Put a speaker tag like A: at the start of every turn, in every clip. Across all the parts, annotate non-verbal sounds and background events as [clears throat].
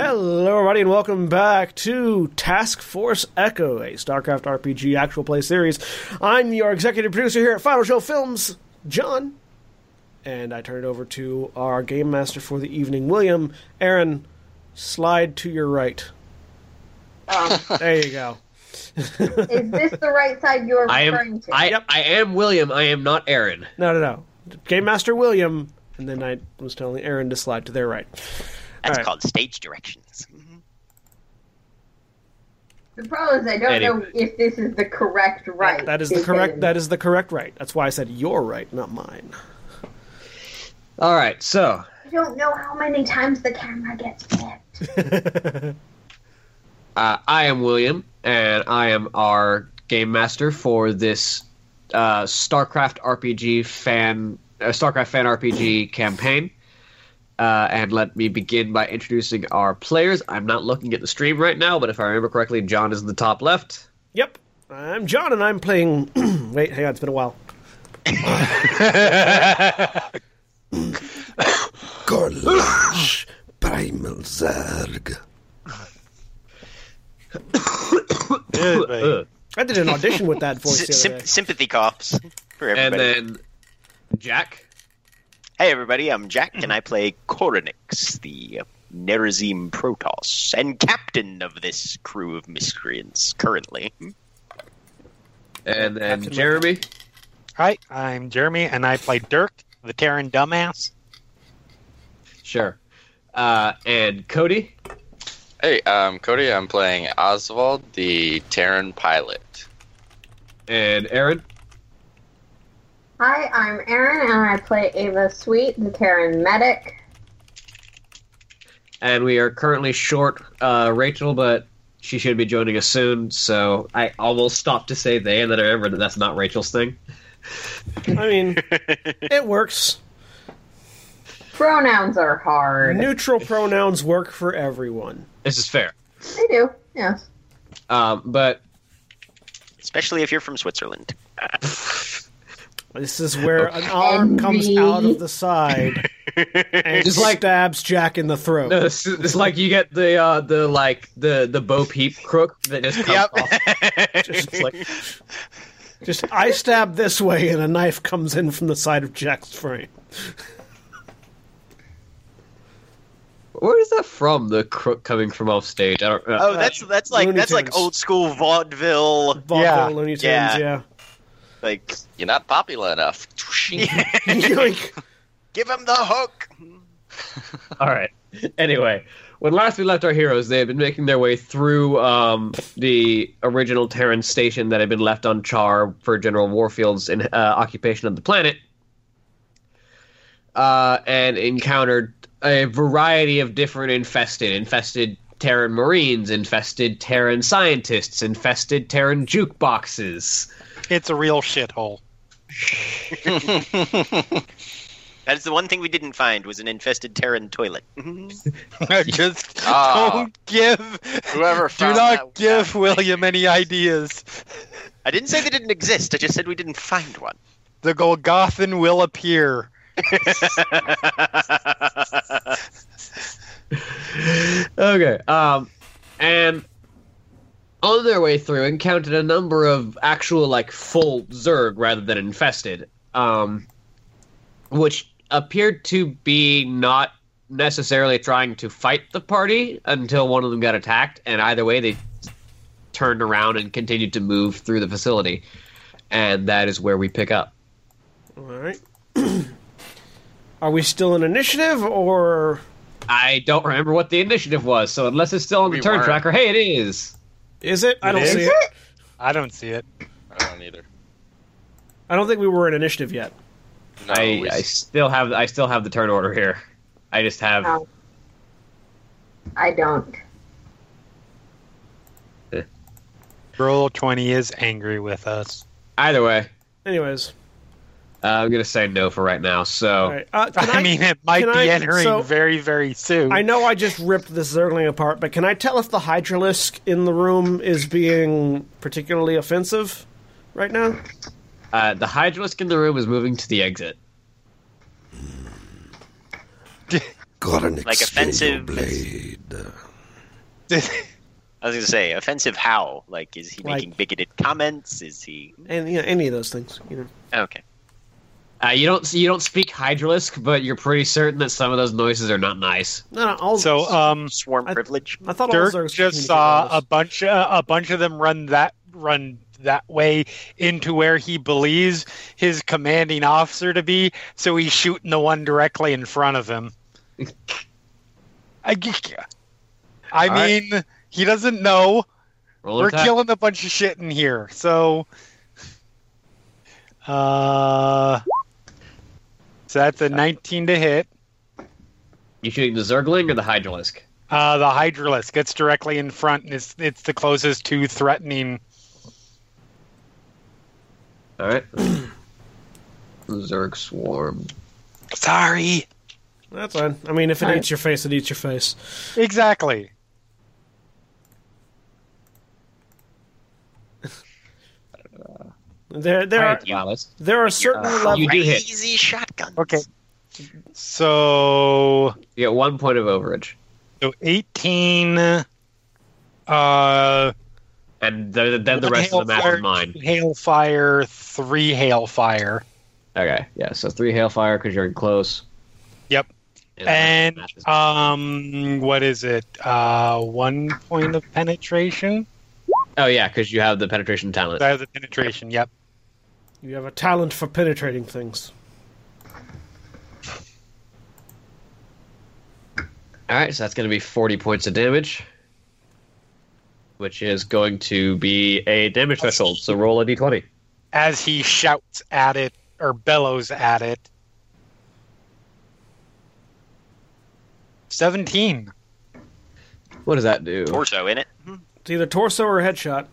A: Hello, everybody, and welcome back to Task Force Echo, a StarCraft RPG actual play series. I'm your executive producer here at Final Show Films, John, and I turn it over to our game master for the evening, William. Aaron, slide to your right.
B: Um,
A: There you go.
B: is this the right side you're
C: [laughs] I
B: referring
C: am
B: to?
C: I,
A: Yep.
C: I am William. I am not Aaron.
A: No, no, no. Game master William, and then I was telling Aaron to slide to their right.
D: That's
A: Alright.
D: called stage directions. Mhm.
B: the problem is I don't know
C: Anyway.
B: if this is the correct right.
A: That is the
B: because-
A: correct. That is the correct right. That's why I said your right, not mine.
C: All right, so
B: I don't know how many times the camera gets flipped.
C: uh, I am William, and I am our game master for this uh, StarCraft RPG fan, uh, StarCraft fan RPG campaign. Uh, and let me begin by introducing our players. I'm not looking at the stream right now, but if I remember correctly, John is in the top left.
A: Yep. I'm John, and I'm playing. [clears throat] Wait, hang on. It's been a while.
E: Gorlash Primal Zerg.
D: [laughs]
C: Ugh.
A: I did an audition with
C: [laughs]
A: that voice the
D: Sy-
A: other
D: symp-
A: day.
D: Uh. sympathy cops for
C: and
D: everybody.
C: then Jack. Mm-hmm.
D: hey, everybody, I'm Jack, and I play Koronix, the Nerazim Protoss, and captain of this crew of miscreants currently.
C: And then
F: Captain
C: Jeremy.
F: Hi, I'm Jeremy, and I play Dirk, the Terran dumbass. [laughs]
C: Sure. Uh, and Cody.
G: Hey, um, Cody, I'm playing Oswald, the Terran pilot.
C: And Aaron.
B: Hi, I'm Erin, and I play Ava Sweet, the Terran medic.
C: and we are currently short uh, Rachel, but she should be joining us soon. So I almost stopped to say they, and then I remember that that's not Rachel's thing.
A: I mean, it works.
B: Pronouns are hard.
A: Neutral pronouns work for everyone.
C: This is fair,
B: They do. Yes.
C: um, but
D: Especially if you're from Switzerland.
A: This is where
C: [laughs]
A: an arm comes
B: Envy.
A: out of the side and
C: Just like-
A: stabs Jack in the
D: Oh.
A: throat.
C: no, it's, it's like you get the uh, the like the the Bo Peep crook that just comes
D: Yep.
C: off.
D: [laughs]
C: Just like,
A: Just I stab this way, and a knife comes in from the side of Jack's frame.
C: where is that from? The crook coming from off stage? I don't. Uh,
D: Oh, that's that's like
A: Looney
D: that's like
A: Tunes.
D: old school vaudeville.
A: Vaudeville
F: Yeah.
A: Looney Tunes,
D: Yeah.
A: yeah.
D: Like,
G: You're not popular enough.
A: [laughs]
D: [laughs]
A: Yoink.
D: give him the hook.
C: All right. Anyway, when last we left our heroes, they had been making their way through um, the original Terran station that had been left on Char for General Warfield's in, uh, occupation of the planet, uh, and encountered a variety of different infested, infested Terran Marines, infested Terran scientists, infested Terran jukeboxes.
F: It's a real shithole.
C: [laughs]
D: That is the one thing we didn't find was an infested
F: [laughs]
D: Terran toilet.
F: Just
G: Ah.
F: don't give. Do
G: Whoever found
F: not
G: that-
F: give William any ideas.
D: I didn't say they didn't exist. I just said we didn't find one. [laughs]
F: The Golgothan will
C: [laughs]
F: appear.
C: okay. Um, and on their way through, encountered a number of actual like full Zerg rather than infested, um, which appeared to be not necessarily trying to fight the party until one of them got attacked, and either way, they turned around and continued to move through the facility, and that is where we pick up.
A: All right. [clears throat] Are we still in initiative, or
C: I don't remember what the initiative was, so unless it's still on the
G: We
C: turn
G: weren't.
C: tracker, hey, it is.
A: is it? I don't
F: is?
A: see
F: Is
A: it.
F: I don't see it.
G: I don't either.
A: I don't think we were in initiative yet.
G: No,
C: I,
G: we-
C: I still have I still have the turn order here. I just have
B: No. I don't.
F: Roll twenty is angry with us.
C: either way.
A: Anyways,
C: Uh, I'm gonna say no for right now. So
A: all right. Uh, can
F: I, mean, it might
A: can
F: be
A: I-
F: entering
A: so-
F: very, very soon.
A: I know I just ripped this Zergling apart, but can I tell if the Hydralisk in the room is being particularly offensive right now?
C: uh, the Hydralisk in the room is moving to the exit.
E: Gornix
D: Like offensive-
E: Blade.
D: [laughs] I was going to say, offensive how? Like, is he
A: Like-
D: making bigoted comments? Is he.
A: and you know any of those things. You know,
D: Okay.
C: Uh, you don't you don't speak Hydralisk, but you're pretty certain that some of those noises are not nice.
A: no, no, all
F: so um,
D: Swarm
A: I-
D: privilege?
A: I thought all
F: Dirk
A: Zergs
F: just
A: communicate
F: saw
A: with
F: a
A: us.
F: bunch uh, a bunch of them run that run that way into where he believes his commanding officer to be, so he's shooting the one directly in front of him. I, g- I
G: All right.
F: mean, he doesn't know.
C: Roll
F: We're
C: attack.
F: killing a bunch of shit in here, so. Uh, so that's a 19 to hit.
C: You shooting the Zergling or the Hydralisk?
F: Uh, the Hydralisk gets directly in front, and it's it's the closest to threatening
C: All right. Zerg swarm.
F: Sorry.
A: That's fine. I mean, if it eats your face, it eats your face.
F: Exactly.
A: There, there are
C: Hydralisk.
A: there are certain
C: Uh,
A: levels.
C: you do hit.
D: Easy shotguns.
F: Okay. So,
C: You get one point of overage,
F: so 18 uh
C: and th- then the
F: one
C: rest of the map
F: hailfire,
C: is mine.
F: two Hailfire, 3 hailfire.
C: Okay. Yeah. So three hailfire because you're in close.
F: Yep.
C: And, the rest of
F: And
C: the map is-
F: um what is it? Uh 1 point of penetration.
C: oh yeah, because you have the penetration talent.
F: That was a penetration. Yep.
A: You have a talent for penetrating things.
C: All right, so that's going to be 40 points of damage, which is going to be a damage threshold. So roll a d20.
F: As he shouts at it or bellows at it. 17.
C: What does that do?
D: Torso in it.
A: It's either torso or headshot.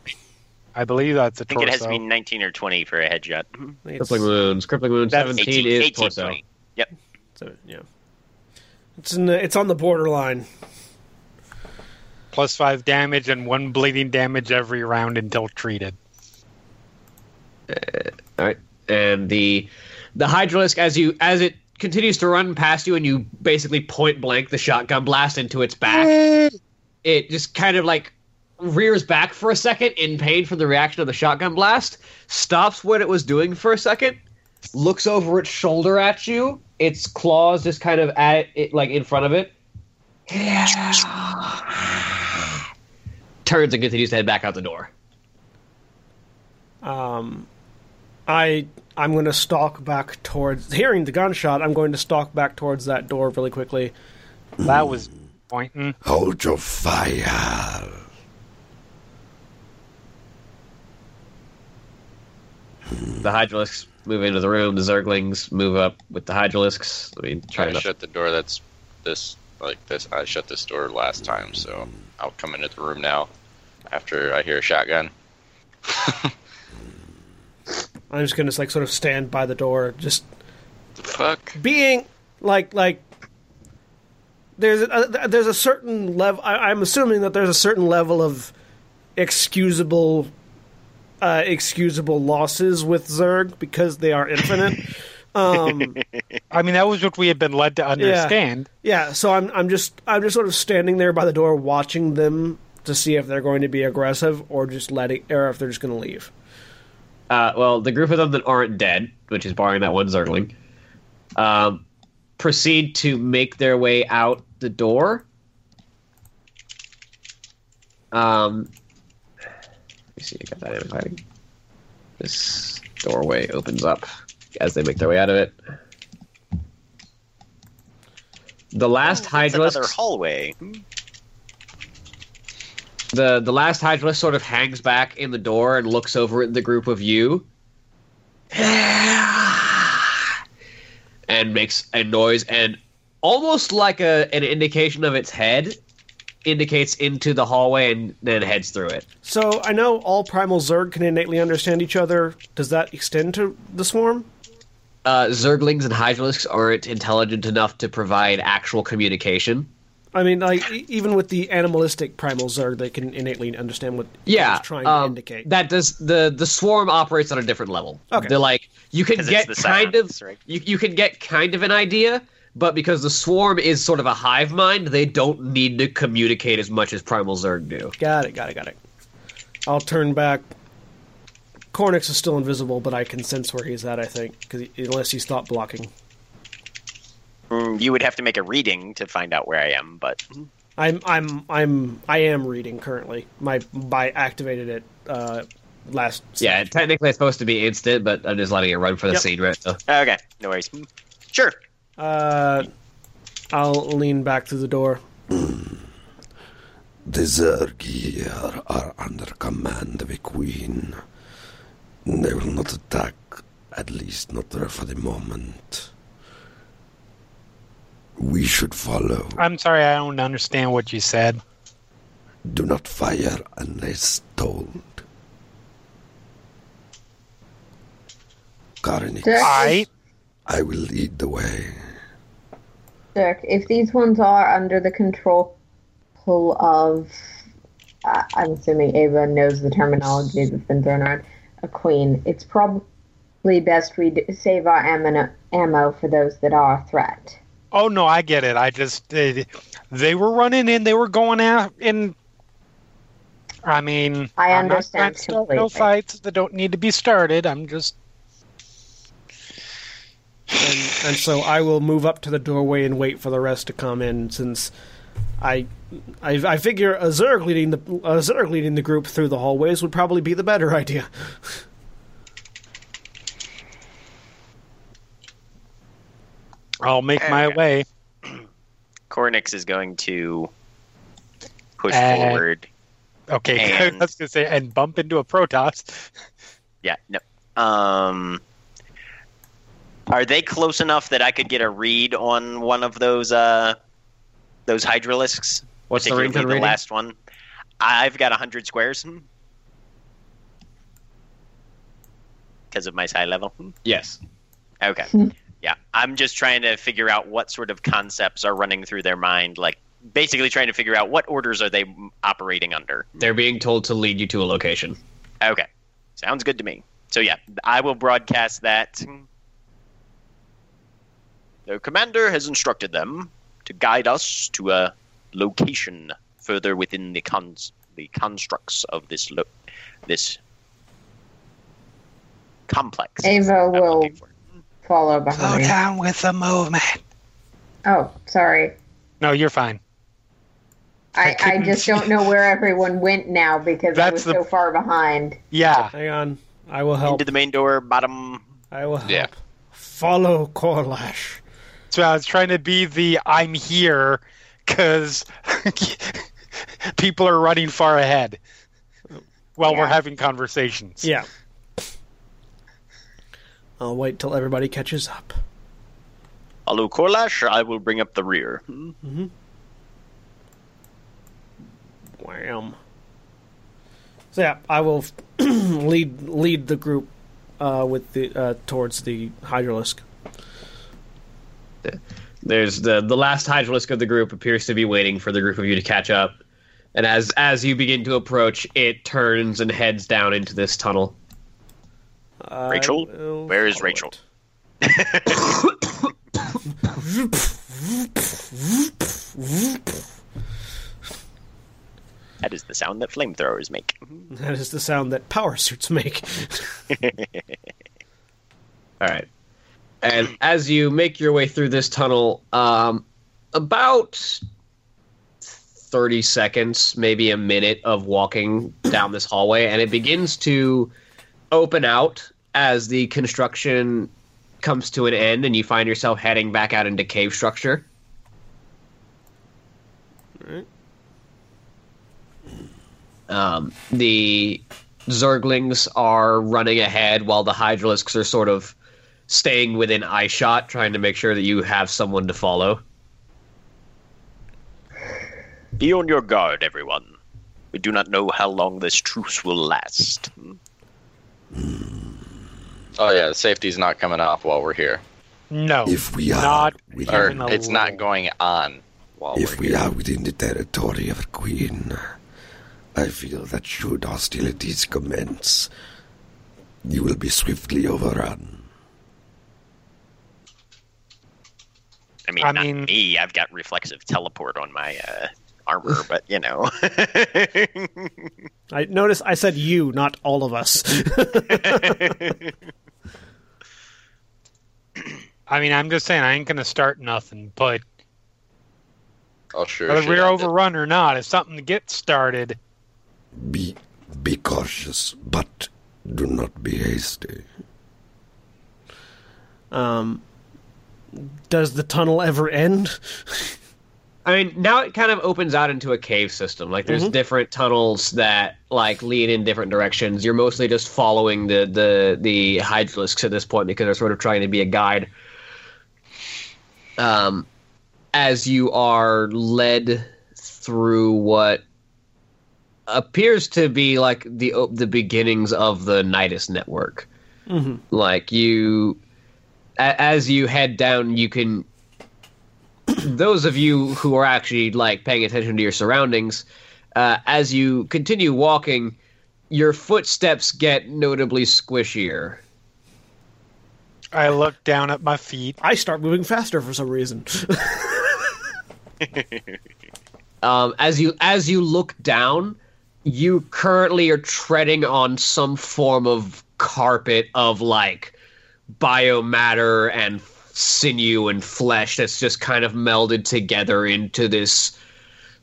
F: I believe that's a
D: I think
F: torso. Mm-hmm.
D: it has to be 19 or 20 for a headshot.
A: It's,
C: Crippling wounds. Crippling wounds.
F: That's
C: 17
D: 18,
C: is
D: 18,
C: torso.
D: 20.
A: so, yeah. It's in the, it's on the borderline.
F: plus five damage and one bleeding damage every round until treated.
C: All right, and the the hydralisk as you as it continues to run past you and you basically point blank the shotgun blast into its back. it just kind of like rears back for a second in pain from the reaction of the shotgun blast. Stops what it was doing for a second. Looks over its shoulder at you. Its claws just kind of at it, it like in front of it. Turns and continues to head back out the door.
A: Um, I I'm going to stalk back towards hearing the gunshot. I'm going to stalk back towards that door really quickly.
F: That was pointing.
E: Hold your fire.
C: The Hydralisks move into the room. The Zerglings move up with the Hydralisks. I mean, try
G: I
C: not.
G: shut the door. That's this like this. I shut this door last time, so I'll come into the room now after I hear a shotgun.
A: I'm just going to like sort of stand by the door, just
G: The fuck.
A: being like like there's a, a- there's a certain level. I, I'm assuming that there's a certain level of excusable uh, excusable losses with Zerg because they are infinite.
G: [laughs]
A: um,
F: [laughs] I mean, that was what we had been led to understand.
A: yeah, so I'm I'm just I'm just sort of standing there by the door watching them to see if they're going to be aggressive or just letting or if they're just going to leave.
C: Uh, well, the group of them that aren't dead, which is barring that one Zergling, um, proceed to make their way out the door. Um, let me see. I got that in hiding. This doorway opens up as they make their way out of it. The last
D: It's Oh, another
C: Hydralisk
D: hallway.
C: the the last hydralisk sort of hangs back in the door and looks over at the group of you [sighs] and makes a noise and almost like a an indication of its head indicates into the hallway and then heads through it
A: So I know all primal Zerg can innately understand each other. Does that extend to the swarm?
C: uh, zerglings and hydralisks aren't intelligent enough to provide actual communication
A: I mean, like e- even with the animalistic primal Zerg, they can innately understand what
C: yeah
A: it's trying to
C: um,
A: indicate.
C: that does the the swarm operates on a different level
A: Okay.
C: they're like you can
D: 'Cause it's
C: get
D: the
C: kind of
D: psionics, right?
C: you, you can get kind of an idea But because the swarm is sort of a hive mind, they don't need to communicate as much as Primal Zerg do.
A: Got it, got it, got it. I'll turn back. Cornix is still invisible, but I can sense where he's at, I think, 'cause he, unless he stopped blocking.
D: Mm, You would have to make a reading to find out where I am, but
F: Mm-hmm.
A: I'm I'm I'm I am reading currently. My I activated it uh last
C: Yeah, technically it's supposed to be instant, but I'm just letting it run for the
A: Yep.
C: scene right now.
D: okay, no worries. Sure.
A: Uh I'll lean back through the door.
E: The Zerg here are under command of a queen. They will not attack, at least not for the moment. We should follow.
F: I'm sorry, I don't understand what you said.
E: Do not fire unless told. Karnix,
B: Dirk,
F: I
E: I will lead the way.
B: Dirk, if these ones are under the control of, uh, I'm assuming Ava knows the terminology that's been thrown around, a queen, it's probably best we d- save our ammo, ammo for those that are a threat.
F: oh no, I get it. I just they, they were running and they were going out in. I mean,
B: I
F: I'm not
B: understand
F: trying to start No
B: completely.
F: fights that don't need to be started. I'm just
A: And and so I will move up to the doorway and wait for the rest to come in since I I, I figure a Zerg leading the a Zerg leading the group through the hallways would probably be the better [laughs] idea.
F: I'll make my
D: Okay.
F: way. [laughs]
D: Cornix is going to push
F: Uh,
D: forward.
C: [laughs]
F: Okay,
D: And-
F: I was gonna say and bump into a Protoss.
D: Yeah, no. Um, are they close enough that I could get a read on one of those uh, those hydralisks?
C: What's the
D: particularly
C: range on
D: the
C: reading?
D: last one? I've got hundred squares because of my high level.
C: Yes.
D: Okay. yeah. I'm just trying to figure out what sort of concepts are running through their mind. Like, basically trying to figure out what orders are they m- operating under.
C: They're being told to lead you to a location.
D: Okay. Sounds good to me. So, yeah, I will broadcast that. Their commander has instructed them to guide us to a location further within the cons- the constructs of this lo- this complex.
B: Ava
D: I'm
B: will-
D: looking for.
B: Follow behind.
F: down with the movement.
B: Oh, sorry.
F: No, you're fine.
B: I,
F: I
B: I just don't know where everyone went now because I
F: That's
B: was
F: the-
B: so far behind.
F: Yeah.
A: Hang on. I will help.
D: into the main door, bottom
A: I will help.
G: Yeah.
A: Follow Corlash.
F: So I was trying to be the I'm here because [laughs] people are running far ahead while we're
B: Yeah.
F: having conversations.
A: Yeah. I'll wait till everybody catches up.
D: Hello, Korlash. I will bring up the rear.
A: Mm-hmm. Wham. So yeah, I will [clears throat] lead lead the group uh, with the uh, towards the hydralisk.
C: There's the the last hydralisk of the group appears to be waiting for the group of you to catch up, and as as you begin to approach, it turns and heads down into this tunnel.
A: I
D: Rachel?
A: will
D: Where is
A: follow
D: Rachel?
A: it.
D: [laughs] That is the sound that flamethrowers make.
A: That is the sound that power suits make.
C: All right, and as you make your way through this tunnel, um, about thirty seconds, maybe a minute of walking down this hallway, and it begins to open out as the construction comes to an end, and you find yourself heading back out into cave structure. Um, the Zerglings are running ahead while the Hydralisks are sort of staying within eye shot, trying to make sure that you have someone to follow.
D: Be on your guard, everyone. We do not know how long this truce will last.
G: Oh yeah, the safety's not coming off while we're here.
F: No.
E: If we are,
F: Not
E: we
G: Or
F: Coming
G: it's
F: along.
G: not going on while we're
E: If we
G: here.
E: are within the territory of a queen, I feel that should hostilities commence, you will be swiftly overrun.
D: I mean,
F: I
D: not
F: mean-
D: me. I've got reflexive teleport on my uh, armor, but
F: [laughs]
D: you know.
A: I notice I said you, not all of us. [laughs]
F: I mean, I'm just saying I ain't gonna start nothing, but
G: I'll sure.
F: whether
G: shit
F: we're
G: end it.
F: overrun or not, it's something to get started.
E: Be be cautious, but do not be hasty.
A: Does the tunnel ever end?
C: I mean, now it kind of opens out into a cave system. Like there's different tunnels that like lead in different directions. You're mostly just following the the the hydralisks at this point because they're sort of trying to be a guide. Um, as you are led through what appears to be like the o- the beginnings of the Nidus network. Like you, a- as you head down, you can [clears throat] those of you who are actually like paying attention to your surroundings, uh, as you continue walking, your footsteps get notably squishier.
F: I look down at my feet.
A: I start moving faster for some
F: [laughs]
A: reason.
C: Um, as you as you look down, you currently are treading on some form of carpet of like biomatter and sinew and flesh that's just kind of melded together into this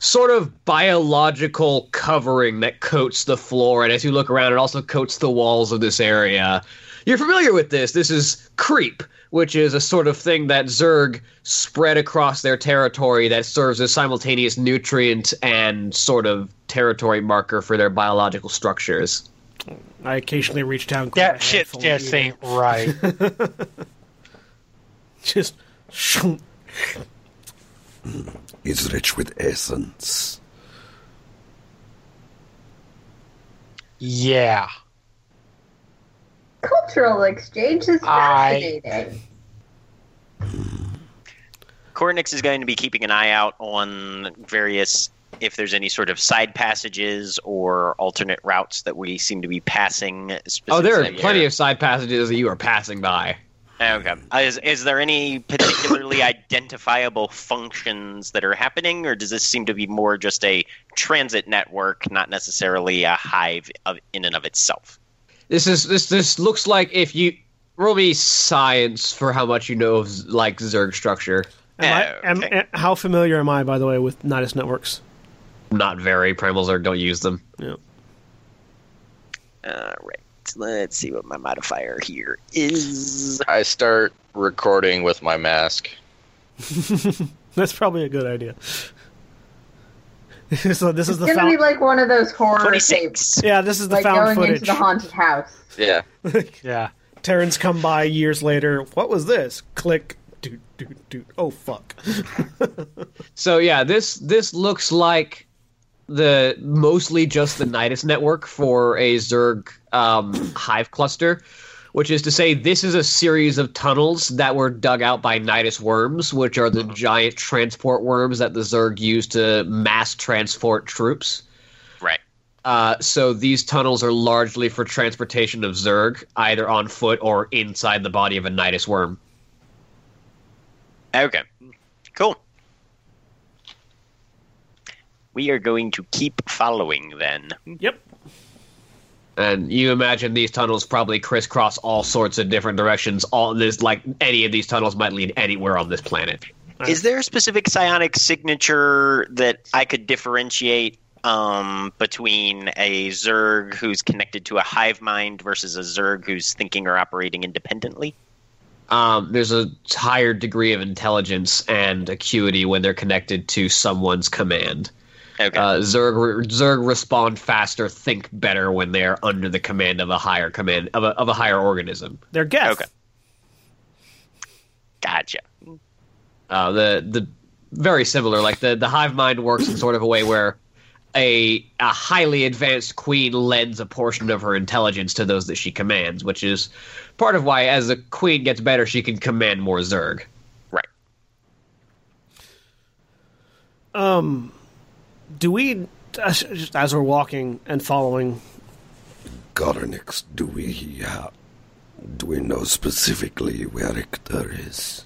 C: sort of biological covering that coats the floor and as you look around it also coats the walls of this area you're familiar with this this is creep which is a sort of thing that zerg spread across their territory that serves as simultaneous nutrient and sort of territory marker for their biological structures
A: I occasionally reach down. grab a
F: That shit
A: handful of
F: just
A: you.
F: ain't right.
A: [laughs] Just. shoom.
E: It's rich with essence.
F: yeah.
B: Cultural exchange is
F: I-
B: fascinating.
D: Cornix is going to be keeping an eye out on various if there's any sort of side passages or alternate routes that we seem to be passing.
C: oh there are
D: specifically
C: plenty
D: here.
C: of side passages that you are passing by
D: Okay. Uh, Is, is there any particularly [coughs] identifiable functions that are happening, or does this seem to be more just a transit network, not necessarily a hive of, in and of itself?
C: This is this this looks like if you roll me science for how much you know of like Zerg structure.
A: Am I, am,
D: Okay.
A: am- how familiar am I, by the way, with Nidus networks? [laughs]
C: Not very primal Zerg don't use them.
A: Yeah.
D: All right. Let's see what my modifier here is.
G: I start recording with my mask.
A: That's probably a good idea. [laughs] so this is the
B: It's gonna be
A: found,
B: like one of those horror tapes,
D: 26.
A: yeah, this is the
B: like
A: found
B: going
A: footage.
B: into the haunted house.
G: Yeah.
F: Yeah.
A: Terrans come by years later. What was this? Click. Doot, doot, doot. Oh fuck!
C: So yeah, this this looks like the mostly just the Nidus network for a Zerg um, hive cluster, which is to say this is a series of tunnels that were dug out by Nidus worms, which are the giant transport worms that the Zerg use to mass transport troops.
D: Right.
C: Uh, so these tunnels are largely for transportation of Zerg, either on foot or inside the body of a Nidus worm.
D: Okay. Cool. We are going to keep following then.
A: Yep.
C: And you imagine these tunnels probably crisscross all sorts of different directions. All this, like any of these tunnels, might lead anywhere on this planet.
D: Is there a specific psionic signature that I could differentiate um, between a Zerg who's connected to a hive mind versus a Zerg who's thinking or operating independently?
C: Um, there's a higher degree of intelligence and acuity when they're connected to someone's command.
D: Okay.
C: Uh, Zerg Zerg respond faster, think better when they're under the command of a higher command of a, of a higher organism.
A: They're Geth.
D: Okay. gotcha.
C: uh, the the very similar. Like the the hive mind works in sort of a way where a a highly advanced queen lends a portion of her intelligence to those that she commands, which is part of why as the queen gets better, she can command more Zerg.
D: Right.
A: Um, Do we, as as we're walking and following,
E: Gorinix, do we uh, do we know specifically where Richter is?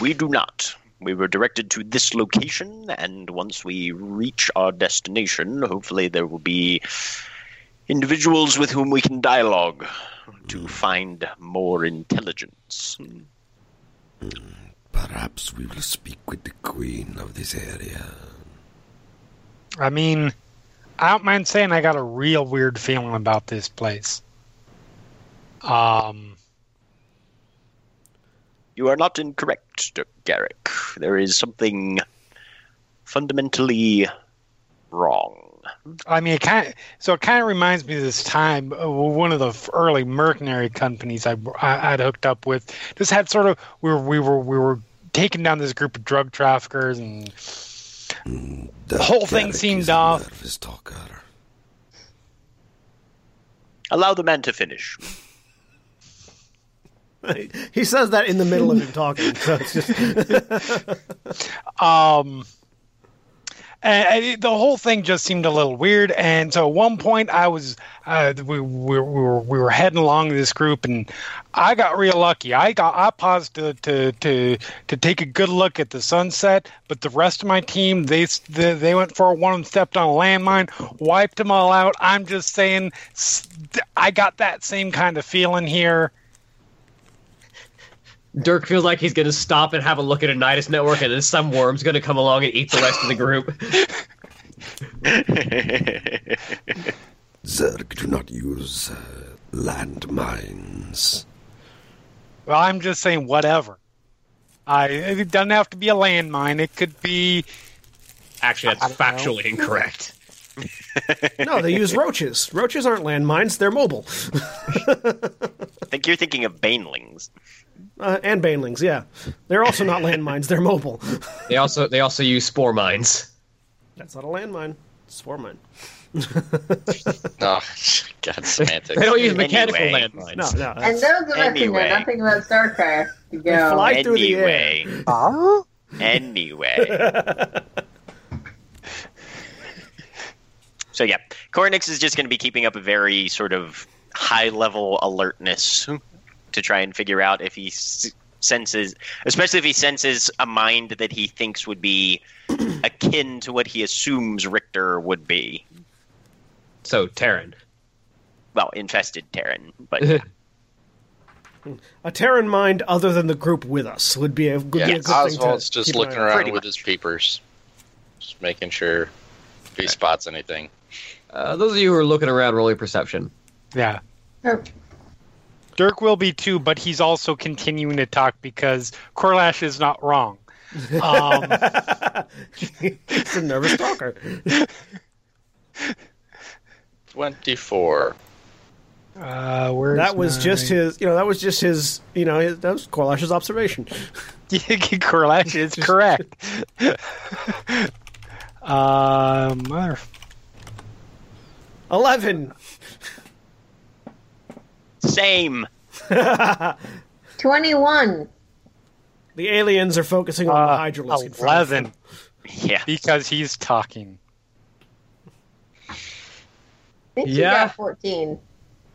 D: We do not. We were directed to this location, and once we reach our destination, hopefully there will be individuals with whom we can dialogue to find more intelligence.
G: [laughs]
E: Perhaps we will speak with the queen of this area.
F: I mean, I don't mind saying I got a real weird feeling about this place. Um,
D: You are not incorrect, Dirk Garrick. There is something fundamentally wrong.
F: I mean, it kind of, so it kind of reminds me of this time uh, one of the f- early mercenary companies I, I would hooked up with just had sort of we were we were we were taking down this group of drug traffickers and
E: The
F: whole thing seemed off.
E: Nervous talker.
D: Allow the man
E: [laughs]
D: to finish.
A: He says that in the middle of him talking, so it's just
F: um and and the whole thing just seemed a little weird and so at one point i was uh, we, we, we were we were heading along this group and i got real lucky i got i paused to to to, to take a good look at the sunset but the rest of my team they s- they, they went for it. one of them stepped on a landmine wiped them all out i'm just saying s- i got that same kind of feeling here
C: Dirk feels like he's gonna stop and have a look at Onidas Network, and then some worm's gonna come along and eat the rest of the group.
E: Zerg do not use uh, landmines.
F: Well, I'm just saying whatever. I it doesn't have to be a landmine. It could be
C: Actually, that's
F: I don't know.
C: factually incorrect.
A: no. They use roaches. Roaches aren't landmines; they're mobile,
D: I think you're thinking of banelings.
A: uh, and banelings. Yeah, they're also not landmines; they're mobile.
C: They also they also use spore mines.
A: That's not a landmine. It's a mine.
G: No, God, semantics.
C: [laughs] They don't use mechanical
D: Anyway.
C: landmines.
A: No, Oh, no.
B: And
A: That's,
B: those of us who know
D: Anyway.
B: nothing about StarCraft, you go.
A: fly- Right through the
D: anyway,
A: air.
D: anyway.
A: [laughs]
D: so yeah, Cornix is just going to be keeping up a very sort of high-level alertness to try and figure out if he s- senses, especially if he senses a mind that he thinks would be [clears throat] akin to what he assumes Richter would be.
C: So Terran.
D: Well, infested Terran,
C: [laughs]
D: but
A: a Terran mind other than the group with us would be a would be
G: Yeah,
A: a good
G: Oswald's
A: thing to
G: just
A: keep an
G: looking
A: eye on.
G: around
D: Pretty
G: with his peepers, just making sure if he spots anything.
C: Uh, those of you who are looking around, roll your perception.
F: [laughs] yeah.
B: Oh,
F: Dirk will be too, but he's also continuing to talk because Corlash is not
A: [laughs]
F: wrong. Um,
A: It's a nervous
F: [laughs]
A: talker. Um,
G: [laughs] 24.
F: uh, where's
A: That was
F: my-
A: just his. You know, that was just his. You know, his, that was Korlash's
F: [laughs]
A: observation.
F: Corlash is correct. uh, mother.
A: Eleven.
D: same.
B: 21.
A: The aliens are focusing on the
F: Uh,
A: hydralisk. in front of them.
F: Eleven,
D: Yeah.
F: because he's talking.
B: I think you
C: Yeah.
B: got 14.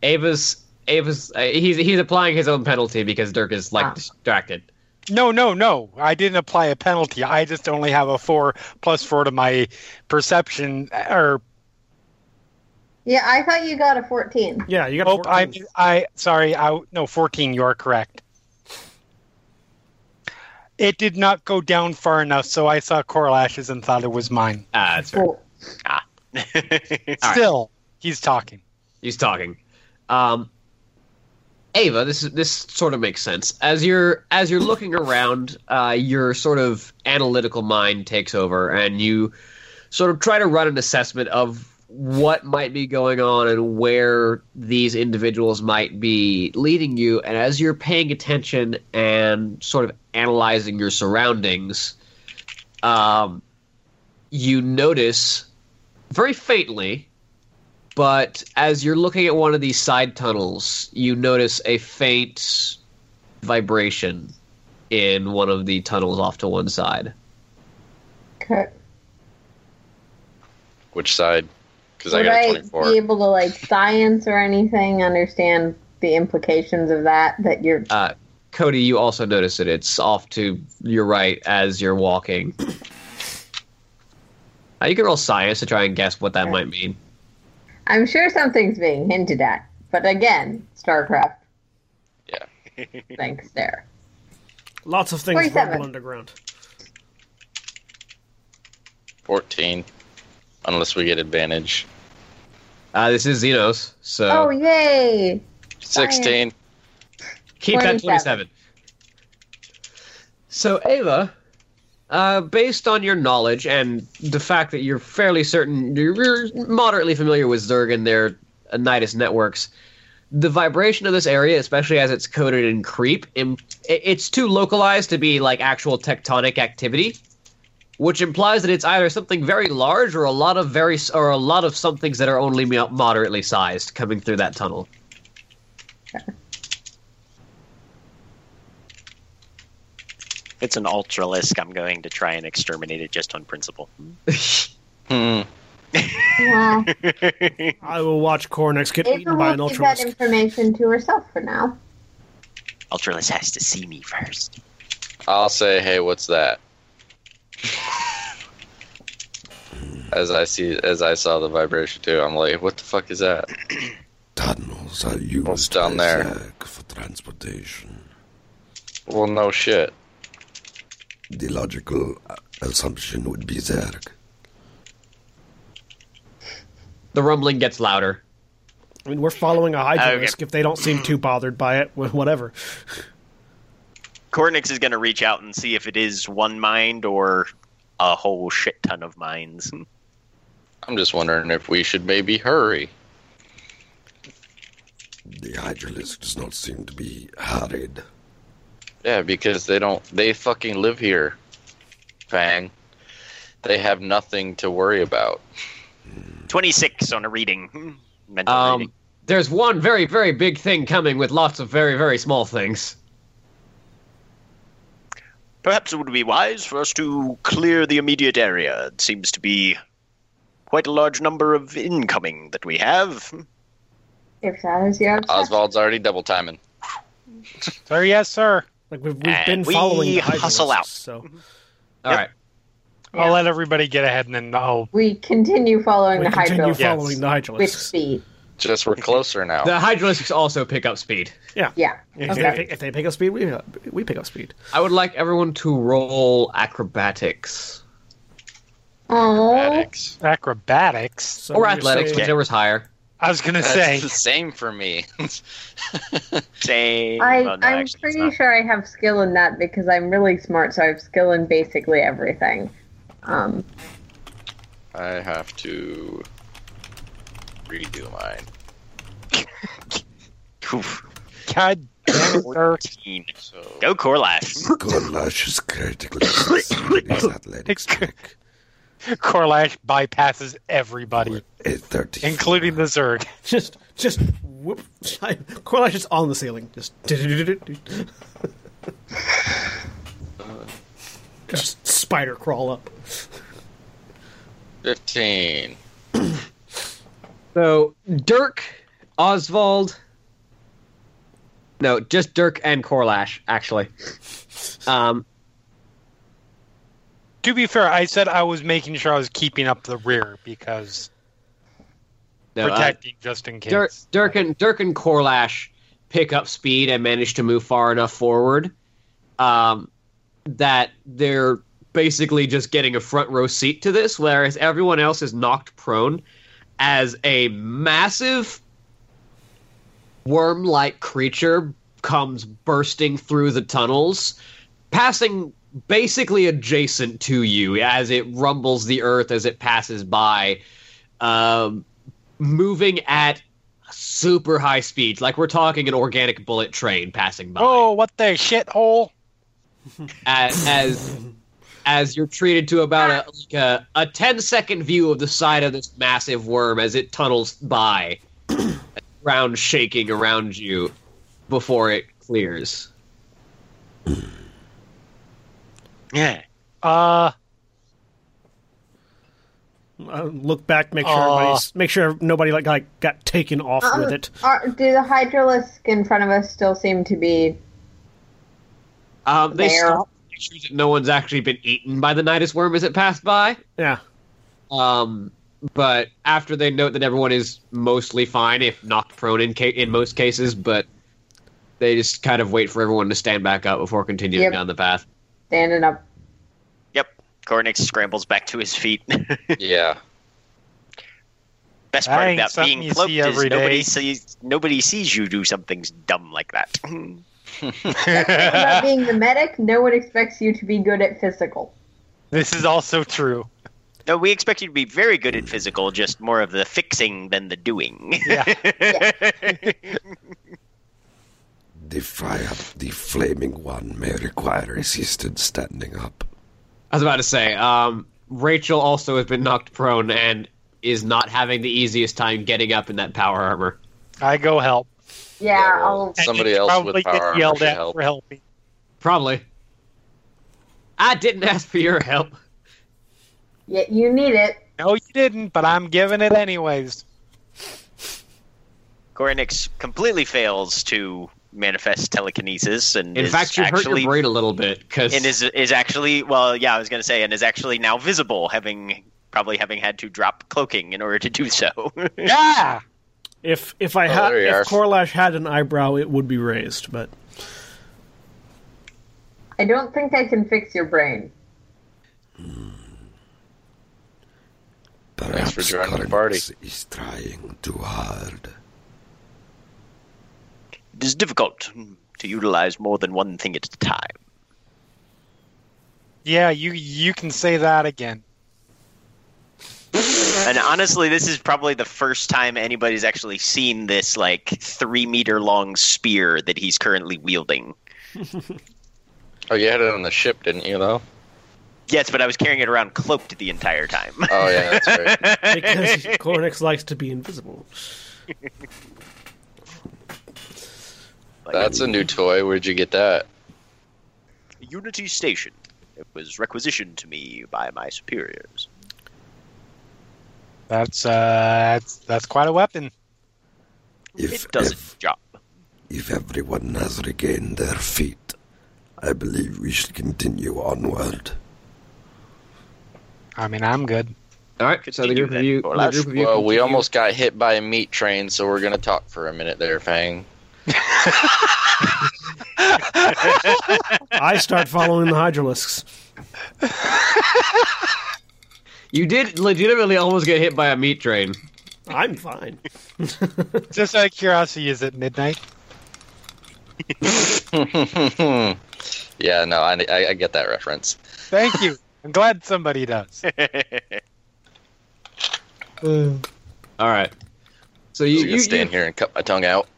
C: Ava's Ava's uh, he's he's applying his own penalty because Dirk is like
B: Ah.
C: distracted.
F: No, no, no. I didn't apply a penalty. I just only have a four plus four to my perception. Or
B: Yeah, I thought you got a 14.
A: Yeah, you got.
F: oh,
A: 14.
F: I, I sorry. I no fourteen. You are correct. It did not go down far enough, so I saw coral ashes and thought it was mine.
C: Ah, that's Ah. fair.
B: Four.
C: [laughs]
D: All right.
F: Still, he's talking.
C: He's talking. Um, Ava, this is this sort of makes sense. As you're as you're looking around, uh, your sort of analytical mind takes over, and you sort of try to run an assessment of what might be going on and where these individuals might be leading you. And as you're paying attention and sort of analyzing your surroundings, um, you notice very faintly but as you're looking at one of these side tunnels, you notice a faint vibration in one of the tunnels off to one side.
B: Okay.
G: Which side? Because I
B: Would
G: got a
B: I
G: 24.
B: be able to, like, science or anything, understand the implications of that? That you're.
C: Uh, Cody, you also notice that it's off to your right as
G: [clears throat]
C: you're walking. Uh, you can roll science to try and guess what that might mean.
B: I'm sure something's being hinted at, but again, StarCraft.
G: Yeah.
B: Thanks there.
A: Lots of things
B: 27.
A: rumble underground.
G: 14. Unless we get advantage.
C: Uh, this is Xenos, so
B: oh yay!
G: 16.
C: keep
B: 27.
C: that 27. So, Ava, uh, based on your knowledge and the fact that you're fairly certain, you're moderately familiar with Zerg and their Nidus networks, the vibration of this area, especially as it's coded in creep, im- i- it's too localized to be like actual tectonic activity. Which implies that it's either something very large or a lot of very s- or a lot of somethings that are only mo- moderately sized coming through that tunnel.
D: It's an ultralisk. I'm going to try and exterminate it just
C: [laughs]
D: on principle.
G: Hmm.
B: Well,
A: I will watch Cornex get
B: Ava
A: eaten by
B: will
A: an
B: keep that
A: ultralisk.
B: information to herself for now.
D: Ultralisk has to see me first.
G: I'll say, hey,
A: [laughs]
G: what's that? As I see, as I saw the vibration too, I'm like, "What the fuck
A: [clears throat]
G: is that?"
E: Tunnels are used
G: What's down
E: by
G: there?
E: Zerg for transportation.
G: Well, no shit.
E: The logical uh, assumption would be Zerg.
C: The rumbling gets louder.
A: I mean, we're following a
D: Okay.
A: hydralisk. If they don't seem too bothered by it, [laughs] wh- whatever.
D: Cornix is going to reach out and see if it is one mind or a whole shit ton of minds.
G: I'm just wondering if we should maybe hurry.
E: The Hydralisk does not seem to be hurried.
G: Yeah, because they don't. They fucking live here, Fang. They have nothing to worry about.
D: 26 on a reading. Mental
C: Um,
D: reading.
C: there's one very, very big thing coming with lots of very, very small things.
D: Perhaps it would be wise for us to clear the immediate area. It seems to be quite a large number of incoming that we have.
B: If that is your obsession.
G: Oswald's already double timing.
F: Sir, yes, sir.
A: Like we've, we've
D: And
A: been
D: we
A: following the
D: hustle
A: hydralisks,
D: out. Mm-hmm.
A: So
C: All right.
B: Yeah.
F: I'll let everybody get ahead and then I'll.
B: we continue following
A: we
B: the
A: continue
B: hydro
F: Yeah.
A: following the
B: with
A: hydralisks.
B: speed.
G: Just we're closer now.
C: The hydralisks also pick up speed.
B: Yeah.
A: If, they
B: Okay.
A: pick, if they pick up speed, we we pick up speed.
C: I would like everyone to roll acrobatics
B: Oh,
G: Attics.
F: Acrobatics.
A: So
C: or
A: you're
C: athletics,
A: saying-
C: whichever's higher.
F: I was going to
G: That's
F: say.
G: the same for
D: [laughs]
G: me.
D: Say,
B: I,
D: well, no,
B: I'm
D: actually, it's
B: pretty
D: not.
B: sure I have skill in that because I'm really smart, so I have skill in basically everything. Um,
G: I have to redo mine.
D: Oof.
F: God damn it, sir.
D: 14.
G: So
D: Go Corlash.
E: Gorlash is critically succeeded
F: [laughs]
E: his athletics check.
F: Corlash bypasses everybody,
E: A 30.
F: including the Zerg.
A: Just just whoop. [laughs] Corlash is on the ceiling. Just [laughs] just spider crawl up.
G: fifteen.
C: So Dirk, Oswald. No, just Dirk and Corlash, actually. Um,
F: To be fair, I said I was making sure I was keeping up the rear because
C: no, uh,
F: protecting just in case.
C: Dirk, Dirk and Dirk and Corlash pick up speed and manage to move far enough forward um, that they're basically just getting a front row seat to this, whereas everyone else is knocked prone as a massive worm-like creature comes bursting through the tunnels, passing basically adjacent to you as it rumbles the earth as it passes by. Um, moving at super high speeds, like we're talking an organic bullet train passing by.
F: oh, what the shithole!
C: As as, as you're treated to about a, like a a 10 second view of the side of this massive worm as it tunnels by, [clears throat] ground shaking around you before it clears.
D: Yeah.
F: Uh,
A: Uh, look back, make sure
F: Aw.
A: everybody's, make sure nobody like got, got taken off
F: Uh.
B: um,
A: with it.
B: Are, do the hydralisk in front of us still seem to be
C: Um, they
B: There.
C: stop to make sure that no one's actually been eaten by the Nidus worm as it passed by.
A: Yeah.
C: Um, but after they note that everyone is mostly fine, if knocked prone in, ca- in most cases, but they just kind of wait for everyone to stand back up before continuing
B: Yep.
C: down the path.
B: Standing
D: [laughs]
B: up.
D: Yep. Cornix scrambles back to his feet. [laughs]
G: Yeah.
D: Best
F: That
D: part
F: ain't
D: about
F: something
D: being
F: you
D: cloaked
F: see
D: is
F: every
D: nobody
F: day.
D: sees nobody sees you do something dumb like that. [laughs]
B: About being the medic, no one expects you to be good at physical.
F: this is also true.
D: no, we expect you to be very good at physical, just more of the fixing than the doing. [laughs]
F: Yeah.
E: The fire, the flaming one may require assistance standing up.
C: I was about to say, um, Rachel also has been knocked prone and is not having the easiest time getting up in that power armor.
F: I go help.
B: Yeah,
G: Yeah, well,
B: I'll,
F: And
G: Somebody
F: you
G: else
F: probably
G: with power
F: get
G: armor
F: yelled
G: should
F: at
G: help.
F: for helping.
C: Probably. I didn't ask for your help.
B: yeah, you need it.
F: No, you didn't, but I'm giving it anyways.
D: Cornix completely fails to manifest telekinesis and
C: In
D: is
C: fact, you hurt
D: actually
C: your brain a little bit because
D: and is is actually well, yeah, I was going to say and is actually now visible having probably having had to drop cloaking in order to do so. [laughs]
F: Yeah.
A: If if I
G: Oh,
A: had
G: there you are.
A: if Corlash had an eyebrow, it would be raised. But
B: I don't think I can fix your
A: [laughs]
B: brain.
E: Perhaps
G: for joining the party.
E: Cornix is trying uh, too hard.
D: it is difficult to utilize more than one thing at a time.
F: Yeah, you you can say that again.
D: [laughs] And honestly, this is probably the first time anybody's actually seen this like three meter long spear that he's currently wielding.
G: Oh, you had it on the ship, didn't you, though?
D: Yes, but I was carrying it around cloaked the entire time.
G: Oh, yeah, that's
D: [laughs]
A: [laughs]
G: right.
A: because
F: [laughs]
A: Cornix likes to be invisible,
D: Like,
G: That's a new toy. Where'd you get that?
D: Unity Station. It was requisitioned to me by my superiors.
F: That's uh that's that's quite a weapon.
E: If,
D: it
E: if,
D: does its job.
E: if everyone has regained their feet, I believe we should continue onward.
F: I mean, I'm good.
C: all right. So the
D: Continue
C: group of
D: then,
C: you,
D: or
C: the
D: less.
C: group of you
G: Well, we
C: continue-
G: almost got hit by a meat train, so we're gonna talk for a minute there, Fang.
A: I start following the Hydralisks.
C: You did legitimately almost get hit by a meat train.
A: I'm fine.
F: Just out of curiosity, is it midnight?
G: [laughs] yeah, no, I, I, I get that reference.
F: Thank you. I'm glad somebody does.
C: All right. So
G: You,
C: you
G: so you
C: you,
G: stand
C: you,
G: here and cut my tongue out.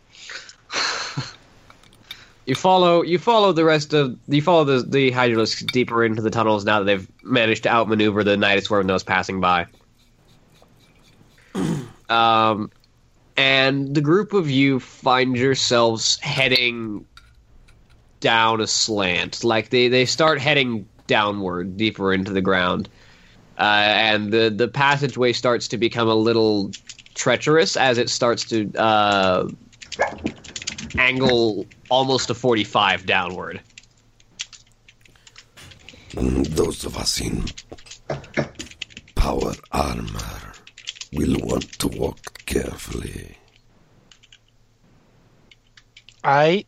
C: you follow you follow the rest of you follow the the hydralisks deeper into the tunnels now that they've managed to outmaneuver the Nidus worm that was passing by. [clears throat] um, and the group of you find yourselves heading down a slant. Like they they start heading downward, deeper into the ground, uh, and the the passageway starts to become a little treacherous as it starts to. Uh, angle almost to 45 downward.
E: Mm, Those of us in power armor will want to walk carefully.
F: I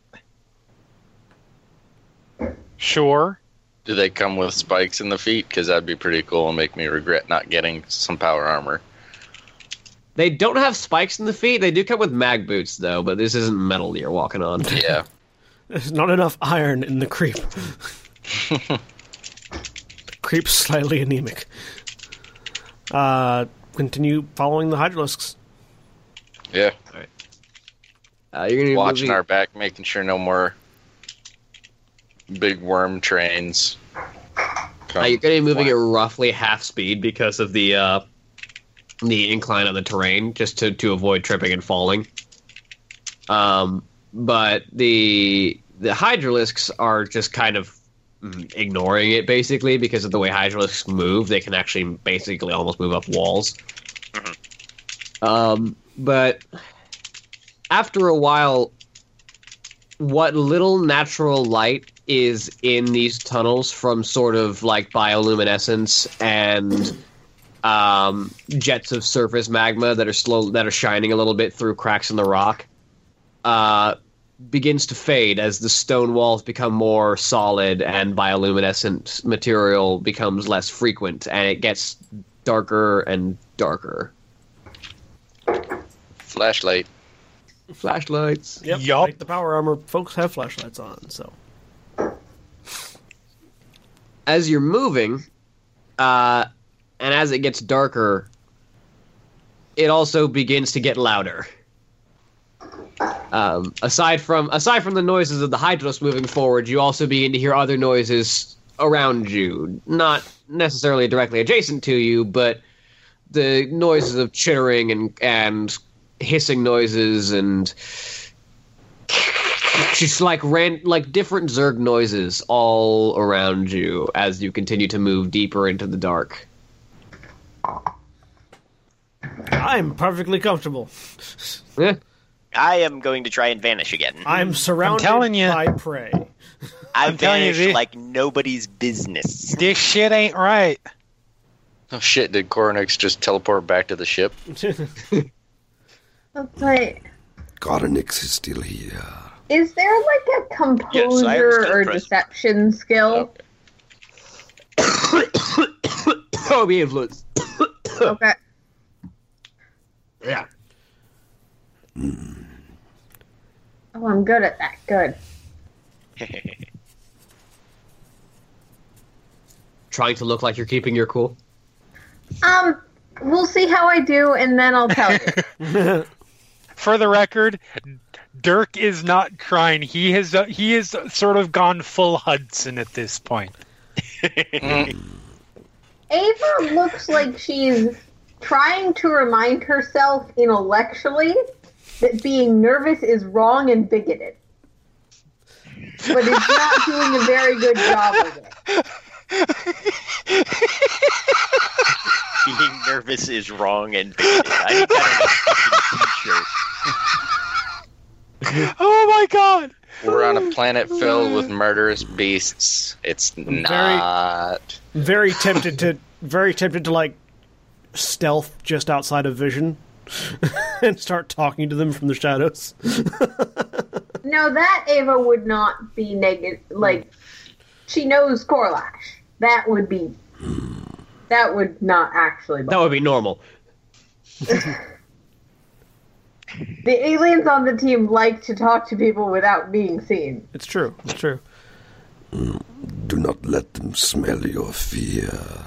F: sure.
G: Do they come with spikes in the feet? Because that'd be pretty cool and make me regret not getting some power armor.
C: They don't have spikes in the feet. They do come with mag boots, though, but this isn't metal you're walking on.
G: Yeah,
A: There's not enough iron in the creep. the creep's slightly anemic. Uh, continue following the Hydralisks.
G: yeah.
C: Uh, you're gonna be
G: Watching
C: moving-
G: our back, making sure no more big worm trains.
C: uh,
G: come.
C: you're going to be moving at roughly half speed because of the uh, the incline of the terrain, just to, to avoid tripping and falling. Um, but the the hydralisks are just kind of mm, ignoring it basically because of the way hydralisks move. They can actually basically almost move up walls. Um, but after a while, what little natural light is in these tunnels from sort of like bioluminescence and um, jets of surface magma that are slow that are shining a little bit through cracks in the rock uh, begins to fade as the stone walls become more solid and bioluminescent material becomes less frequent and it gets darker and darker.
G: Flashlight.
C: Flashlights.
A: Yep.
F: Yup.
A: Like the power armor folks have flashlights on, so
C: as you're moving, uh, and as it gets darker, it also begins to get louder. Um, aside from aside from the noises of the Hydros moving forward, you also begin to hear other noises around you, not necessarily directly adjacent to you, but the noises of chittering and and hissing noises and just like ran like different zerg noises all around you as you continue to move deeper into the dark
A: I'm perfectly comfortable.
C: Eh,
D: I am going to try and vanish again.
A: I'm surrounded
F: telling ya.
A: by prey.
D: I
F: I'm telling you,
D: vanish
F: V.
D: like nobody's business.
F: This shit ain't right.
G: Oh shit! Did Koronix just teleport back to the ship?
B: That's like,
E: Garnix is still here.
B: is there like a composure
G: still
B: or
G: present.
B: deception skill?
C: [coughs] oh the influence
B: Okay.
C: yeah
B: Oh, I'm good at that. Good.
C: trying to look like you're keeping your cool
B: Um, we'll see how I do, and then I'll tell you.
F: For the record, Dirk is not crying. He has uh, he has sort of gone full Hudson at this point. [laughs]
B: Ava looks like she's trying to remind herself intellectually that being nervous is wrong and bigoted. But is not doing a very good job of it.
D: Being [laughs] nervous is wrong and bigoted. I need that
F: [laughs]
D: on a fucking t-shirt.
F: Oh my god!
G: We're on a planet filled with murderous beasts. It's not.
A: very tempted to very tempted to like stealth just outside of vision [laughs] and start talking to them from the shadows.
B: No, that Ava would not be negative. Like, she knows Corlash. That would be. That would not actually.
C: that would be normal
B: The aliens on the team like to talk to people without being seen.
A: It's true. It's true.
E: Do not let them smell your fear.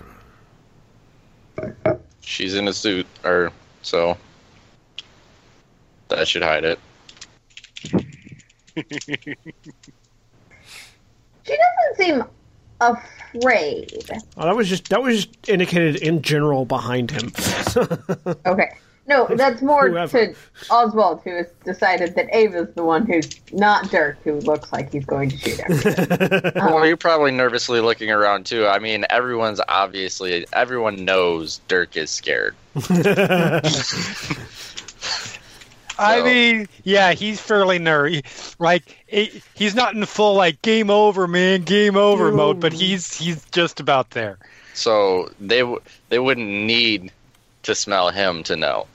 G: She's in a suit, or so. That should hide it.
B: She doesn't seem afraid.
A: Oh, that was just that was just indicated in general behind him. [laughs]
B: Okay. No, that's more
A: Whoever.
B: to Oswald, who has decided that Ava's the one who's not Dirk, who looks like he's going to shoot him.
G: Well, you're probably nervously looking around too. I mean, everyone's obviously everyone knows Dirk is scared.
F: I
G: So-
F: mean, yeah, he's fairly nerdy. Like it, he's not in full like game over, man, game over
A: Game
F: mode, but
A: over.
F: he's he's just about there.
G: So they w- they wouldn't need to smell him to know.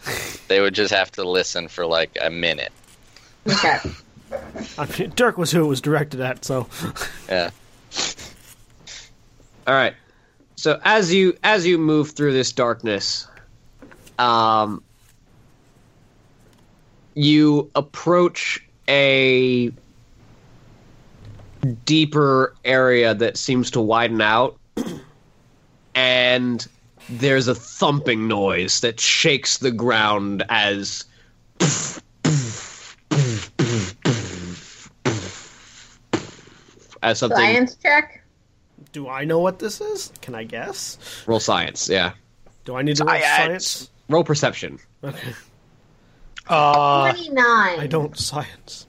G: They would just have to listen for like a minute.
B: okay.
A: I mean, Dirk was who it was directed at, so
G: Yeah.
C: All right. So as you as you move through this darkness, um, you approach a deeper area that seems to widen out, and there's a thumping noise that shakes the ground as as something
B: Science check?
A: do I know what this is? Can I guess?
C: roll science, yeah.
A: Do I need to roll
D: Science.
A: science?
C: Roll perception.
A: Okay.
F: Uh,
B: 29.
A: I don't science.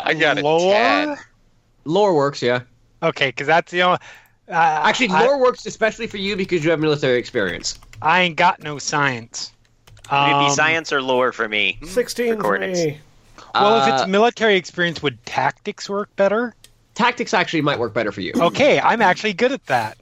G: I got a
F: Lore?
G: ten.
C: Lore works, yeah.
F: okay, because that's the only. Uh,
C: Actually,
F: I,
C: lore works especially for you because you have military experience.
F: I ain't got no science.
D: Would it
F: Um,
D: be science or lore for me?
A: Sixteen for
D: Recordings.
A: me.
F: Well, if
C: Uh,
F: it's military experience, would tactics work better?
C: tactics actually might work better for you.
F: Okay, I'm actually good at that.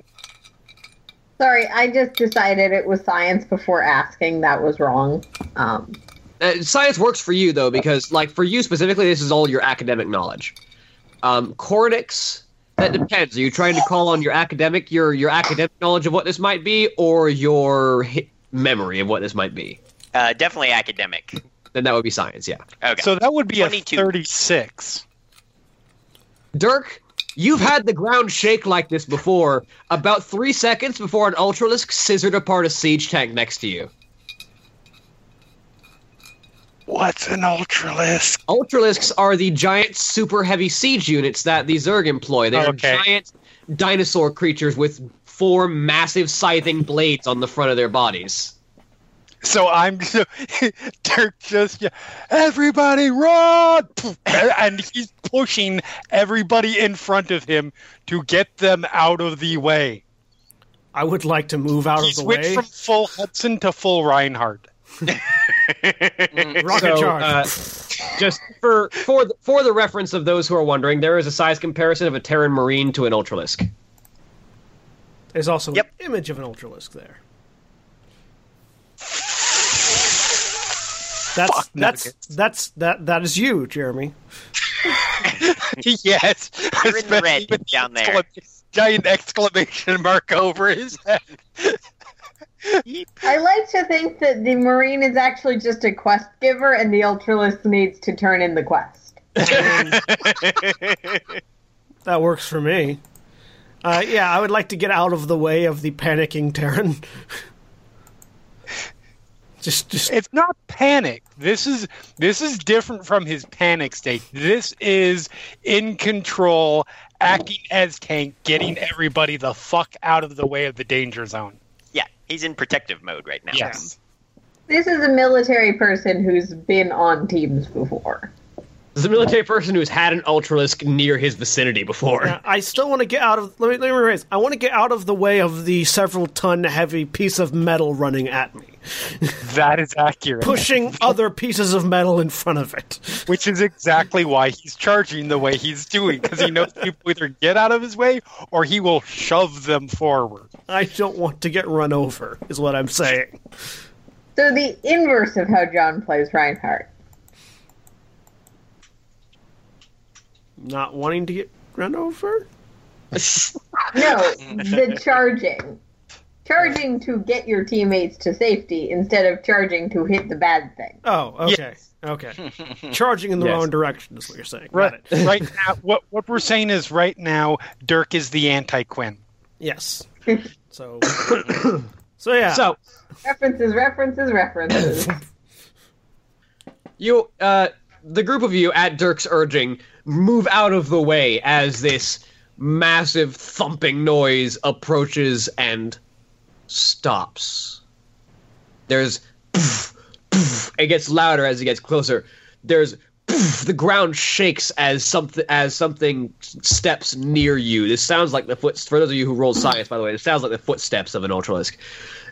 B: Sorry, I just decided it was science before asking. That was wrong. Um,
C: Uh, science works for you though, because like for you specifically, this is all your academic knowledge. Um, Cornix, that depends. Are you trying to call on your academic your your academic knowledge of what this might be, or your hi- memory of what this might be?
D: Uh, definitely academic.
C: Then that would be science. Yeah,
D: Okay.
F: So that would be a
D: 22.
F: 36.
C: Dirk. You've had the ground shake like this before. About three seconds before an ultralisk scissored apart a siege tank next to you.
F: What's an ultralisk?
C: Ultralisks are the giant super heavy siege units that the Zerg employ. They
F: Okay.
C: are giant dinosaur creatures with four massive scything blades on the front of their bodies.
F: So I'm [laughs] so Dirk just yeah, everybody run, [laughs] and he's pushing everybody in front of him to get them out of the way.
A: I would like to move out
F: He
A: of the
F: switched
A: way.
F: from full Hudson to full Reinhardt. [laughs]
A: Rocket
C: So,
A: charge.
C: uh, just for for the, for the reference of those who are wondering, there is a size comparison of a Terran Marine to an Ultralisk.
A: There's also
D: yep.
A: an image of an ultralisk there. That's
F: Fuck,
A: that's
F: nuggets.
A: that's that that is you, Jeremy.
F: [laughs] yes,
D: You're in the
F: especially
D: red
F: with the
D: down there.
F: exclam- Giant exclamation mark over his head.
B: I like to think that the Marine is actually just a quest giver and the Ultralist needs to turn in the quest.
A: [laughs] That works for me. Uh, yeah, I would like to get out of the way of the panicking Terran. just just
F: it's not panic. This is this is different from his panic state. This is in control, acting as tank, getting everybody the fuck out of the way of the danger zone.
D: yeah, he's in protective mode right now.
F: Yes.
B: This is a military person who's been on teams before.
C: There's a military person who's had an Ultralisk near his vicinity before.
A: Yeah, I still want to get out of. Let me let me raise. I want to get out of the way of the several ton heavy piece of metal running at me,
F: That is accurate.
A: pushing other pieces of metal in front of it.
F: Which is exactly why he's charging the way he's doing, because he knows people either get out of his way or he will shove them forward.
A: I don't want to get run over. Is what I'm saying.
B: So the inverse of how John plays Reinhardt.
A: Not wanting to get run
F: [laughs]
A: over.
B: No, the charging. Charging to get your teammates to safety instead of charging to hit the bad thing.
A: Oh, okay, okay. Charging in the
C: Yes.
A: wrong direction is what you're saying.
F: Right,
A: Got it.
F: right now, what what we're saying is right now, Dirk is the anti Quinn.
A: Yes. So. [coughs] So yeah.
C: So
B: References, references, references.
C: you uh the group of you at dirk's urging move out of the way as this massive thumping noise approaches and stops there's poof, poof. it gets louder as it gets closer there's poof. the ground shakes as something as something steps near you this sounds like the foot for those of you who rolled science by the way this sounds like the footsteps of an ultralisk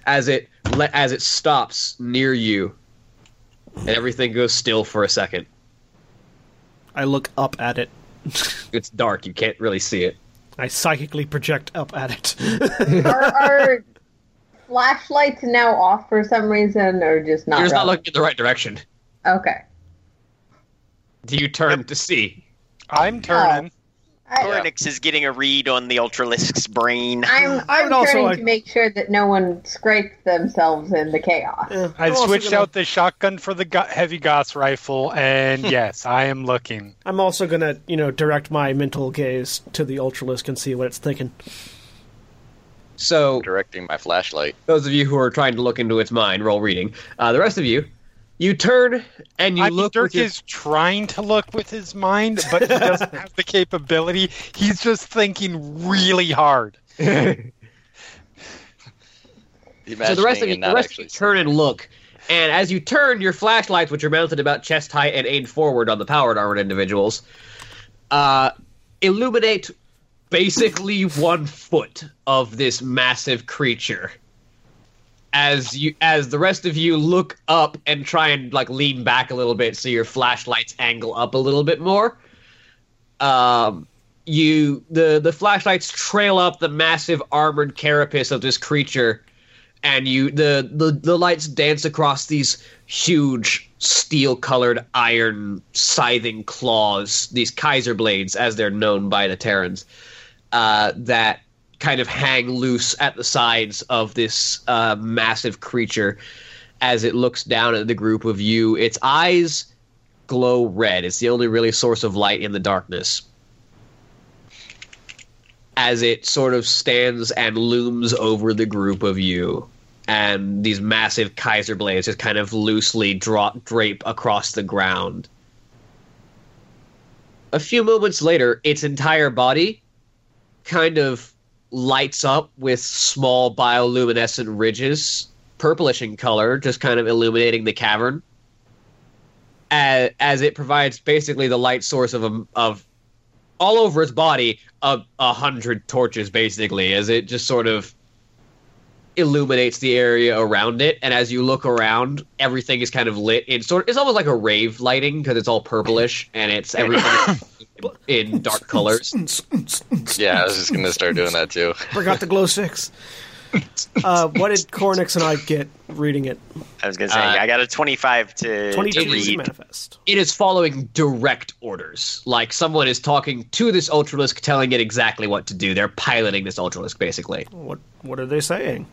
C: as it le- as it stops near you and everything goes still for a second.
A: I look up at it.
C: It's dark; you can't really see it.
A: I psychically project up at it. [laughs]
B: are, are flashlights now off for some reason or just not?
C: You're just not
B: relevant?
C: looking in the right direction.
B: Okay.
C: Do you turn to see?
F: I'm turning.
B: Oh. I,
D: Cornix is getting a read on the Ultralisk's brain.
B: I'm,
A: [laughs]
B: [laughs]
A: I
B: I'm
A: would also
B: turning
A: like-
B: to make sure that no one scraped themselves in the chaos.
F: I
A: I'm also
F: switched
A: gonna-
F: out the shotgun for the go- heavy Goss rifle, [laughs] and yes, I am looking.
A: I'm also gonna, you know, direct my mental gaze to the ultralisk and see what it's thinking. [laughs]
C: So,
G: Directing my flashlight.
C: those of you who are trying to look into its mind, roll reading. Uh, the rest of you, you turn and you
F: I mean,
C: look.
F: Dirk
C: with your-
F: is trying to look with his mind, but he [laughs] doesn't have the capability. He's just thinking
A: [laughs]
F: really hard.
C: so the rest of
G: Imagining
C: you,
G: and
C: the
G: not
C: rest of
G: actually
C: you turn and look. And as you turn, your flashlights, which are mounted about chest height and aimed forward on the powered armored individuals, uh, illuminate basically one foot of this massive creature. As you, as the rest of you look up and try and like lean back a little bit, so your flashlights angle up a little bit more. Um, you the the flashlights trail up the massive armored carapace of this creature and you the the, the lights dance across these huge steel colored iron scything claws these kaiser blades as they're known by the terrans uh, that kind of hang loose at the sides of this uh, massive creature as it looks down at the group of you its eyes glow red it's the only really source of light in the darkness as it sort of stands and looms over the group of you. And these massive Kaiser blades just kind of loosely dra- drape across the ground. A few moments later, its entire body kind of lights up with small bioluminescent ridges, purplish in color, just kind of illuminating the cavern. As, as it provides basically the light source of a, of all over its body a, a hundred torches basically as it just sort of illuminates the area around it and as you look around everything is kind of lit in sort of it's almost like a rave lighting because it's all purplish and it's everything in dark colors
G: Yeah, I was just gonna start doing that too.
A: Forgot the glow sticks. Uh, what did Cornix and I get reading it?
D: I was gonna say
C: Uh,
D: I got a twenty-five to,
A: Twenty-two
D: to
A: is the
D: read.
A: manifest.
C: it is following direct orders like someone is talking to this ultralisk telling it exactly what to do they're piloting this ultralisk basically
A: What What are they saying?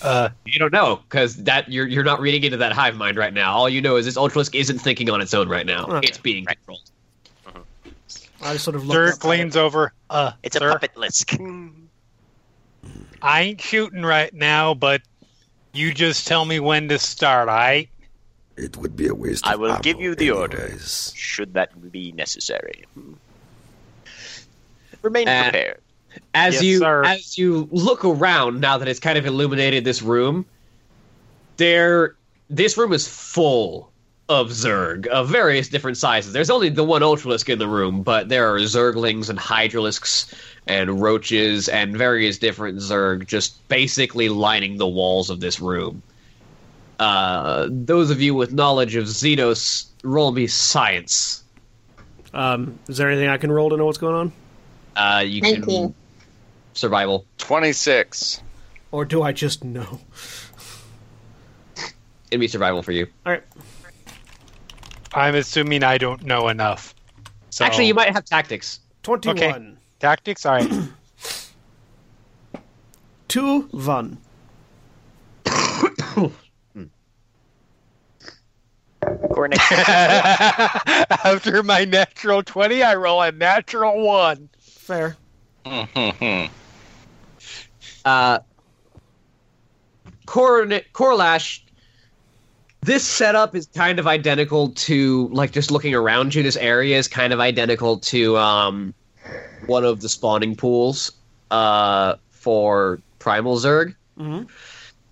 F: Uh,
C: you don't know because that you're, you're not reading into that hive mind right now all you know is this ultralisk isn't thinking on its own right now
A: Okay.
C: it's being controlled
A: I just sort of looked
F: Zerg
A: up at it.
F: leans over. Uh,
D: It's a
F: sir,
D: puppet list.
F: I ain't shooting right now, but you just tell me when to start. I
E: It would be a waste.
D: I
E: of
D: will give
E: ammo
D: you the order.
E: anyways.
D: Should that be necessary? Remain
C: Uh,
D: prepared.
C: as
F: Yes,
C: you
F: sir.
C: as you look around now that it's kind of illuminated this room there this room is full of zerg of various different sizes there's only the one ultralisk in the room but there are zerglings and hydralisks and roaches and various different zerg just basically lining the walls of this room uh, those of you with knowledge of xenos roll me science
A: Um, is there anything I can roll to know what's going on,
C: uh, you can
B: 19.
C: survival
G: Twenty six.
A: or do I just know?
C: it'd be survival for you
A: All right.
F: I'm assuming I don't know enough. So
C: actually you might have tactics
A: 21.
F: tactics. All right.
A: Two, one.
D: Cornix,
F: [laughs] After my natural 20, I roll a natural 1.
A: Fair.
C: Mm-hmm. uh, Corn- Corlash, this setup is kind of identical to like just looking around you. This area is kind of identical to um, one of the spawning pools uh, for Primal Zerg.
A: Mhm.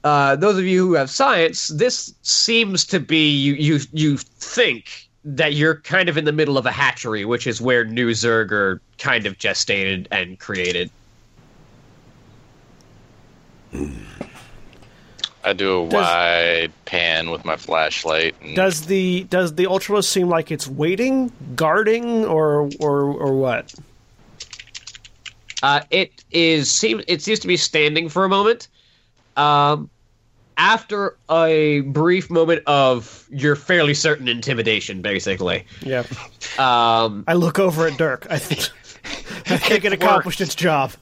C: Uh, those of you who have science, this seems to be you. You you think that you're kind of in the middle of a hatchery, which is where new Zerg are kind of gestated and created.
G: I do a
A: Does-
G: wide pan with my flashlight. And
A: Does the does the ultralisk seem like it's waiting, guarding, or or or what?
C: Uh, it is seems it seems to be standing for a moment. Um, after a brief moment of you're fairly certain intimidation, basically.
A: Yeah.
C: Um,
A: I look over at Dirk. I think I think it accomplished its job.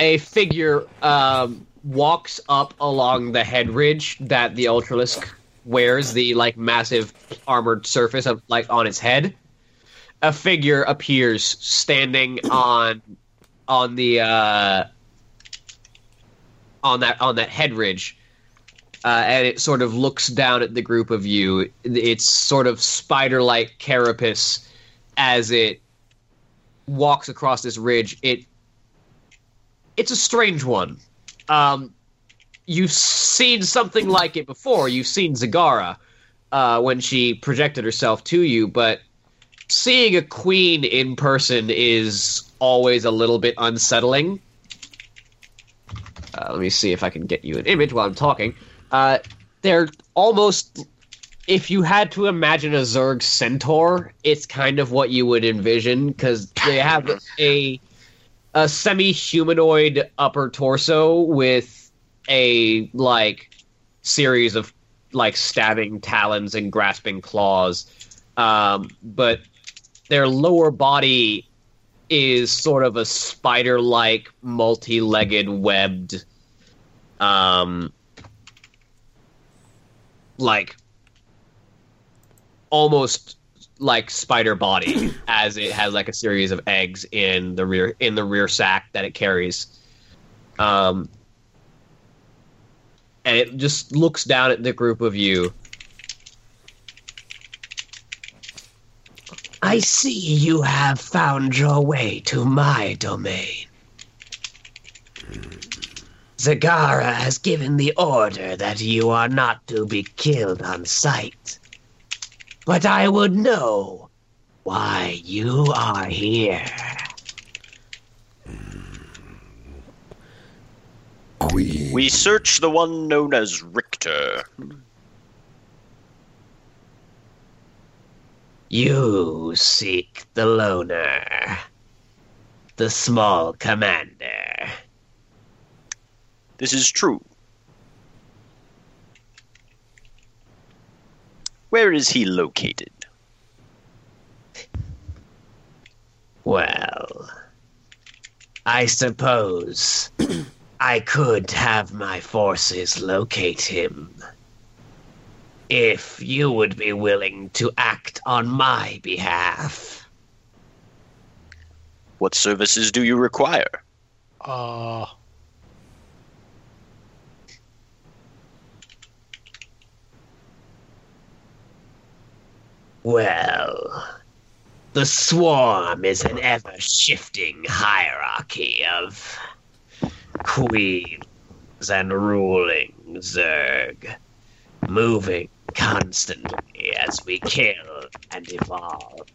C: a figure um, walks up along the head ridge that the ultralisk wears the like massive armored surface of like on its head a figure appears standing on on the uh on that on that head ridge uh, and it sort of looks down at the group of you it's sort of spider-like carapace as it walks across this ridge it it's a strange one. Um, you've seen something like it before. You've seen Zagara uh, when she projected herself to you, but seeing a queen in person is always a little bit unsettling. Uh, let me see if I can get you an image while I'm talking. Uh, they're almost if you had to imagine a Zerg centaur, it's kind of what you would envision because they have a a semi-humanoid upper torso with a like series of like stabbing talons and grasping claws, um, but their lower body is sort of a spider-like, multi-legged, webbed, um, like almost like
A: [clears throat]
C: spider body as it has like a series of eggs in the rear in the rear sack that it carries um and it just looks down at the group of you I see you have found your way to my domain. Zagara has given the order that you are not to be killed on sight. But I would know why you are here.
E: Queen.
D: We search the one known as Richter.
C: You seek the loner, the small commander.
D: This is true. Where is he located?
C: Well, I suppose I could have my forces locate him. If you would be willing to act on my behalf.
D: What services do you require?
F: Uh,
C: Well, the swarm is an ever shifting hierarchy of queens and ruling Zerg, moving constantly as we kill and evolve.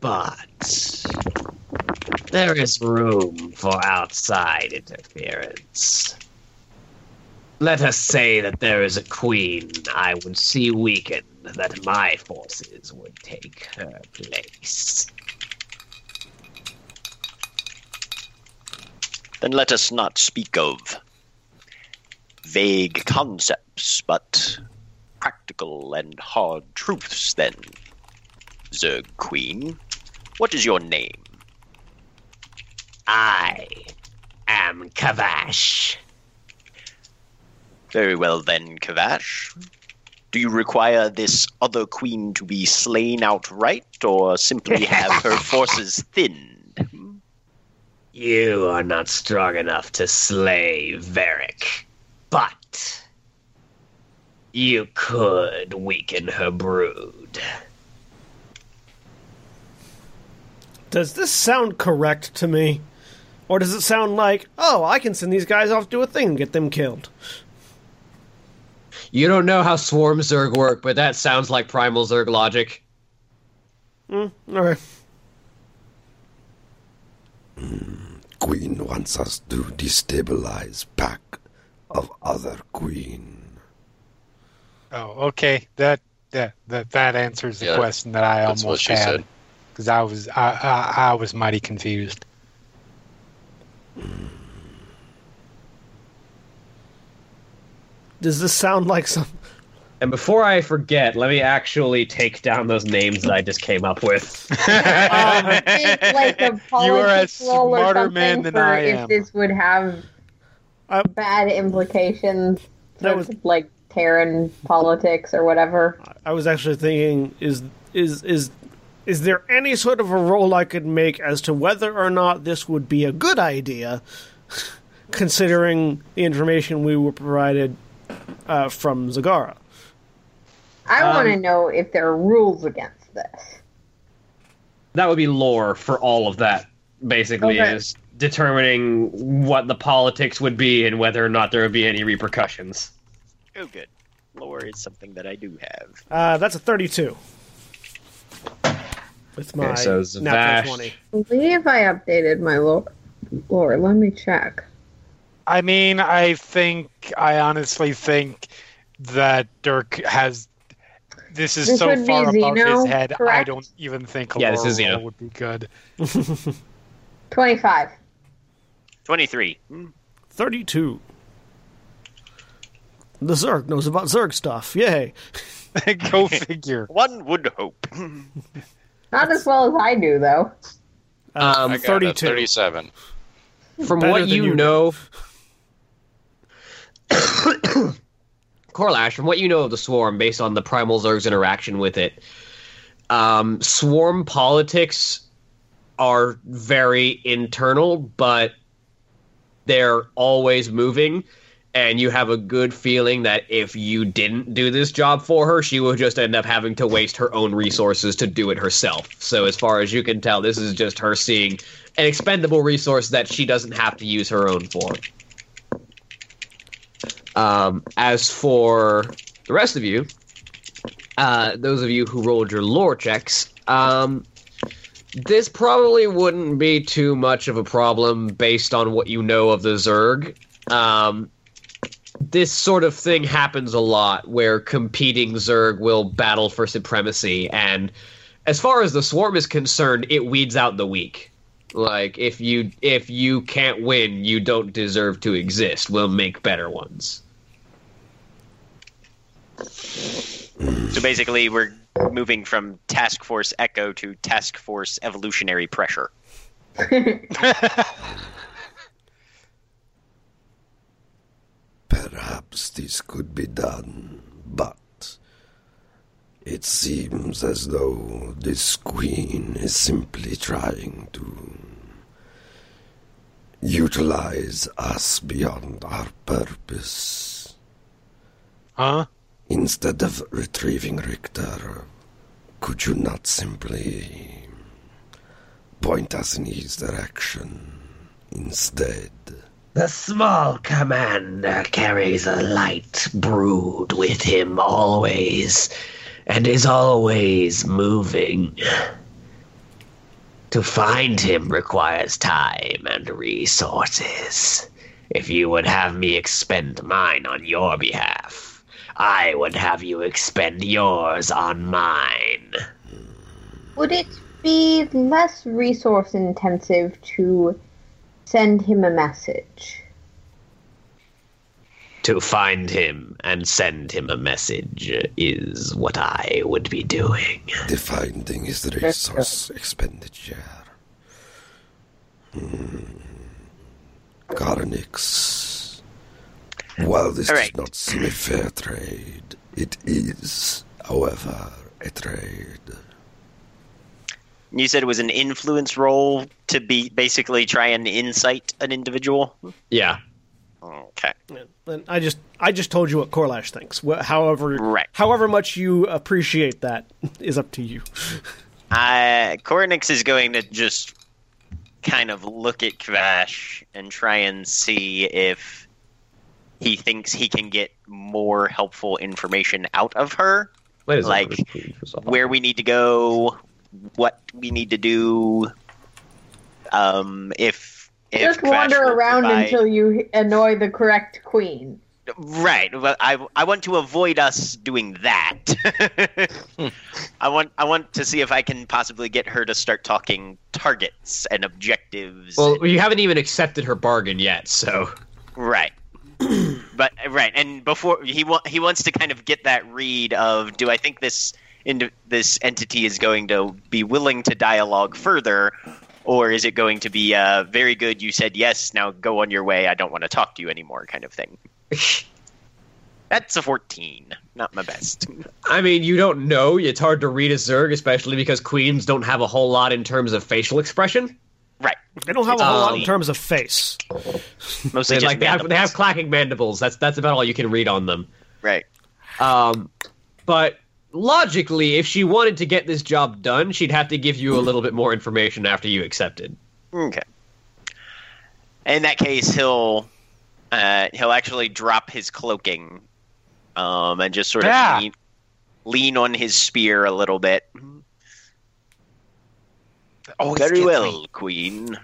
C: But there is room for outside interference. Let us say that there is a queen I would see weakened, that my forces would take her place.
D: Then let us not speak of vague concepts, but practical and hard truths then. Zerg Queen, what is your name?
C: I am Kavash.
D: Very well then, Kavash. Do you require this other queen to be slain outright,
C: [laughs]
D: or simply have her forces thinned?
C: You are not strong enough to slay Varric, but you could weaken her brood.
A: Does this sound correct to me? Or does it sound like, oh, I can send these guys off to do a thing and get them killed?
C: You don't know how swarm Zerg work, but that sounds like primal Zerg logic.
A: Hmm, All right.
E: Hmm. Queen wants us to destabilize pack of other queen.
F: oh, okay. That that that, that answers the
G: Yeah,
F: question that I
G: that's what
F: almost
G: she
F: had
G: said.
F: because I was I, I I was mighty confused.
A: Does this sound like some?
C: And before I forget, let me actually take down those names that I just came up with.
B: [laughs]
C: Um,
B: Think like a
F: [laughs] You are a
B: policy rule or
F: smarter
B: something
F: man than
B: for
F: I
B: if
F: am.
B: this would have
A: I-
B: bad implications
A: That
B: for,
A: was-
B: like Terran politics or whatever.
A: I was actually thinking, is is is is there any sort of a role I could make as to whether or not this would be a good idea, [laughs] considering the information we were provided uh, from Zagara?
B: I
F: Um,
B: want to know if there are rules against this.
C: that would be lore for all of that basically
B: Okay.
C: is determining what the politics would be and whether or not there would be any repercussions
D: Oh, good. Lore is something that I do have.
A: Uh, that's a thirty-two. With my
C: so Zavash.
A: natural twenty.
B: Believe I updated my lore. Lore, let me check.
F: I mean, I think I honestly think that Dirk has. This is
B: This
F: so
B: would be
F: far above
B: Xeno,
F: his head. I
B: correct?
F: don't even think
C: Yeah, this
F: Laurel
C: is Xeno.
F: would be good.
B: [laughs]
A: [laughs]
B: 25.
D: 23. Hmm.
A: 32. The Zerg knows about Zerg stuff. Yay.
F: [laughs] Go figure.
D: One would hope.
B: Not as well as I do, though.
C: Um,
A: uh,
G: I got a
A: 32.
G: 37.
C: from
A: Better
C: what
A: than
C: you,
A: you do.
C: know, Corlash, from what you know of the swarm, based on the primal Zerg's interaction with it, um, swarm politics are very internal, but they're always moving. And you have a good feeling that if you didn't do this job for her, she will just end up having to waste her own resources to do it herself. So, as far as you can tell, this is just her seeing an expendable resource that she doesn't have to use her own for. Um, as for the rest of you, uh, those of you who rolled your lore checks, um, this probably wouldn't be too much of a problem based on what you know of the Zerg. Um, this sort of thing happens a lot where competing Zerg will battle for supremacy, and as far as the swarm is concerned, it weeds out the weak. Like if you if you can't win, you don't deserve to exist. We'll make better ones.
D: So basically, we're moving from Task Force Echo to Task Force Evolutionary Pressure. [laughs]
E: Perhaps this could be done, but it seems as though this queen is simply trying to utilize us beyond our purpose.
F: Huh?
E: Instead of retrieving Richter, could you not simply point us in his direction instead?
H: The small commander carries a light brood with him always, and is always moving. To find him requires time and resources. If you would have me expend mine on your behalf, I would have you expend yours on mine.
B: Would it be less resource intensive to send him a message?
H: To find him and send him a message is what I would be doing.
E: The finding is the resource expenditure. Hmm. Carnix. While this does
D: Alright.
E: not seem a fair trade, it is, however, a trade.
D: You said it was an influence role to be basically try and incite an individual.
C: Yeah.
D: Okay.
A: And I just I just told you what Corlash thinks. Wh- However,
D: Right.
A: however much you appreciate that is up to you.
D: Uh, Cornix is going to just kind of look at Kvash and try and see if he thinks he can get more helpful information out of her.
C: Wait, is that
D: Like,
C: what it was?
D: Where we need to go, what we need to do. Um, if if
B: Just
D: Kvash
B: wander
D: will
B: around
D: provide-
B: until you annoy the correct queen.
D: Right. Well, I I want to avoid us doing that. I want I want to see if I can possibly get her to start talking targets and objectives.
C: well, you haven't even accepted her bargain yet, so
D: right. but right, and before he wa- he wants to kind of get that read of do I think this ind- this entity is going to be willing to dialogue further or is it going to be uh, very good you said yes now go on your way I don't want to talk to you anymore kind of thing.
H: [laughs]
D: That's a 14. Not my best.
C: I mean, you don't know. It's hard to read a Zerg, especially because queens don't have a whole lot in terms of facial expression.
D: Right.
A: They don't have a whole lot in
D: Um,
A: terms of face.
D: Mostly
C: [laughs] They,
D: just
C: like they have, they have
D: mandibles.
C: clacking mandibles. That's that's about all you can read on them.
D: right.
C: Um, but logically, if she wanted to get this job done, she'd have to give you a little bit more information after you accepted.
D: Okay. In that case, he'll uh, he'll actually drop his cloaking, um, and just sort of
F: Yeah.
D: lean, lean on his spear a little bit.
F: Always
D: Very
F: gets
D: well,
F: me.
D: Queen.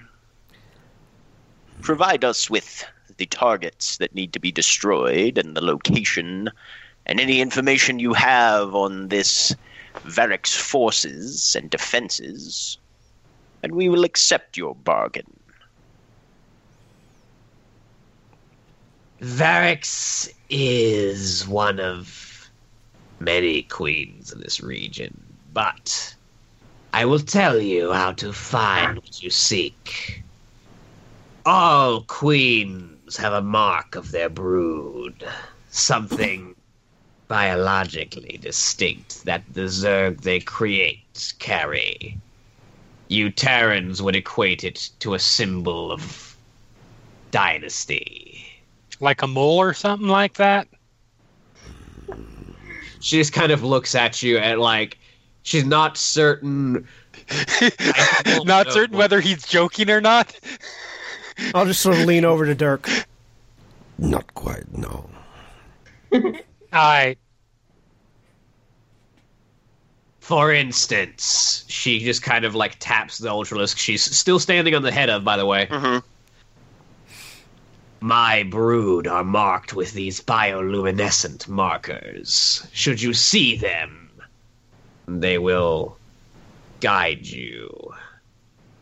D: Provide us with the targets that need to be destroyed and the location, and any information you have on this Varric's forces and defenses, and we will accept your bargain.
H: Varix is one of many queens in this region, but I will tell you how to find what you seek. All queens have a mark of their brood, something biologically distinct that the Zerg they create carry. You Terrans would equate it to a symbol of dynasty.
F: like a mole or something like that.
H: she just kind of looks at you and like she's not certain don't
F: Not
H: know.
F: certain [laughs] whether he's joking or not.
A: I'll just sort of lean over to
F: [laughs]
A: Dirk.
E: Not quite, no.
F: I
H: for instance she just kind of like taps the ultralisk she's still standing on the head of by the way
D: Mhm.
H: my brood are marked with these bioluminescent markers should you see them they will guide you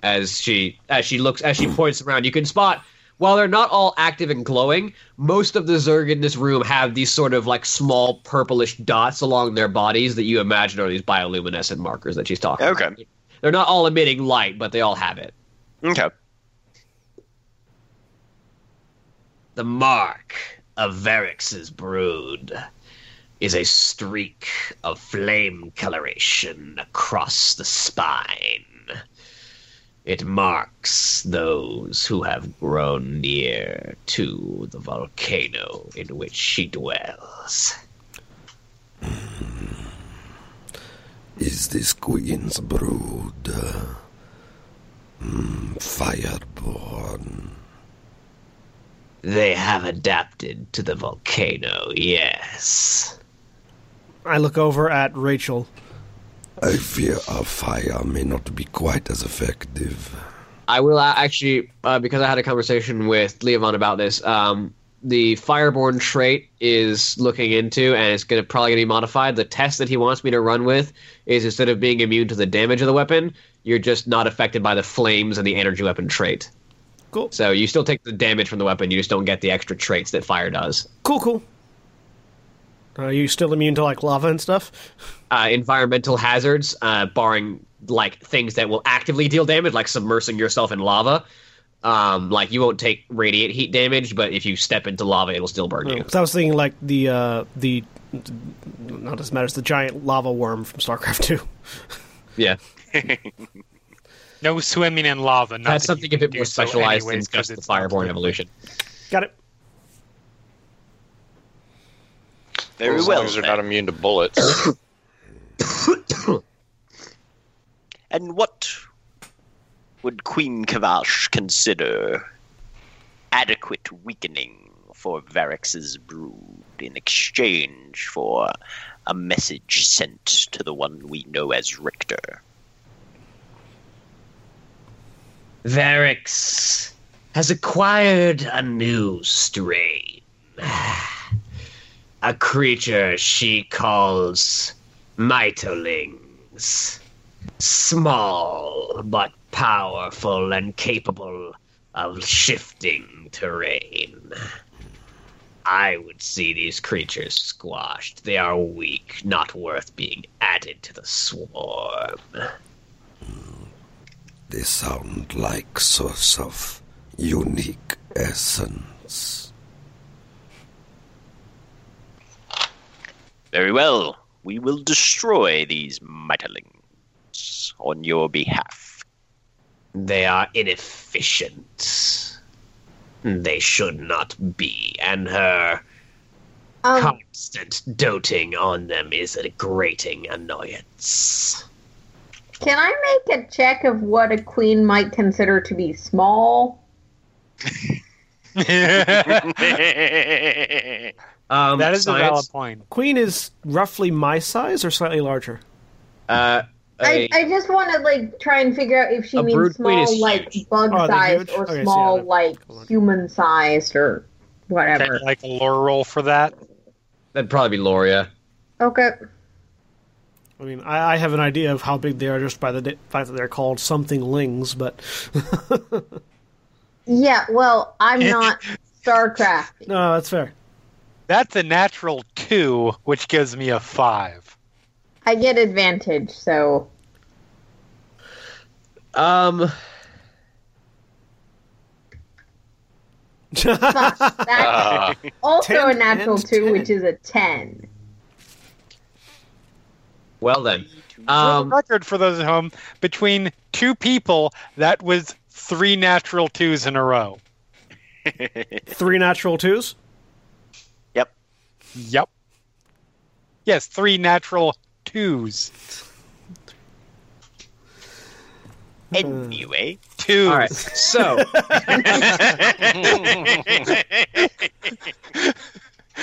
H: as she as she looks as she points around you can spot while they're not all active and glowing most of the zerg in this room have these sort of like small purplish dots along their bodies that you imagine are these bioluminescent markers that she's talking
D: Okay.
H: about. they're not all emitting light but they all have it
D: Okay.
H: the mark of Varix's brood is a streak of flame coloration across the spine. It marks those who have grown near to the volcano in which she dwells.
E: Hmm. Is this queen's brood uh, mm, fireborn?
H: They have adapted to the volcano, yes.
A: I look over at Rachel.
E: I fear our fire may not be quite as effective.
H: I will uh, actually, uh, because I had a conversation with Leovon about this. Um, the Fireborn trait is looking into, and it's going to probably gonna be modified. The test that he wants me to run with is instead of being immune to the damage of the weapon, you're just not affected by the flames and the energy weapon trait.
A: Cool.
H: So you still take the damage from the weapon, you just don't get the extra traits that fire does.
A: Cool, cool. Are you still immune to like lava and stuff?
H: Uh, environmental hazards, uh, barring like things that will actively deal damage, like submersing yourself in lava. Um, like you won't take radiant heat damage, but if you step into lava, it'll still burn you.
A: So I was thinking like the uh, the not as matters the giant lava worm from StarCraft
F: [laughs]
A: Two.
H: Yeah.
F: no swimming in lava. Not
H: That's
F: that you
H: something a
F: can
H: bit
F: do
H: more
F: so
H: specialized than
F: anyways, 'cause
H: just the
F: it's not
H: Fireborn evolution.
A: Got it.
D: Very
G: as
D: well.
G: long as they're
D: then.
G: not immune to
D: [coughs]
G: bullets.
D: And what would Queen Kavash consider adequate weakening for Varrix's brood in exchange for a message sent to the one we know as Richter?
H: Varix has acquired a new strain. [sighs] a creature she calls mitolings. Small but powerful and capable of shifting terrain. I would see these creatures squashed. They are weak, not worth being added to the swarm.
E: They sound like source of unique essence.
D: Very well. We will destroy these mitolings on your behalf.
H: They are inefficient. They should not be, and her
B: Um,
H: constant doting on them is a grating annoyance. [laughs]
B: can I make a check of what a queen might consider to be small?
F: [laughs]
H: Um,
F: that is a valid
H: science,
F: point.
A: Queen is roughly my size or slightly larger.
H: uh,
B: I, I just want to like try and figure out if she
C: A brood
B: means
C: queen is
B: small like
C: huge.
B: bug
A: Oh, they're
B: sized
A: huge?
B: or
A: Okay, so
B: small
A: yeah,
B: like
A: cool one.
B: human sized or whatever.
F: Like a lore roll for that.
C: That'd probably be Loria.
B: Okay.
A: I mean, I, I have an idea of how big they are just by the da- fact that they're called something lings, but
B: Yeah. Well, I'm not
A: [laughs]
B: Starcraft.
A: no, that's
G: [laughs]
A: fair.
F: That's a natural two, which gives me a five.
B: I get advantage, so
C: Um,
B: Fuck, that's
G: Ah,
B: also a
A: Ten
B: natural
A: and
B: two,
A: ten.
B: which is a ten.
C: well then.
F: For the
C: Um,
F: record for those at home, between two people, that was three natural twos in a row.
A: Three natural twos.
D: Yep.
F: Yep. Yes, three natural twos.
D: Anyway,
F: Twos.
C: all right. [laughs]
F: [laughs]
D: [laughs]
C: So,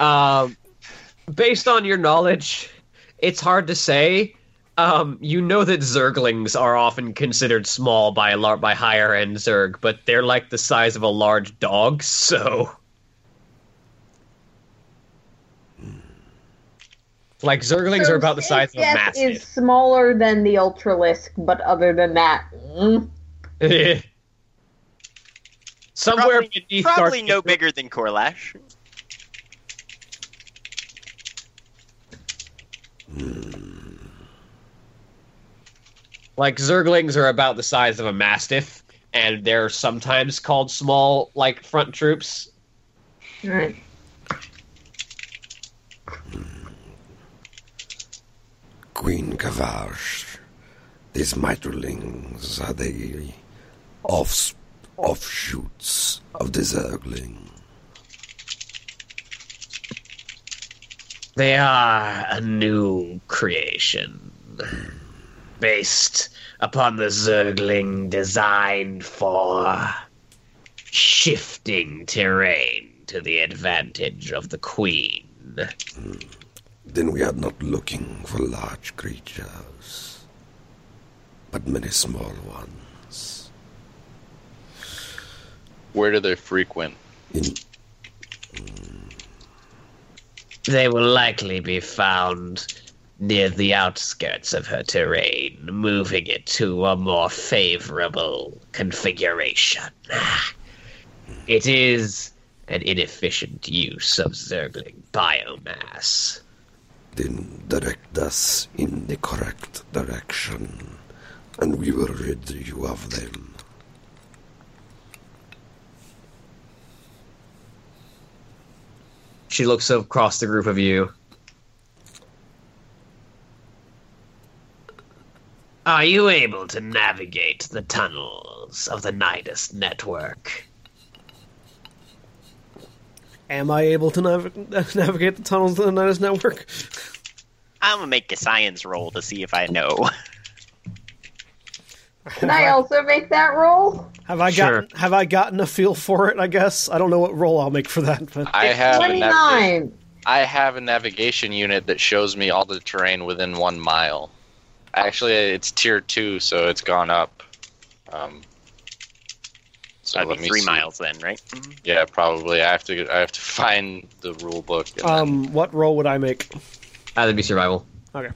C: um, based on your knowledge, it's hard to say. Um, you know that zerglings are often considered small by lar- by higher end zerg, but they're like the size of a large dog. [laughs] So, like zerglings
B: So
C: are about the size of a
B: Sphinx
C: mastiff.
B: Is smaller than the Ultralisk, but other than that, mm,
C: Somewhere
D: probably,
C: beneath
D: probably
C: Dark-
D: no bigger than Corlash.
C: Mm. like Zerglings are about the size of a mastiff, and they're sometimes called small, like front troops.
B: alright.
E: Queen Kavash. These mitrlings are the off, offshoots of the Zergling.
H: They are a new creation based upon the Zergling designed for shifting terrain to the advantage of the Queen.
E: Then we are not looking for large creatures, but many small ones.
G: where do they frequent?
E: In
H: They will likely be found near the outskirts of her terrain, moving it to a more favorable configuration. [sighs] It is an inefficient use of Zergling biomass.
E: Then direct us in the correct direction, and we will rid you of them.
C: She looks across the group of you.
H: Are you able to navigate the tunnels of the Nidus network?
A: Am I able to nav- [laughs] navigate the tunnels of the Nidus Network?
D: I'm gonna make a science roll to see if I know. [laughs]
B: Can
A: [laughs]
B: I also make that roll?
A: Have I
C: Sure.
A: gotten Have I gotten a feel for it? I guess I don't know what role I'll make for that, but
G: I have a navigation,
B: Twenty-nine.
G: I have a navigation unit that shows me all the terrain within one mile. Actually, it's tier two, so it's gone up. Um, so
D: That'd
G: let
D: be
G: me
D: three
G: see.
D: miles then, right?
G: Yeah, probably. I have to. I have to [laughs] find the rule book. and then-
A: um, what role would I make?
C: Ah, That'd be survival.
A: Okay,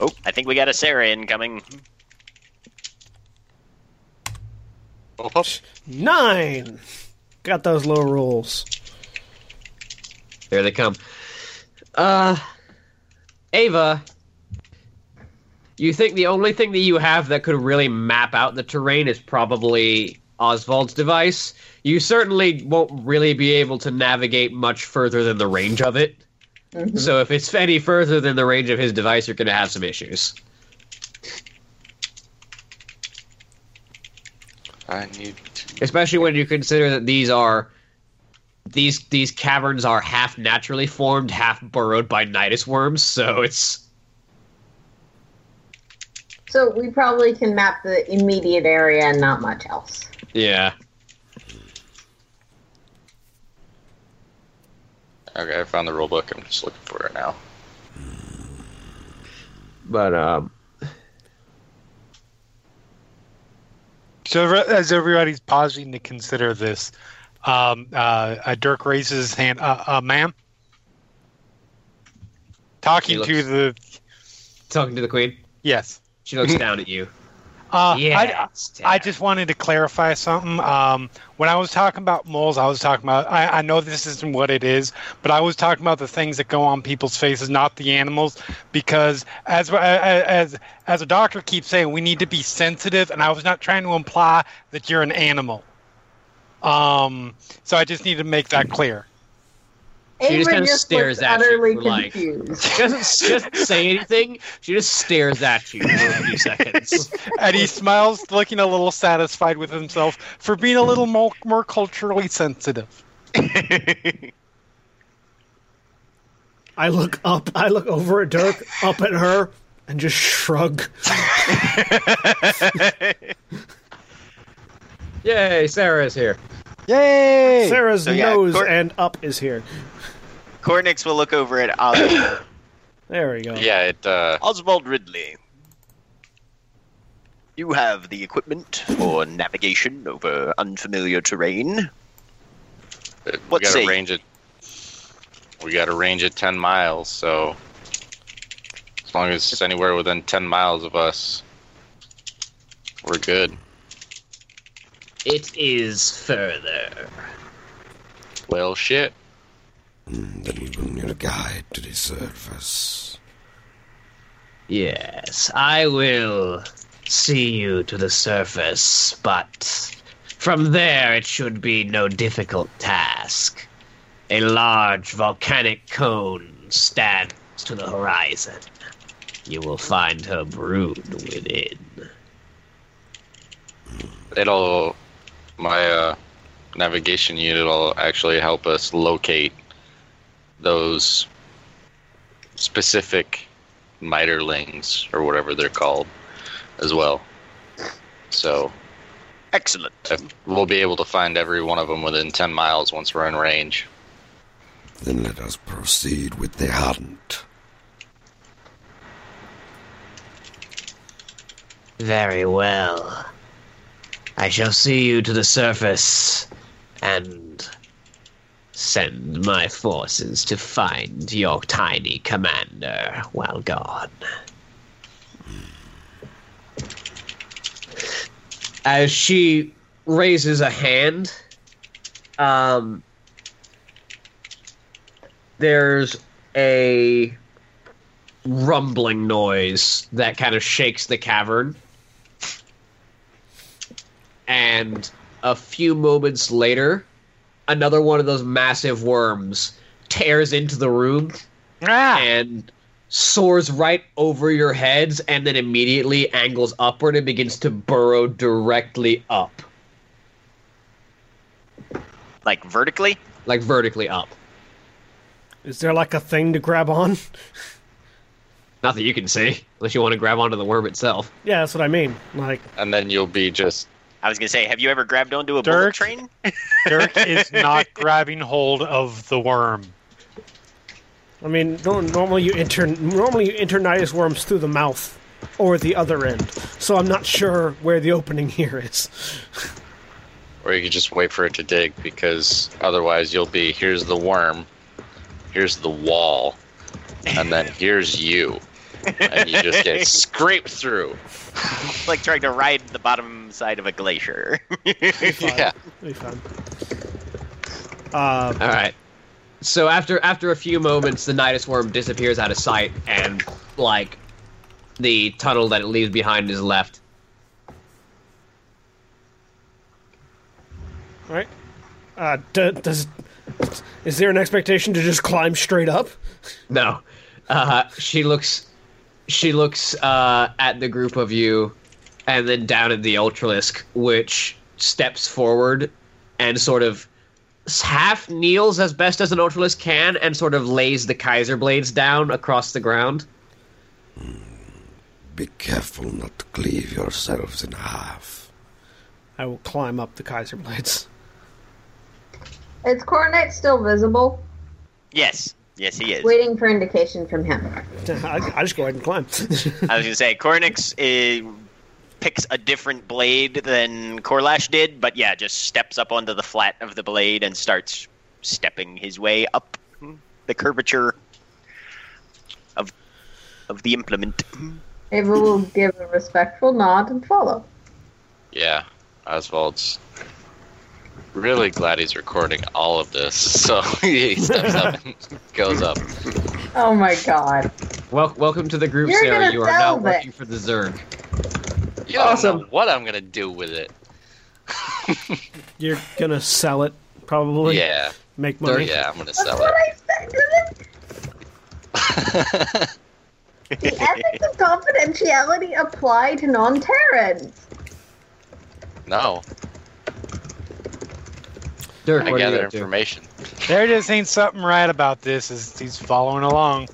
D: Oh, I think we got a Sarah incoming.
G: Oh, oh.
A: nine. Got those low rolls.
C: There they come. Uh, Ava, you think the only thing that you have that could really map out the terrain is probably Oswald's device? You certainly won't really be able to navigate much further than the range of it.
B: Mhm.
C: So if it's any further than the range of his device, you're going to have some issues.
G: I need to.
C: Especially when you consider that these are these these caverns are half naturally formed, half burrowed by nidus worms. So it's
B: So we probably can map the immediate area and not much else.
C: yeah.
G: Okay, I found the rule book. I'm just looking for it now.
C: But um,
F: So re- as everybody's pausing to consider this, um, uh, uh, Dirk raises his hand. Uh, uh, ma'am, talking
C: He
F: to
C: looks-
F: the
C: talking to the queen,
F: yes.
C: she looks down at you.
F: Uh, I,
H: Yes,
F: I just wanted to clarify something. Um, when I was talking about moles, I was talking about. I, I know this isn't what it is, but I was talking about the things that go on people's faces, not the animals. Because as as as a doctor keeps saying, we need to be sensitive, and I was not trying to imply that you're an animal. Um, so I just need to make that clear.
C: She just
B: Avery
C: kinda stares
B: looks
C: at you
B: utterly
C: for, like-
B: confused.
C: [laughs] She doesn't just say anything. She just stares at you for a few seconds.
F: [laughs] And he smiles, looking a little satisfied with himself for being a little more, more culturally [laughs] sensitive.
A: I look up, I look over at Dirk, up at her, and just shrug.
C: [laughs] Yay, Sarah is here.
F: Yay!
A: Sarah's
D: So, yeah,
A: nose
D: Cor-
A: and up is here.
D: Cornix will look over at Os-
A: There we go.
G: Yeah, it. Uh,
D: Oswald Ridley. You have the equipment for navigation over unfamiliar terrain.
G: we
D: What
G: Uh, got
D: say?
G: to range it. We got to range it ten miles. So as long as it's anywhere within ten miles of us, we're good.
H: it is further.
G: Well, shit.
E: And then we will need a guide to the surface.
H: Yes, I will see you to the surface, but from there it should be no difficult task. A large volcanic cone stands to the horizon. You will find her brood within.
G: It'll my uh, navigation unit will actually help us locate those specific miterlings or whatever they're called as well. So
D: Excellent.
G: if- we'll be able to find every one of them within 10 miles once we're in range.
E: Then let us proceed with the hunt.
H: Very well. I shall see you to the surface and send my forces to find your tiny commander while gone.
C: As she raises a hand, um, there's a rumbling noise that kind of shakes the cavern. And a few moments later, another one of those massive worms tears into the room
F: Ah!
C: and soars right over your heads and then immediately angles upward and begins to burrow directly up,
D: Like vertically?
C: like vertically up.
A: Is there like a thing to grab on?
C: Not that you can see, unless you want to grab onto the worm itself.
A: Yeah, that's what I mean. Like,
G: And then you'll be just
D: I was gonna say, have you ever grabbed onto a
F: Dirk?
D: bullet train?
F: Dirk is not grabbing hold of the worm.
A: I mean, nor- normally you enter normally you enter nidus worms through the mouth or the other end. So I'm not sure where the opening [laughs] here is.
G: or you can just wait for it to dig because otherwise you'll be here's the worm, here's the wall, and then here's you. And you just
D: [laughs]
G: get scraped through.
D: It's [laughs] like trying to ride the bottom side of a glacier.
G: [laughs] Yeah.
A: It'll be fun. Uh,
C: All right. So after after a few moments, the Nidus worm disappears out of sight, and like the tunnel that it leaves behind is left.
A: right? Uh, d- does is there an expectation to just climb straight up?
C: No, uh, she looks she looks uh, at the group of you, and then down at the Ultralisk, which steps forward and sort of half kneels as best as an Ultralisk can, and sort of lays the Kaiser blades down across the ground.
E: Be careful not to cleave yourselves in half.
A: I will climb up the Kaiser blades.
B: Is Coronet still visible?
D: yes. Yes, he is.
B: Waiting for indication from him.
A: I, I just go ahead and climb. [laughs]
D: I was going to say, Cornix eh, picks a different blade than Corlash did, but yeah, just steps up onto the flat of the blade and starts stepping his way up the curvature of of the implement.
B: Ava will give a respectful nod and follow.
G: Yeah, Oswald's really glad he's recording all of this. [laughs] So he steps up and goes
C: [laughs]
G: up.
B: Oh my god.
C: Wel- welcome to the group,
B: You're
C: Sarah.
B: gonna
C: You are now
B: delve it.
C: working for the Zerg.
G: You don't
C: Awesome.
G: know what I'm going to do with it.
A: You're gonna sell it, probably.
G: Yeah.
A: Make money.
G: Yeah, I'm going to
B: That's
G: sell
B: what
G: it.
B: I said. isn't it?
G: [laughs]
B: The ethics of confidentiality apply to non Terrans.
G: no,
C: Dirk,
G: I
C: what are you
G: gather
C: up to?
G: information.
F: There just ain't something right about this. Is he's following along?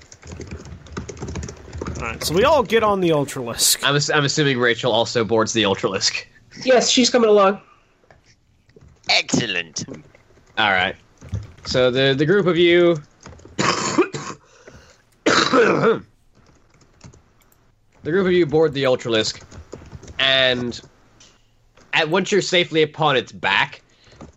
A: All right, so we all get on the Ultralisk.
C: I'm, ass- I'm assuming Rachel also boards the Ultralisk.
H: Yes, she's coming along.
D: Excellent.
C: All right. So the the group of you. [coughs] the group of you board the Ultralisk, and at once you're safely upon its back,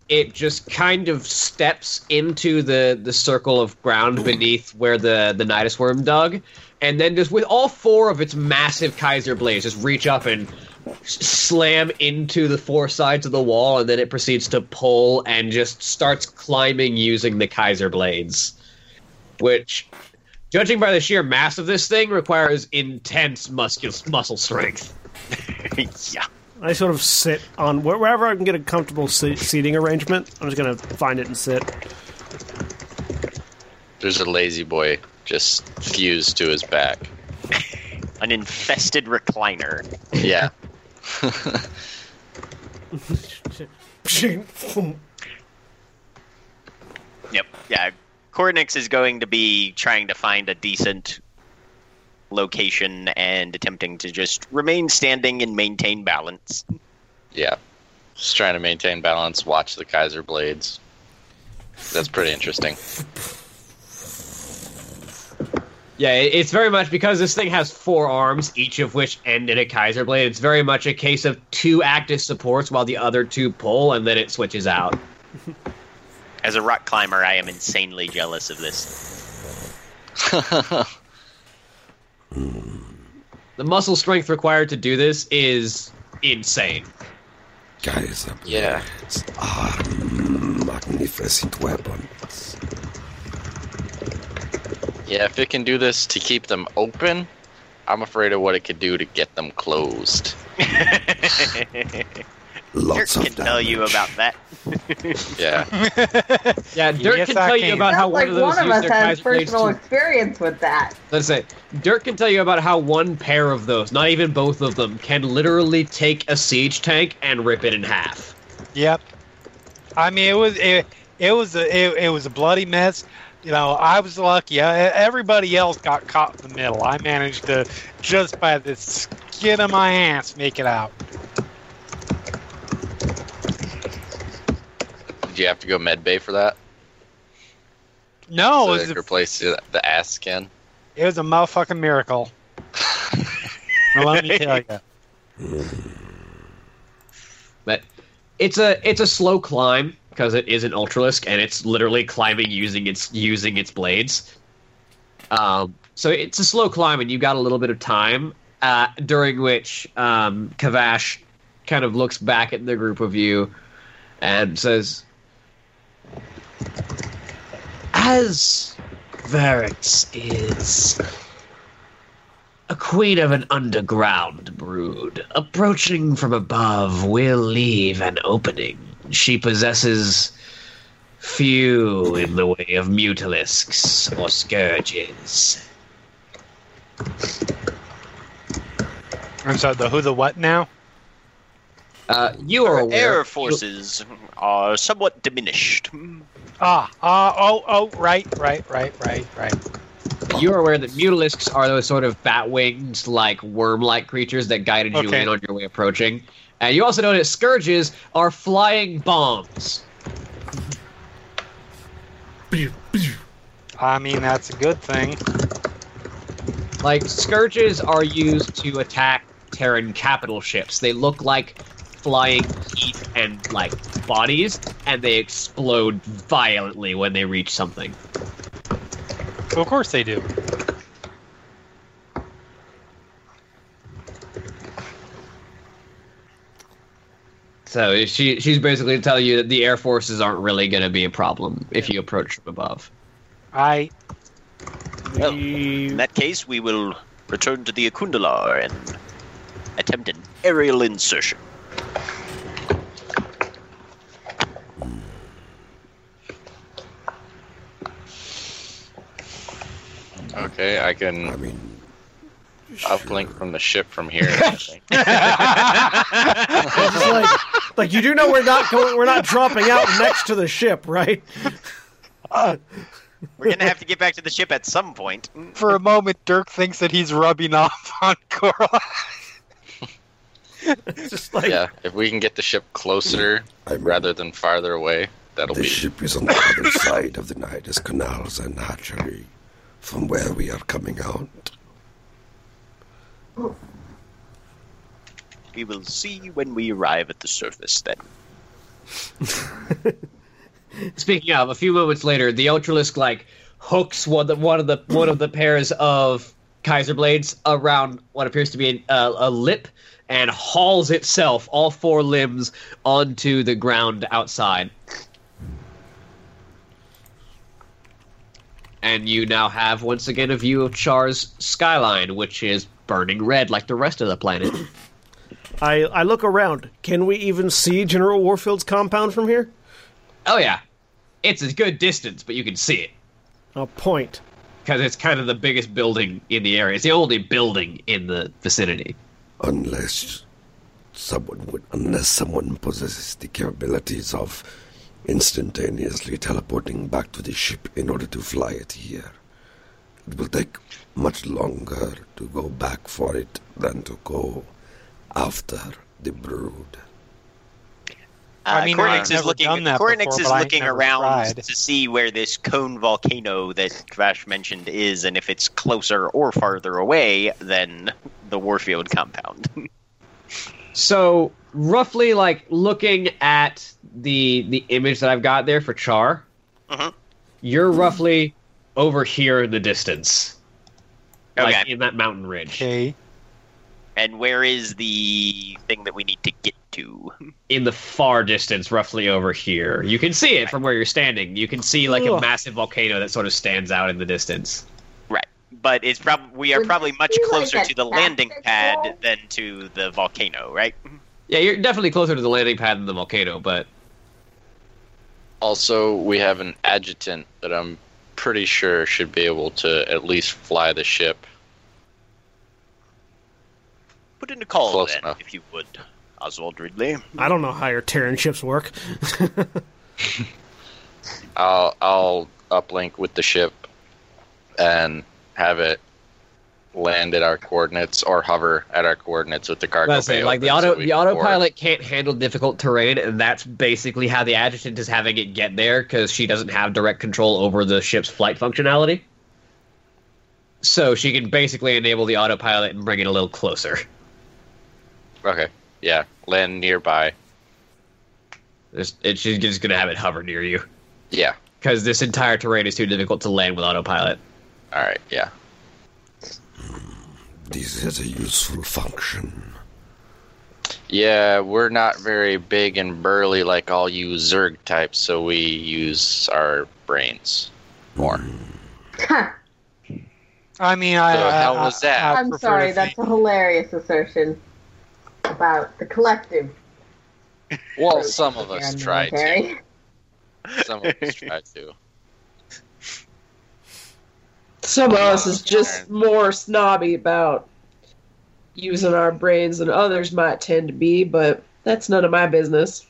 C: it just kind of steps into the the circle of ground beneath where the the Nidus worm dug, and then just with all four of its massive Kaiser blades, just reach up and slam into the four sides of the wall, and then it proceeds to pull and just starts climbing using the Kaiser blades, which, judging by the sheer mass of this thing, requires intense muscle muscle strength.
D: yeah.
A: I sort of sit on where- wherever I can get a comfortable se- seating arrangement. I'm just gonna find it and sit.
G: There's a lazy boy just fused to his back.
D: [laughs] An infested recliner.
A: [laughs]
G: Yeah. [laughs]
D: Yep. Yeah. Cornix is going to be trying to find a decent location and attempting to just remain standing and maintain balance.
G: Yeah. Just trying to maintain balance, watch the Kaiser blades. That's pretty interesting.
C: Yeah, it- it's very much because this thing has four arms, each of which end in a Kaiser blade. It's very much a case of two active supports while the other two pull, and then it switches out.
D: As a rock climber, I am insanely jealous of this.
C: The muscle strength required to do this is
F: [laughs]
C: insane.
E: Kaiser
G: Yeah.
E: blades are magnificent weapons.
G: Yeah, if it can do this to keep them open, I'm afraid of what it could do to get them closed.
E: [laughs] Lots
D: Dirk
E: of
D: can tell you
E: damage.
D: about that.
G: [laughs] Yeah.
C: Yeah, Dirk
F: Yes,
C: can
F: I
C: tell you
F: can.
C: about how
B: Sounds like
C: one of those
B: one of
C: used
B: us
C: their
B: has
C: Kaiser blades
B: personal
C: to
B: experience with
C: [laughs]
B: that.
C: Let's say Dirk can tell you about how one pair of those, not even both of them, can literally take a siege tank and rip it in half.
F: Yep. I mean, it was it, it was a it, it was a bloody mess. You know, I was lucky. I, everybody else got caught in the middle. I managed to just by the skin of my ass make it out.
G: Did you have to go med bay for that?
F: No,
G: so
F: it,
G: they
F: was
G: could
F: a,
G: replace the, the ass skin?
F: it was a motherfucking miracle. Now, let me tell
A: [laughs]
F: you.
C: [sighs] But it's a it's a slow climb because it is an ultralisk and it's literally climbing using its using its blades. Um, so it's a slow climb and you got a little bit of time uh, during which um, Kavash kind of looks back at the group of you and says,
H: As Varix is a queen of an underground brood, approaching from above will leave an opening. She possesses few in the way of mutalisks or
C: [laughs]
H: scourges.
F: I'm sorry. The who, the what now?
C: uh, "You are aware
D: Air forces are somewhat diminished.
F: Ah, ah, oh, oh, right, right, right, right, right.
C: You're aware that mutalisks are those sort of bat winged, like worm like creatures that guided you
F: Okay.
C: in on your way approaching. And you also know that scourges are flying bombs.
F: I mean, that's a good thing.
C: Like scourges are used to attack Terran capital ships. They look like flying feet and like bodies, and they explode violently when they reach something.
F: Of course they do.
C: So she she's basically telling you that the air forces aren't really going to be a problem if you approach from above.
F: I
D: Well, in that case, we will return to the Akundalar and attempt an aerial insertion.
G: Okay, I
E: I
G: can
E: mean,
G: uplink from the ship from here.
F: [laughs]
G: I think.
A: It's just like, like you do know we're not going, we're not dropping out next to the ship, right?
D: We're gonna have to get back to the ship at some point.
F: for a moment Dirk thinks that he's rubbing off [laughs] on Cora.
A: It's just like
G: yeah, if we can get the ship closer
E: I mean,
G: rather than farther away, that'll
E: the
G: be.
E: ship is on the other [coughs] side of the Nidus canals and hatchery from where we are coming out.
D: We will see when we arrive at the surface then.
C: Speaking of, a few moments later, the Ultralisk like hooks one of one of the one of the pairs of Kaiser blades around what appears to be a, a lip and hauls itself, all four limbs, onto the ground outside. And you now have once again a view of Char's skyline, which is burning red like the rest of the planet.
A: I, I look around. Can we even see General Warfield's compound from here?
C: oh yeah, it's a good distance, but you can see it.
A: I'll point.
C: because it's kind of the biggest building in the area. It's the only building in the vicinity.
E: Unless someone would, unless someone possesses the capabilities of instantaneously teleporting back to the ship in order to fly it here. It will take much longer to go back for it than to go after the brood.
D: Uh,
F: I mean, I've
D: Cornix is
F: never
D: looking.
F: done that
D: Cornix
F: before,
D: is
F: but I
D: looking
F: never
D: around
F: tried.
D: to see where this cone volcano that Vash mentioned is, and if it's closer or farther away than the Warfield compound. [laughs]
C: So roughly, like looking at the the image that I've got there for Char,
D: Mhm.
C: you're roughly over here in the distance, like
D: Okay.
C: in that mountain ridge,
F: Okay.
D: and where is the thing that we need to get to?
C: [laughs] in the far distance, roughly over here. You can see it from where you're standing. You can see like a
A: Ugh.
C: massive volcano that sort of stands out in the distance.
D: Right, but it's probably we are
B: Would
D: probably much
B: be like
D: closer
B: a
D: to the landing
B: tactical-
D: pad than to the volcano, right?
C: Yeah, you're definitely closer to the landing pad than the volcano, but
G: Also, we have an adjutant that I'm pretty sure should be able to at least fly the ship.
D: Put in a call
G: Close
D: then,
G: enough.
D: if you would, Oswald Ridley.
A: I don't know how your Terran ships work. [laughs]
G: I'll I'll uplink with the ship and have it land at our coordinates or hover at our coordinates with the cargo
C: That's
G: bay
C: it. Like the
G: open so
C: auto,
G: we
C: the
G: can board.
C: autopilot can't handle difficult terrain, and that's basically how the adjutant is having it get there because she doesn't have direct control over the ship's flight functionality. So she can basically enable the autopilot and bring it a little closer.
G: Okay. Yeah. Land nearby.
C: It's, it, she's just gonna have it hover near you
G: Yeah.
C: because this entire terrain is too difficult to land with autopilot.
G: All right. Yeah.
E: This is a useful function.
G: Yeah, we're not very big and burly like all you Zerg types, so we use our brains.
E: More.
F: I mean, I.
G: The
F: I-
C: Uh,
G: hell
F: I-
G: was that?
F: I
B: I'm
F: prefer
B: sorry,
F: to
B: that's a hilarious assertion about the collective.
G: Well, some of
B: You're
G: us
B: in the
G: try to.
B: military.
G: Some of us try to.
I: Some of us is just more snobby about using our brains than others might tend to be, but that's none of my business.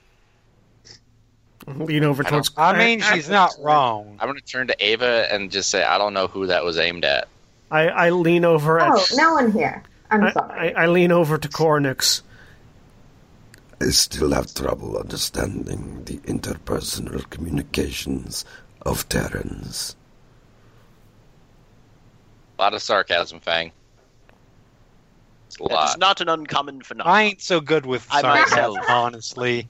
A: Lean over
G: I
A: towards.
F: I mean, she's not wrong.
G: I'm going to turn to Ava and just say, I don't know who that was aimed at.
A: I, I lean over at.
B: Oh, no one here. I'm
A: I,
B: sorry.
A: I, I lean over to Cornix.
E: I still have trouble understanding the interpersonal communications of Terrans.
G: A lot of sarcasm, Fang. It's a
D: That's
G: lot.
D: not an uncommon phenomenon.
F: uh, I ain't so good with
D: I
F: sarcasm,
D: myself-
F: honestly.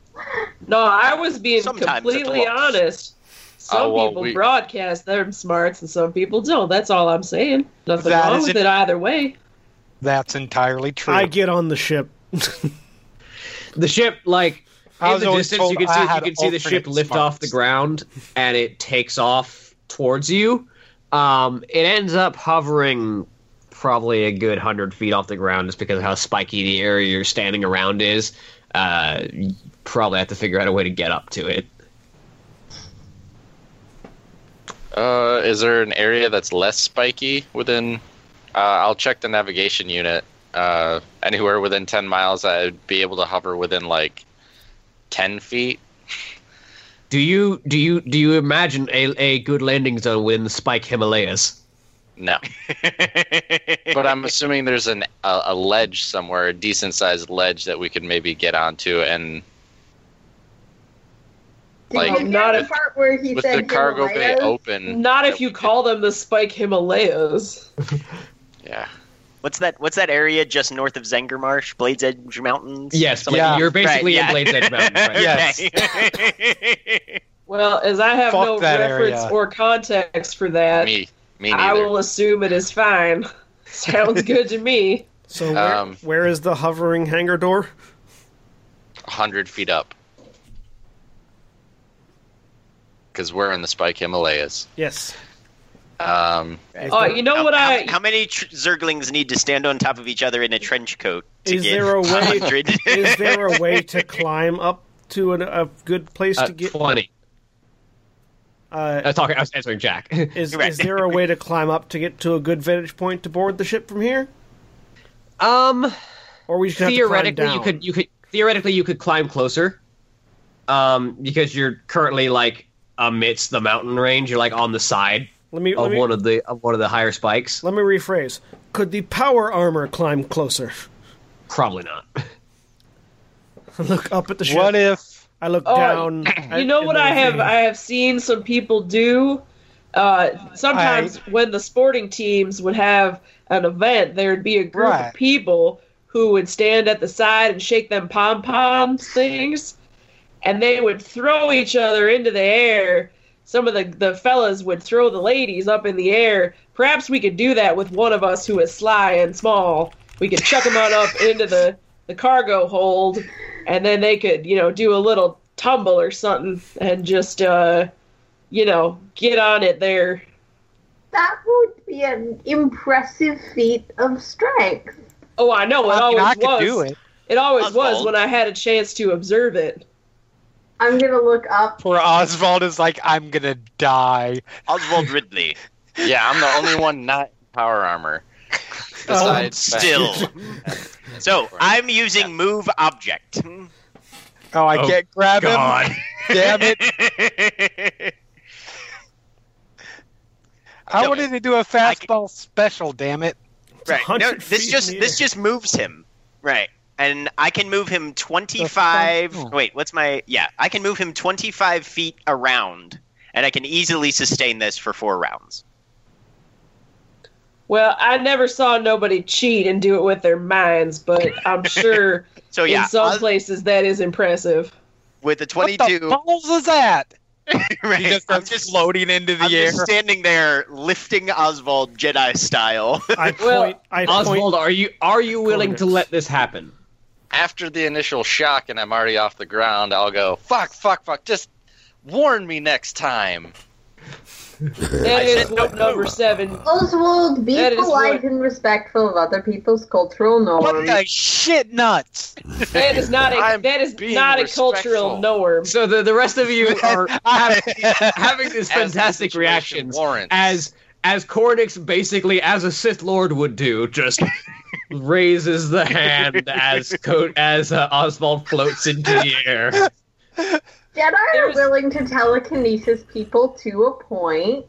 I: No, I was being
D: Sometimes it's
I: completely
D: lost.
I: honest. Some
G: Oh, well,
I: people
G: we-
I: broadcast their smarts and some people don't. That's all I'm saying. Nothing
F: That
I: wrong
F: is
I: with
F: it.
I: it either way.
F: That's entirely true.
A: I get on the ship.
C: [laughs] The ship, like
F: I
C: in
F: was
C: the
F: always
C: distance,
F: told
C: you can
F: I
C: see you
F: had
C: can see the ship
F: alternate
C: lift off the
F: smarts.
C: ground, and it takes off towards you. Um, it ends up hovering probably a good hundred feet off the ground, just because of how spiky the area you're standing around is. Uh, you probably have to figure out a way to get up to it.
G: Uh, is there an area that's less spiky within? Uh, I'll check the navigation unit. Uh, anywhere within ten miles, I'd be able to hover within like ten feet.
C: Do you do you do you imagine a, a good landing zone within the spike Himalayas?
G: No, but I'm assuming there's an a, a ledge somewhere, a decent sized ledge that we could maybe get onto and
B: Did
G: Like,
B: you hear
I: not
B: the
I: if-
B: part where he
G: with
B: said
G: the cargo bay
B: Himalayas?
G: open.
I: Not if
G: that
I: you
G: we could-
I: call them the Spike Himalayas.
G: Yeah.
D: What's that? What's that area just north of Zengermarsh, Blades Edge Mountains?
C: Yes,
D: Something
F: yeah.
D: like-
C: you're basically
D: Right,
C: in
D: [laughs]
C: Blades Edge Mountain. Right?
F: Yes.
D: Okay.
I: Well, as I have
F: Fuck
I: no
F: that
I: reference
F: area.
I: or context for that,
G: Me, me
I: I
G: neither.
I: will assume it is fine. [laughs] Sounds good to me.
A: So where,
G: Um.
A: where is the hovering hangar door?
G: hundred feet up. Because we're in the Spike Himalayas.
A: Yes.
G: Um,
A: Is
I: Oh,
A: there-
I: you know
D: how,
I: what
D: how-
I: I?
D: how many tr- Zerglings need to stand on top of each other in a trench coat? To
A: Is
D: get
A: there a way-
D: 100?
A: [laughs] is there a way to climb up to an, a good place
C: Uh,
A: to get?
C: Twenty.
A: Uh,
C: I was talking. I was answering Jack.
A: is,
D: right.
A: is there a way to climb up to get to a good vantage point to board the ship from here?
C: um.
A: Or we just have to
C: theoretically
A: climb
C: you
A: down?
C: could you could theoretically you could climb closer um because you're currently like amidst the mountain range you're like on the side
A: Let me let
C: of
A: me,
C: one of the of one of the higher spikes
A: let me rephrase. Could the power armor climb closer?
C: probably not
A: I [laughs] look up at the ship.
F: What if
A: I look
I: Oh,
A: down.
I: [clears throat]
A: at-
I: You know
A: in
I: what
A: the
I: I have?
A: ravine.
I: I have seen some people do. Uh, sometimes when the sporting teams would have an event, there would be a group
F: Right.
I: of people who would stand at the side and shake them pom poms things, and they would throw each other into the air. Some of the the fellas would throw the ladies up in the air. Perhaps we could do that with one of us who is sly and small. We could chuck them on up into the the cargo hold, and then they could you know do a little tumble or something and just uh you know get on it there
B: That would be an impressive feat of strength.
I: oh i know it
F: I, mean,
I: always
F: I could
I: was
F: do it?
I: always was
D: Oswald.
I: when i had a chance to observe it
B: I'm gonna look up.
F: Poor Oswald is like, I'm gonna die.
D: Oswald Ridley.
G: yeah, I'm the
F: [laughs]
G: only one not in power armor.
F: Oh,
G: Besides, [laughs]
D: Still. So I'm using move object.
F: Oh, I
C: Oh,
F: can't grab him. [laughs] Damn it! I
D: No.
F: wanted to do a fastball special. Damn it!
D: right. No,
A: 100 feet
D: this
A: in
D: just
A: the
D: this
A: air.
D: just moves
I: [laughs]
D: him. [laughs] Right. And I can move him
F: The fuck?
D: 25.
F: Oh.
D: Wait, what's my Yeah, I can move him 25 feet around and I can easily sustain this for 4 rounds.
I: well i never saw nobody cheat and do it with their minds but
D: [laughs]
I: i'm sure
D: So yeah,
I: in some
D: Os-
I: places that is impressive
D: with the
F: What
D: 22
F: the balls is
G: [laughs]
F: that?
D: right,
F: He just
D: I'm
F: starts
D: just
F: floating into the
D: I'm
F: air.
D: just standing there lifting Oswald Jedi style. [laughs]
A: I point.
I: Well,
A: I
C: oswald
A: point.
C: are you are you willing to
A: Coordinates.
C: let this happen
G: after the initial shock and I'm already off the ground, I'll go, fuck, fuck, fuck, just warn me next time.
I: that is what number seven
B: Oswald, be
I: That is
B: polite
I: what-
B: and respectful of other people's cultural norms.
F: What the shit nuts?
I: that is not a
G: [laughs] I'm
I: that is
G: being
I: not a
G: respectful.
I: cultural norm
C: so the, the rest
G: [laughs]
C: of you are [laughs] having this
G: As the
C: fantastic
G: situation
C: reactions
G: warrants.
C: as as Cornix basically as a Sith Lord would do,
G: [laughs]
C: just raises the hand as co- as uh, Oswald floats into the
G: [laughs]
C: air.
B: Jedi are
I: There's-
B: willing to telekinesis people to a point.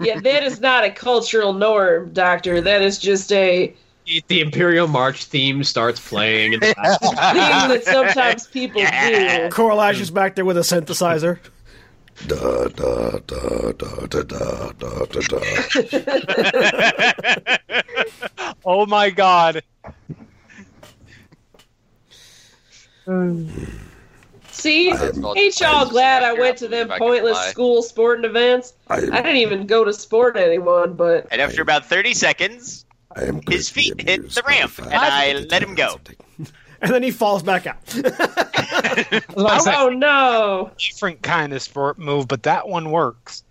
I: yeah that is not a cultural norm doctor that is just a
C: The Imperial March theme starts playing. In the background.
A: [laughs]
I: thing that sometimes people do.
A: Coralage is back there with a synthesizer. [laughs]
E: Da da da da da da da da da.
F: Oh my god. Hmm.
I: See,
E: I'm
G: not-
I: ain't y'all glad I went to them
G: I can
I: pointless
G: lie.
I: school sporting events? I
E: I,
I: didn't even go to sport anyone, but
D: And after about 30 seconds,
E: I am greatly
D: his feet hit
E: amused
D: the
E: by
D: ramp,
E: fact
D: and I
E: that it
D: let him go.
E: happened.
A: And then he falls back out.
F: That's a
I: oh no,
F: different kind of sport move, but that one works.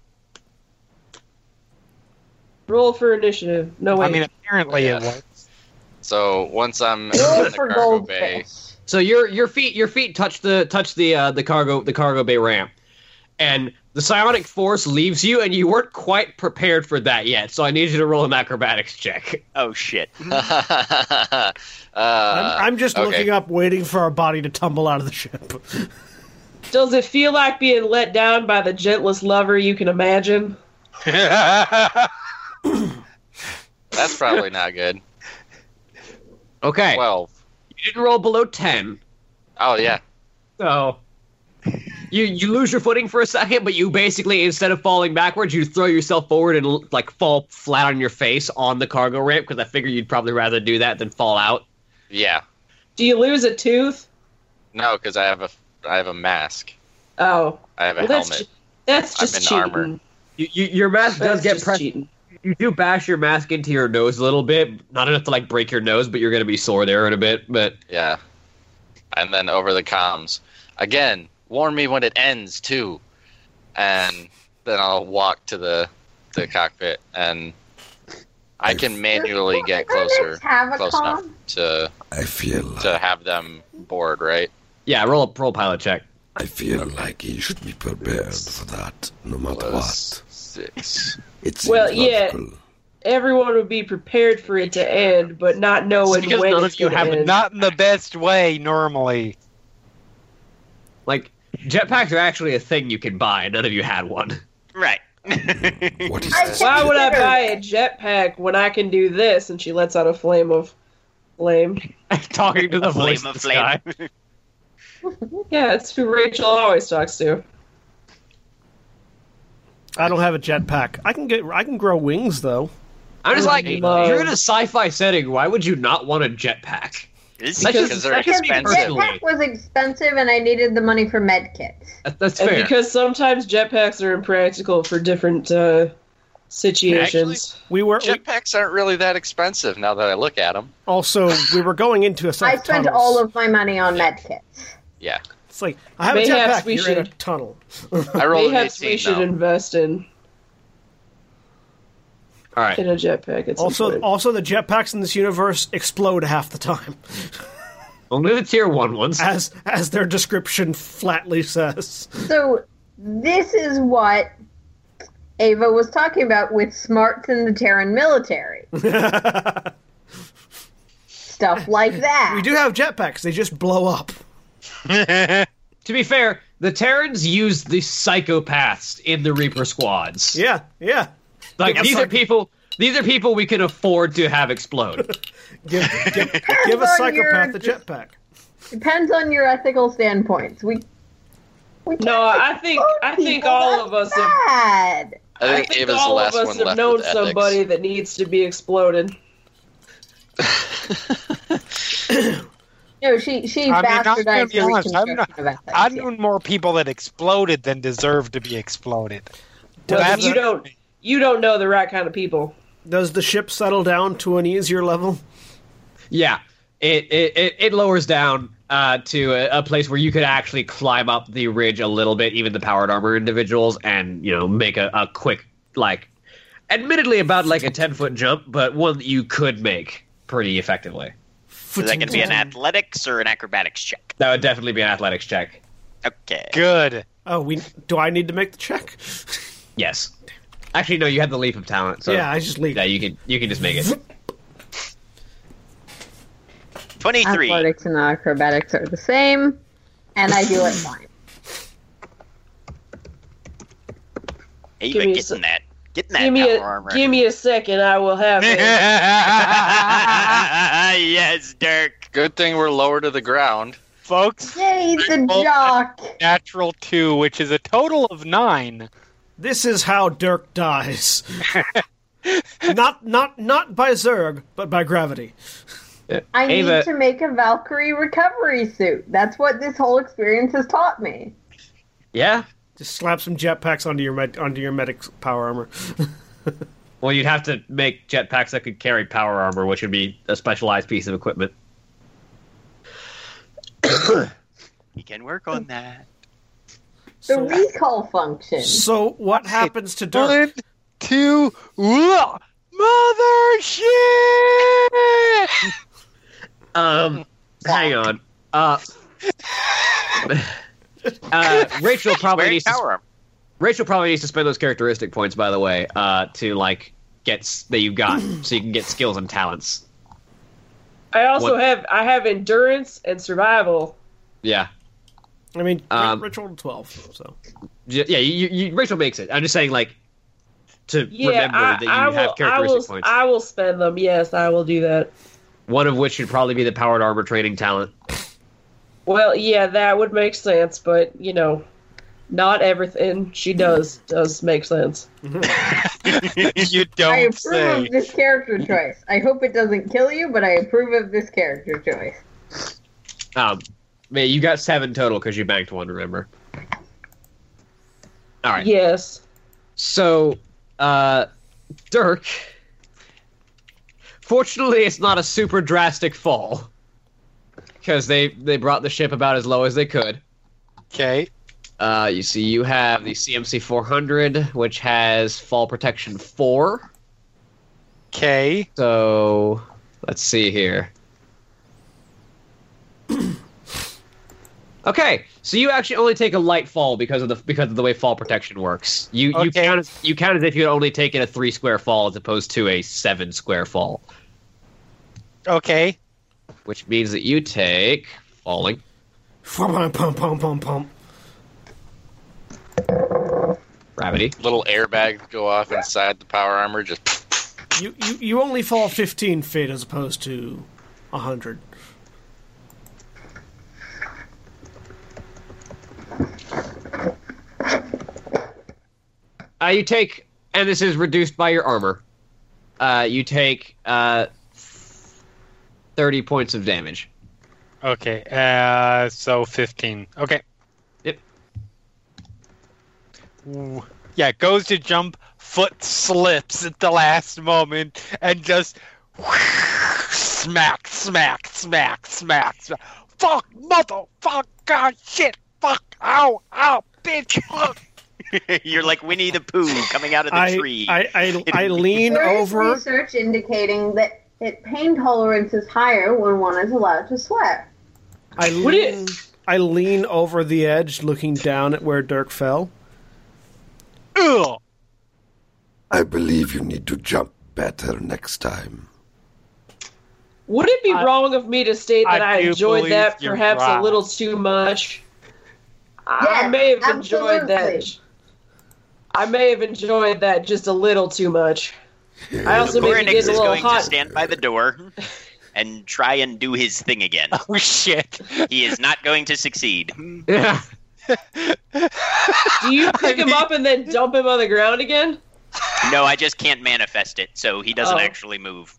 I: roll for initiative. No
F: I
I: wait,
F: mean, apparently it
G: Yeah.
F: works.
G: So once I'm in
B: Roll
G: the
B: for
G: cargo bay,
B: goldfish.
C: So your your feet your feet touch the touch the uh, the cargo the cargo bay ramp, and the psionic force leaves you, and you weren't quite prepared for that yet. So I need you to roll an acrobatics check.
D: oh shit.
G: uh,
I: Uh,
A: I'm, I'm just
G: okay.
A: looking up, waiting for our body to tumble out of the ship.
I: does it feel like being let down by the gentlest lover you can
G: [laughs]
I: imagine?
G: that's probably not good.
C: Okay,
G: Twelve.
C: you didn't roll below ten,
G: Oh yeah.
C: so you you lose your footing for a second, but you basically instead of falling backwards, you throw yourself forward and like fall flat on your face on the cargo ramp because I figure you'd probably rather do that than fall out.
G: Yeah.
I: Do you lose a tooth?
G: No, because I have a I have a mask.
I: Oh,
G: I have a
I: well, that's
G: helmet.
I: ju- that's
G: I'm
I: just
G: in
I: cheating.
G: armor.
C: You, you, your mask
I: That's
C: does get
I: just
C: pressed.
I: cheating.
C: You do bash your mask into your nose a little bit, not enough to like break your nose, but you're gonna be sore there in a bit. But
G: Yeah. And then over the comms. Again, warn me when it ends too. And then I'll walk to the the cockpit and I can manually get closer
B: Have a
G: close
B: con?
G: enough to
E: I feel like,
G: to have them board, right?
C: yeah, roll a roll pilot check.
E: I feel like he should be prepared for that, no matter
G: Was
E: what.
G: six.
E: It's
I: Well, yeah.
E: logical.
I: Everyone would be prepared for it to end, but not knowing
F: because
I: when
F: none
I: it's
F: of you
I: going to
F: have
I: end.
F: not in the best way normally.
C: Like jetpacks are actually a thing you can buy. None of you had one.
D: Right.
E: [laughs] What is
B: I
E: this?
I: Why would I buy a jetpack when I can do this? And she lets out a flame of flame.
C: Talking
A: [laughs]
C: to the
D: Flame
C: voice
D: of
C: of
D: flame.
C: flame.
I: Yeah, it's who Rachel always talks to.
A: I don't have a jetpack. I can get. I can grow wings though.
C: I'm just like,
I: Love.
C: you're in a sci-fi setting. Why would you not want a jetpack?
D: This
C: That's
G: Because
C: just-
G: they're
C: that's just me
G: expensive.
C: personally.
B: Jetpack was expensive, and I needed the money for medkits.
C: That- That's
I: And
C: fair.
I: because sometimes jetpacks are impractical for different uh, situations.
A: We were we-
G: Jetpacks aren't really that expensive now that I look at them.
A: also we were going into a set
B: I
A: of
B: spent
A: tunnels.
B: all of my money on medkits.
G: Yeah.
A: It's like I have a
I: Mayhaps
A: jetpack.
I: we
A: You're in a
I: should-
A: tunnel.
G: I rolled an
I: Perhaps
G: 18
I: we should
G: though.
I: invest in,
C: All right.
I: in a jetpack. At some
A: Also, oh,
I: point.
A: also the jetpacks in this universe explode half the time,
C: Only the tier one ones.
A: as as their description flatly says.
B: So this is what Ava was talking about with smarts in the Terran
A: [laughs]
B: military. Stuff like that.
A: We do have jetpacks. They just
B: [laughs]
A: blow up.
C: To be fair, the Terrans used the psychopaths in the Reaper squads.
A: Yeah, yeah.
C: Like
A: Give
C: these
A: psych-
C: are people. These are people we can afford to have explode.
A: Give give, give a
B: on
A: psychopath
B: your-
A: a jetpack.
B: Depends on your ethical standpoints. We, we
I: no, I think I think all of us have,
B: Bad.
G: I
I: I
G: think,
I: think
G: Ava's the
I: all of
G: last
I: us
G: one
I: have
G: left
I: known
G: with ethics.
I: somebody that needs to be exploded.
B: No, she she
F: I mean, I'm gonna
B: bastardized the
F: be honest, I'm
B: reconstruction
F: not-
B: of ethics.
F: I've known more people that exploded than deserved to be exploded.
I: Well, then
F: That's-
I: you don't you don't know the right kind of people.
A: Does the ship settle down to an easier level?
C: Yeah, it it, it, it lowers down uh, to a, a place where you could actually climb up the ridge a little bit, even the powered armor individuals, and you know make a, a quick like, admittedly about like a ten foot jump, but one that you could make pretty effectively.
D: Is that going to be an athletics or an acrobatics check?
C: That would definitely be an athletics check.
D: Okay.
F: Good.
A: Oh, we do. I need to make the check.
C: Yes. Actually, no, you have the leap of talent. So
A: yeah, I just leave.
C: yeah, you can you can just make
A: [laughs]
C: it.
D: 23.
B: Athletics and acrobatics are the same, and I
F: [clears throat]
B: do it fine.
D: Ava,
I: Give me a
D: getting
I: sec-
D: that. Getting that
I: Give me a
D: power armor.
I: give me a second. I will have it.
D: yes, Dirk.
G: Good thing we're lower to the ground.
F: folks.
B: Yay, he's a
F: Well,
B: jock.
F: Natural two, which is a total of nine.
A: This is how Dirk dies. [laughs] not not not by Zerg, but by gravity.
B: I
C: Ava-
B: need to make a Valkyrie recovery suit. That's what this whole experience has taught me.
C: Yeah.
A: Just slap some jetpacks onto your med- onto your medic's power armor. [laughs]
C: Well, you'd have to make jetpacks that could carry power armor, which would be a specialized piece of equipment. [coughs]
D: You can work on that.
B: The
A: So,
B: recall function.
A: so what happens to Dirk?
F: One, two, whoa, mother shit!
C: Um, hang on. Uh, [laughs] uh, Rachel probably
D: Wearing
C: needs to,
D: power armor.
C: Rachel probably needs to spend those characteristic points, by the way, uh, to like get s- that you've
D: [coughs]
C: got, so you can get skills and talents.
I: I also
C: What-
I: have I have endurance and survival.
C: Yeah,
A: I mean,
C: Um,
A: Ritual twelve. So
C: Y- yeah. You, you, Rachel makes it. I'm just saying, like, to
I: Yeah,
C: remember
I: I,
C: that you
I: I
C: have
I: will. I
C: characteristic
I: will.
C: points.
I: I will spend them. Yes, I will do that.
C: One of which should probably be the powered armor training talent.
I: Well, yeah, that would make sense, but you know, not everything she does does make sense.
C: Mm-hmm. [laughs]
F: you
B: I
F: don't
B: approve
F: say.
B: of this character choice. I hope it doesn't kill you, but I approve of this character choice.
C: Um, man, you got seven total because you banked one. Remember. All right.
I: Yes.
C: So, uh, Dirk. Fortunately, it's not a super drastic fall because they they brought the ship about as low as they could.
F: Okay.
C: Uh, you see, you have the CMC 400, which has fall protection four.
F: Okay.
C: So let's see here. okay, so you actually only take a light fall because of the because of the way fall protection works. You you
F: Okay.
C: count as, you count as if you had only taken a three square fall as opposed to a seven square fall,
F: Okay.
C: which means that you take falling.
A: pump pump pump pump pump.
C: Gravity.
G: Little airbags go off inside the power armor. Just
A: You, you you only fall fifteen feet as opposed to hundred.
C: Uh, you take, and this is reduced by your armor. Uh, you take uh, thirty points of damage.
F: Okay. Uh, so fifteen. Okay.
C: Yep.
F: Ooh. Yeah, goes to jump, foot slips at the last moment, and just smack, smack, smack, smack, smack. Fuck, mother, fuck, god, shit, fuck, ow, ow, bitch, fuck.
D: [laughs] You're like Winnie the Pooh coming out of the
A: I,
D: tree.
A: I
D: [laughs]
A: I I lean
B: There is
A: over.
B: research indicating that, that pain tolerance is higher when one is allowed to sweat.
A: I
I: What it-
A: lean, I lean over the edge, looking down at where Dirk fell.
F: Ugh.
E: I believe you need to jump better next time.
I: Would it be wrong of me to state that
F: I
I: I,
F: do
I: enjoyed
F: believe
I: that
F: you're
I: perhaps
F: right.
I: a little too much? I
B: Yes,
I: may have enjoyed that.
B: absolutely.
I: I may have enjoyed that just a little too much. I also maybe
D: Gorinix
I: did
D: is
I: a little
D: going
I: hot.
D: to stand by
I: [laughs]
D: the door and try and do his thing again.
F: Oh, shit.
D: He is not going to succeed.
C: Yeah.
I: Do
D: [laughs]
I: you pick him
F: mean-
I: up and then dump him on the ground again?
D: No, I just can't manifest it, so he doesn't
I: Oh.
D: actually move.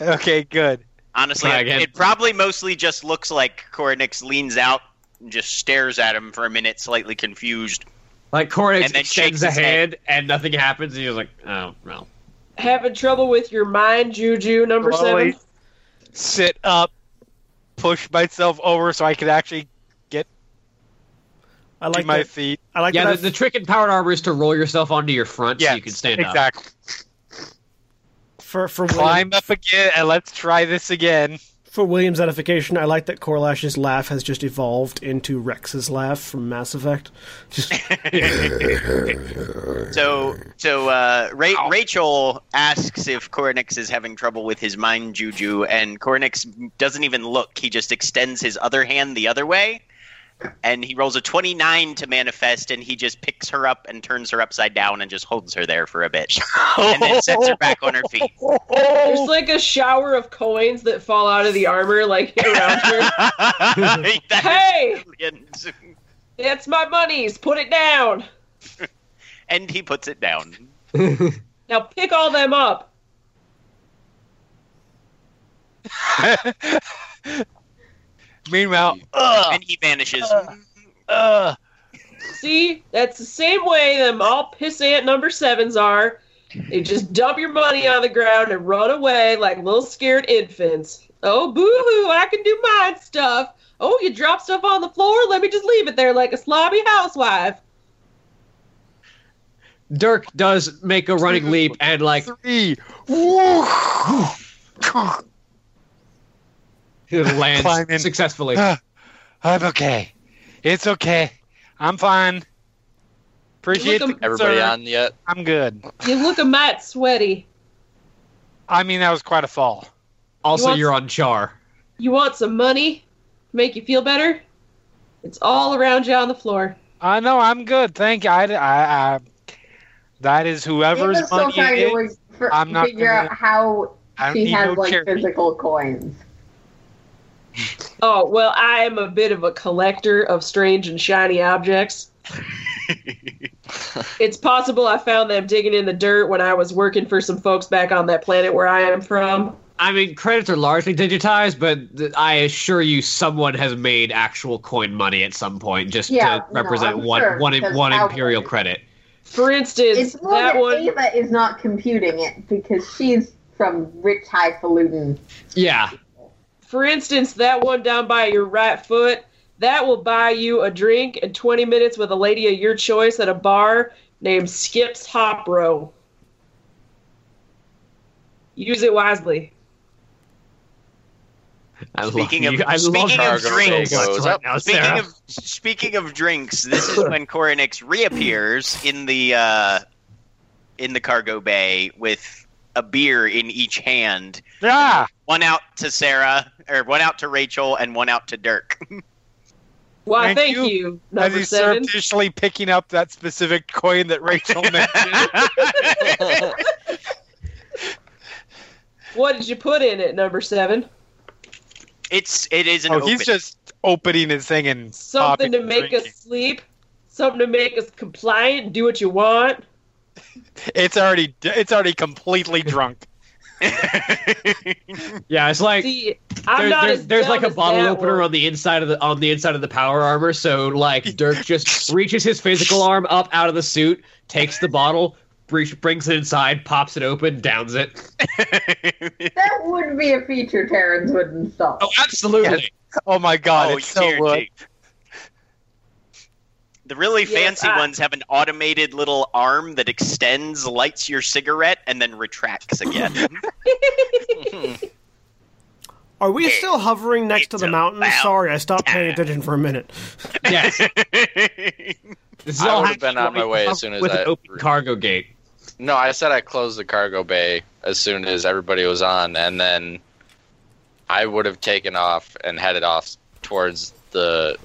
F: Okay, good.
D: Honestly,
C: Try
D: it-
C: again.
D: it probably mostly just looks like Korinix leans out and just stares at him for a minute, slightly confused.
C: Like Cornix
D: And then
C: extends
D: shakes
C: a
D: his head.
C: hand and nothing happens. And he was like, "Oh well."
I: Having trouble with your mind, Juju number
F: Slowly.
I: seven?
F: Sit up, push myself over so I could actually
A: I like
F: do my
A: that-
F: feet.
A: I like
C: yeah,
A: that.
C: the, the trick in powered armor is to roll yourself onto your front so you can stand
F: exactly.
C: up.
A: for for William,
F: Climb up again and let's try this again.
A: for William's edification, I like that Corlash's laugh has just evolved into Rex's laugh from Mass Effect.
F: [laughs]
A: Just
D: So, so uh, Ra- Rachel asks if Korinix is having trouble with his mind juju, and Korinix doesn't even look. He just extends his other hand the other way, and he rolls a 29 to manifest and he just picks her up and turns her upside down and just holds her there for a bit and then sets her back on her feet
I: [laughs] There's like a shower of coins that fall out of the armor, like [laughs] around her.
D: [laughs] That
I: hey,
D: is brilliant. [laughs]
I: that's my monies. Put it down.
D: and he puts it down
I: Now pick all them up.
F: Meanwhile,
D: and he vanishes
F: uh,
I: See, that's the same way them all pissant number sevens are. They just dump your money on the ground and run away like little scared infants. Oh, boo hoo, I can do mine stuff. Oh, you drop stuff on the floor? Let me just leave it there like a slobby housewife.
C: Dirk does make a running leap and like
F: three.
C: he
F: Climb in.
C: lands successfully.
F: Ah. I'm okay. It's okay. I'm fine. Appreciate
I: Look,
F: the
G: Everybody
F: concern.
G: on yet?
F: I'm good.
I: You look a mite sweaty.
F: I mean, that was quite a fall.
C: Also,
I: wants-
C: you're on char.
I: You want some money to make you feel better? It's all around you on the floor.
F: I know. I'm good. Thank you. I, I, I- Uh, that is whoever's
B: Ava's still
F: money
B: trying to
F: it is.
B: work for,
F: I'm not
B: figure
F: gonna-
B: out how
F: I don't
B: she
F: need
B: has
F: no
B: like
F: charity.
B: physical coins.
I: Oh, well, I am a bit of a collector of strange and shiny objects. it's possible I found them digging in the dirt when I was working for some folks back on that planet where I am from.
C: I mean, credits are largely digitized, but th- I assure you, someone has made actual coin money at some point just
B: Yeah,
C: to
B: no,
C: represent
B: I'm
C: one
B: sure,
C: one
B: because
C: one
B: how-
C: imperial credit.
I: For instance,
B: It's more that,
I: that one.
B: Ava is not computing it because she's from rich
F: [laughs]
B: highfalutin.
C: Yeah,
I: For instance, that one down by your right foot, that will buy you a drink and 20 minutes with a lady of your choice at a bar named Skips Hop Row. Use it wisely.
C: I love
D: Speaking of-
C: you. I love
D: speaking
C: you
D: of
C: so
D: drinks,
C: much right
G: up.
C: now,
D: Speaking
C: Sarah.
D: of speaking of drinks, this is when Coronix reappears in the uh, in the cargo bay with a beer in each hand,
F: Yeah.
D: one out to Sarah or one out to Rachel and one out to Dirk.
I: Why,
F: Thank
I: thank,
F: you.
I: you,
F: As
I: number
F: he's
I: seven.
F: surreptitiously picking up that specific coin that
G: [laughs]
F: Rachel mentioned.
I: What did you put in it, number seven?
D: it's it is an
F: oh,
D: open.
F: he's just opening his thing and
I: Something
F: popping
I: to
F: and
I: make
F: drinking.
I: us sleep, something to make us compliant, do what you want.
F: It's already it's already
D: [laughs]
F: completely drunk.
C: yeah, it's like
I: See,
C: there-
I: I'm not
C: there's,
I: as
C: there's like
I: dumb
C: a
I: as
C: bottle
I: that
C: opener
I: one.
C: on the inside of the on the inside of the power armor. So like
I: [laughs]
C: Dirk just reaches his physical arm up out of the suit, takes the bottle, reach, brings it inside, pops it open, downs it.
B: That would be a feature Terrans would install.
C: Oh, absolutely.
F: Oh my god,
D: Oh,
F: it's so
D: here,
F: wood.
D: Jake. The really
I: Yes,
D: fancy
I: I-
D: ones have an automated little arm that extends, lights your cigarette, and then retracts again.
C: [laughs]
A: Are we still hovering next to the
D: It's
A: mountain?
D: about
A: Sorry, I stopped paying
D: time.
A: attention for a
F: [laughs]
A: minute.
C: Yes. This is
G: I
C: all
G: would've [laughs] been
C: happening
G: on my way as soon as
C: with
G: I-
C: an open cargo gate.
G: No, I said I closed the cargo bay as soon as everybody was on, and then I would have taken off and headed off towards the,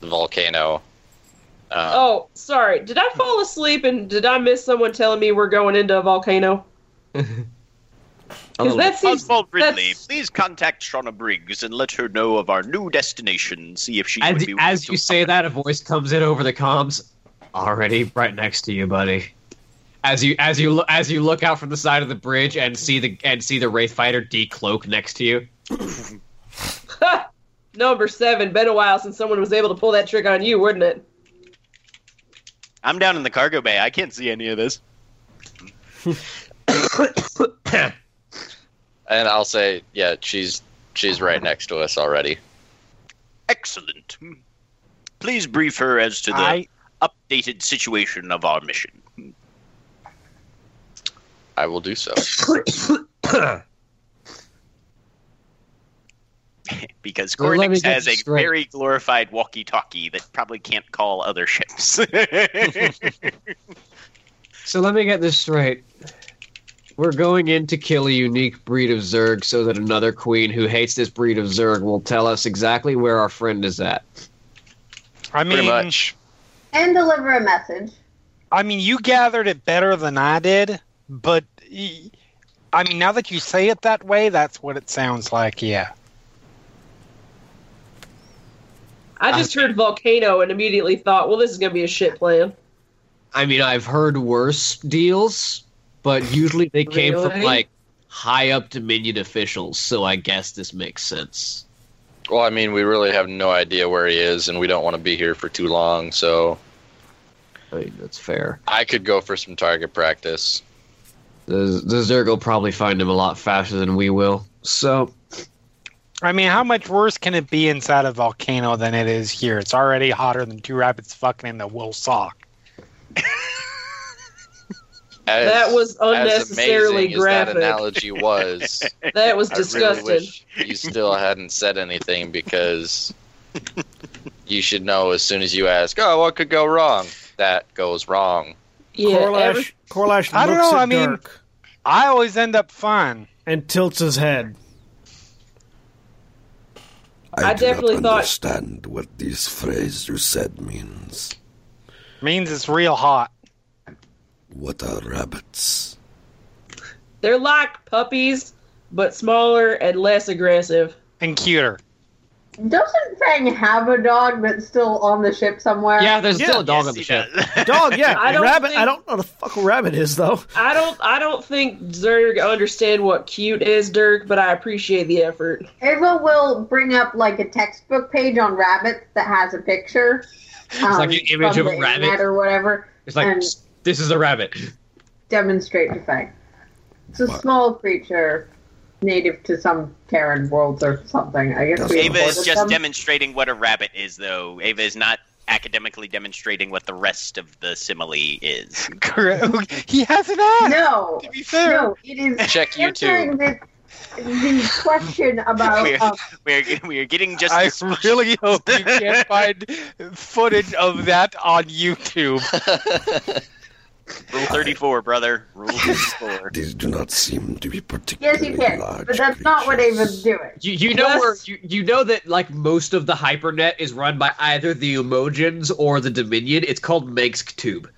G: the volcano. Uh,
I: Oh, sorry. Did I fall asleep and did I miss someone telling me we're going into a volcano? Because that seems
D: Oswald Ridley,
I: that's-
D: please contact Shauna Briggs and let her know of our new destination. See if she
C: As,
D: would be willing
C: as
D: to
C: you say that, a voice comes in over the comms, already right next to you, buddy. As you as you lo- as you look out from the side of the bridge and see the and see the wraith fighter decloak next to you.
I: [laughs] number seven. Been a while since someone was able to pull that trick on you, wouldn't it?
D: I'm down in the cargo bay. I can't see any of this.
G: and I'll say, yeah, she's she's right next to us already.
D: Excellent. Hmm. Please brief her as to the
F: I
D: updated situation of our mission.
G: I will do so.
D: [laughs] Because
C: Well, let me
D: Cornix
C: get
D: has a
C: this straight.
D: very glorified walkie-talkie that probably can't call other ships. [laughs]
C: So let me get this straight. We're going in to kill a unique breed of Zerg so that another queen who hates this breed of Zerg will tell us exactly where our friend is at.
F: I mean,
G: Pretty much.
B: And deliver a message.
F: I mean, you gathered it better than I did, but y- I mean, now that you say it that way, that's what it sounds like. Yeah.
I: I just heard volcano and immediately thought, well, this is gonna be a shit plan.
C: I mean, I've heard worse deals, but usually they came from
I: Really?
C: like high up Dominion officials, so I guess this makes sense.
G: Well, I mean, we really have no idea where he is, and we don't want to be here for too long. So
C: I mean, that's fair.
G: I could go for some target practice.
C: The, the Zerg will probably find him a lot faster than we will. So,
F: I mean, how much worse can it be inside a volcano than it is here? It's already hotter than two rabbits fucking in the wool sock.
G: As,
I: that was
G: as
I: unnecessarily
G: amazing as
I: graphic.
G: that analogy was.
I: [laughs] that was
G: I
I: disgusting.
G: really wish you still hadn't said anything because you should know as soon as you ask, "Oh, what could go wrong?" That goes wrong.
I: yeah, every-
A: Corlash, Corlash
F: I don't
A: looks
F: know,
A: at
F: I mean-
A: Dirk
F: I always end up fine.
A: and tilts his head.
I: I
E: do not
I: definitely thought-
E: understand what this phrase you said means.
F: Means it's real hot.
E: What are rabbits?
I: they're like puppies, but smaller and less aggressive.
F: and cuter.
B: Doesn't Fang have a dog that's still on the ship somewhere?
C: yeah, there's
A: Yeah.
C: still a dog
D: Yes,
C: on the
D: he
C: ship.
D: does.
A: Dog, yeah.
I: [laughs] I don't
A: rabbit.
I: think-
A: I don't know what the fuck a rabbit is though.
I: [laughs] I don't, I don't think Zerg understand what cute is, Dirk, but I appreciate the
F: [laughs]
I: effort.
B: Ava will bring up like a textbook page on rabbits that has a
C: [laughs]
B: picture. um,
C: like an image
B: from
C: of a
B: the
C: rabbit.
B: internet or whatever.
C: It's like,
B: And-
C: this is a rabbit.
B: Demonstrate the Fang. It's a small creature native to some Terran worlds or something. I guess
E: Does
B: we
E: Ava
D: Ava is
B: imported
D: just
B: them.
D: demonstrating what a rabbit is, though. Ava is not academically demonstrating what the rest of the simile is.
F: Correct. [laughs] He has an ass.
B: No,
F: To be fair,
B: no, it is
G: Check YouTube.
B: answering the, the
C: [laughs]
B: question about
D: Weird.
B: um,
D: [laughs] We're, we're getting just
F: I
D: this much-
F: really hope
D: [laughs]
F: you can't find footage of that on YouTube.
D: Rule 34, brother.
B: [laughs]
D: Rule 34.
E: These do not seem to be
B: yes,
E: particularly
B: you can,
E: large.
B: but that's not what
E: creatures.
B: Ava's doing.
C: You, you know
I: Plus-
C: where you, you know that like most of the hypernet is run by either the Emojins or the Dominion. It's called Megsk Tube.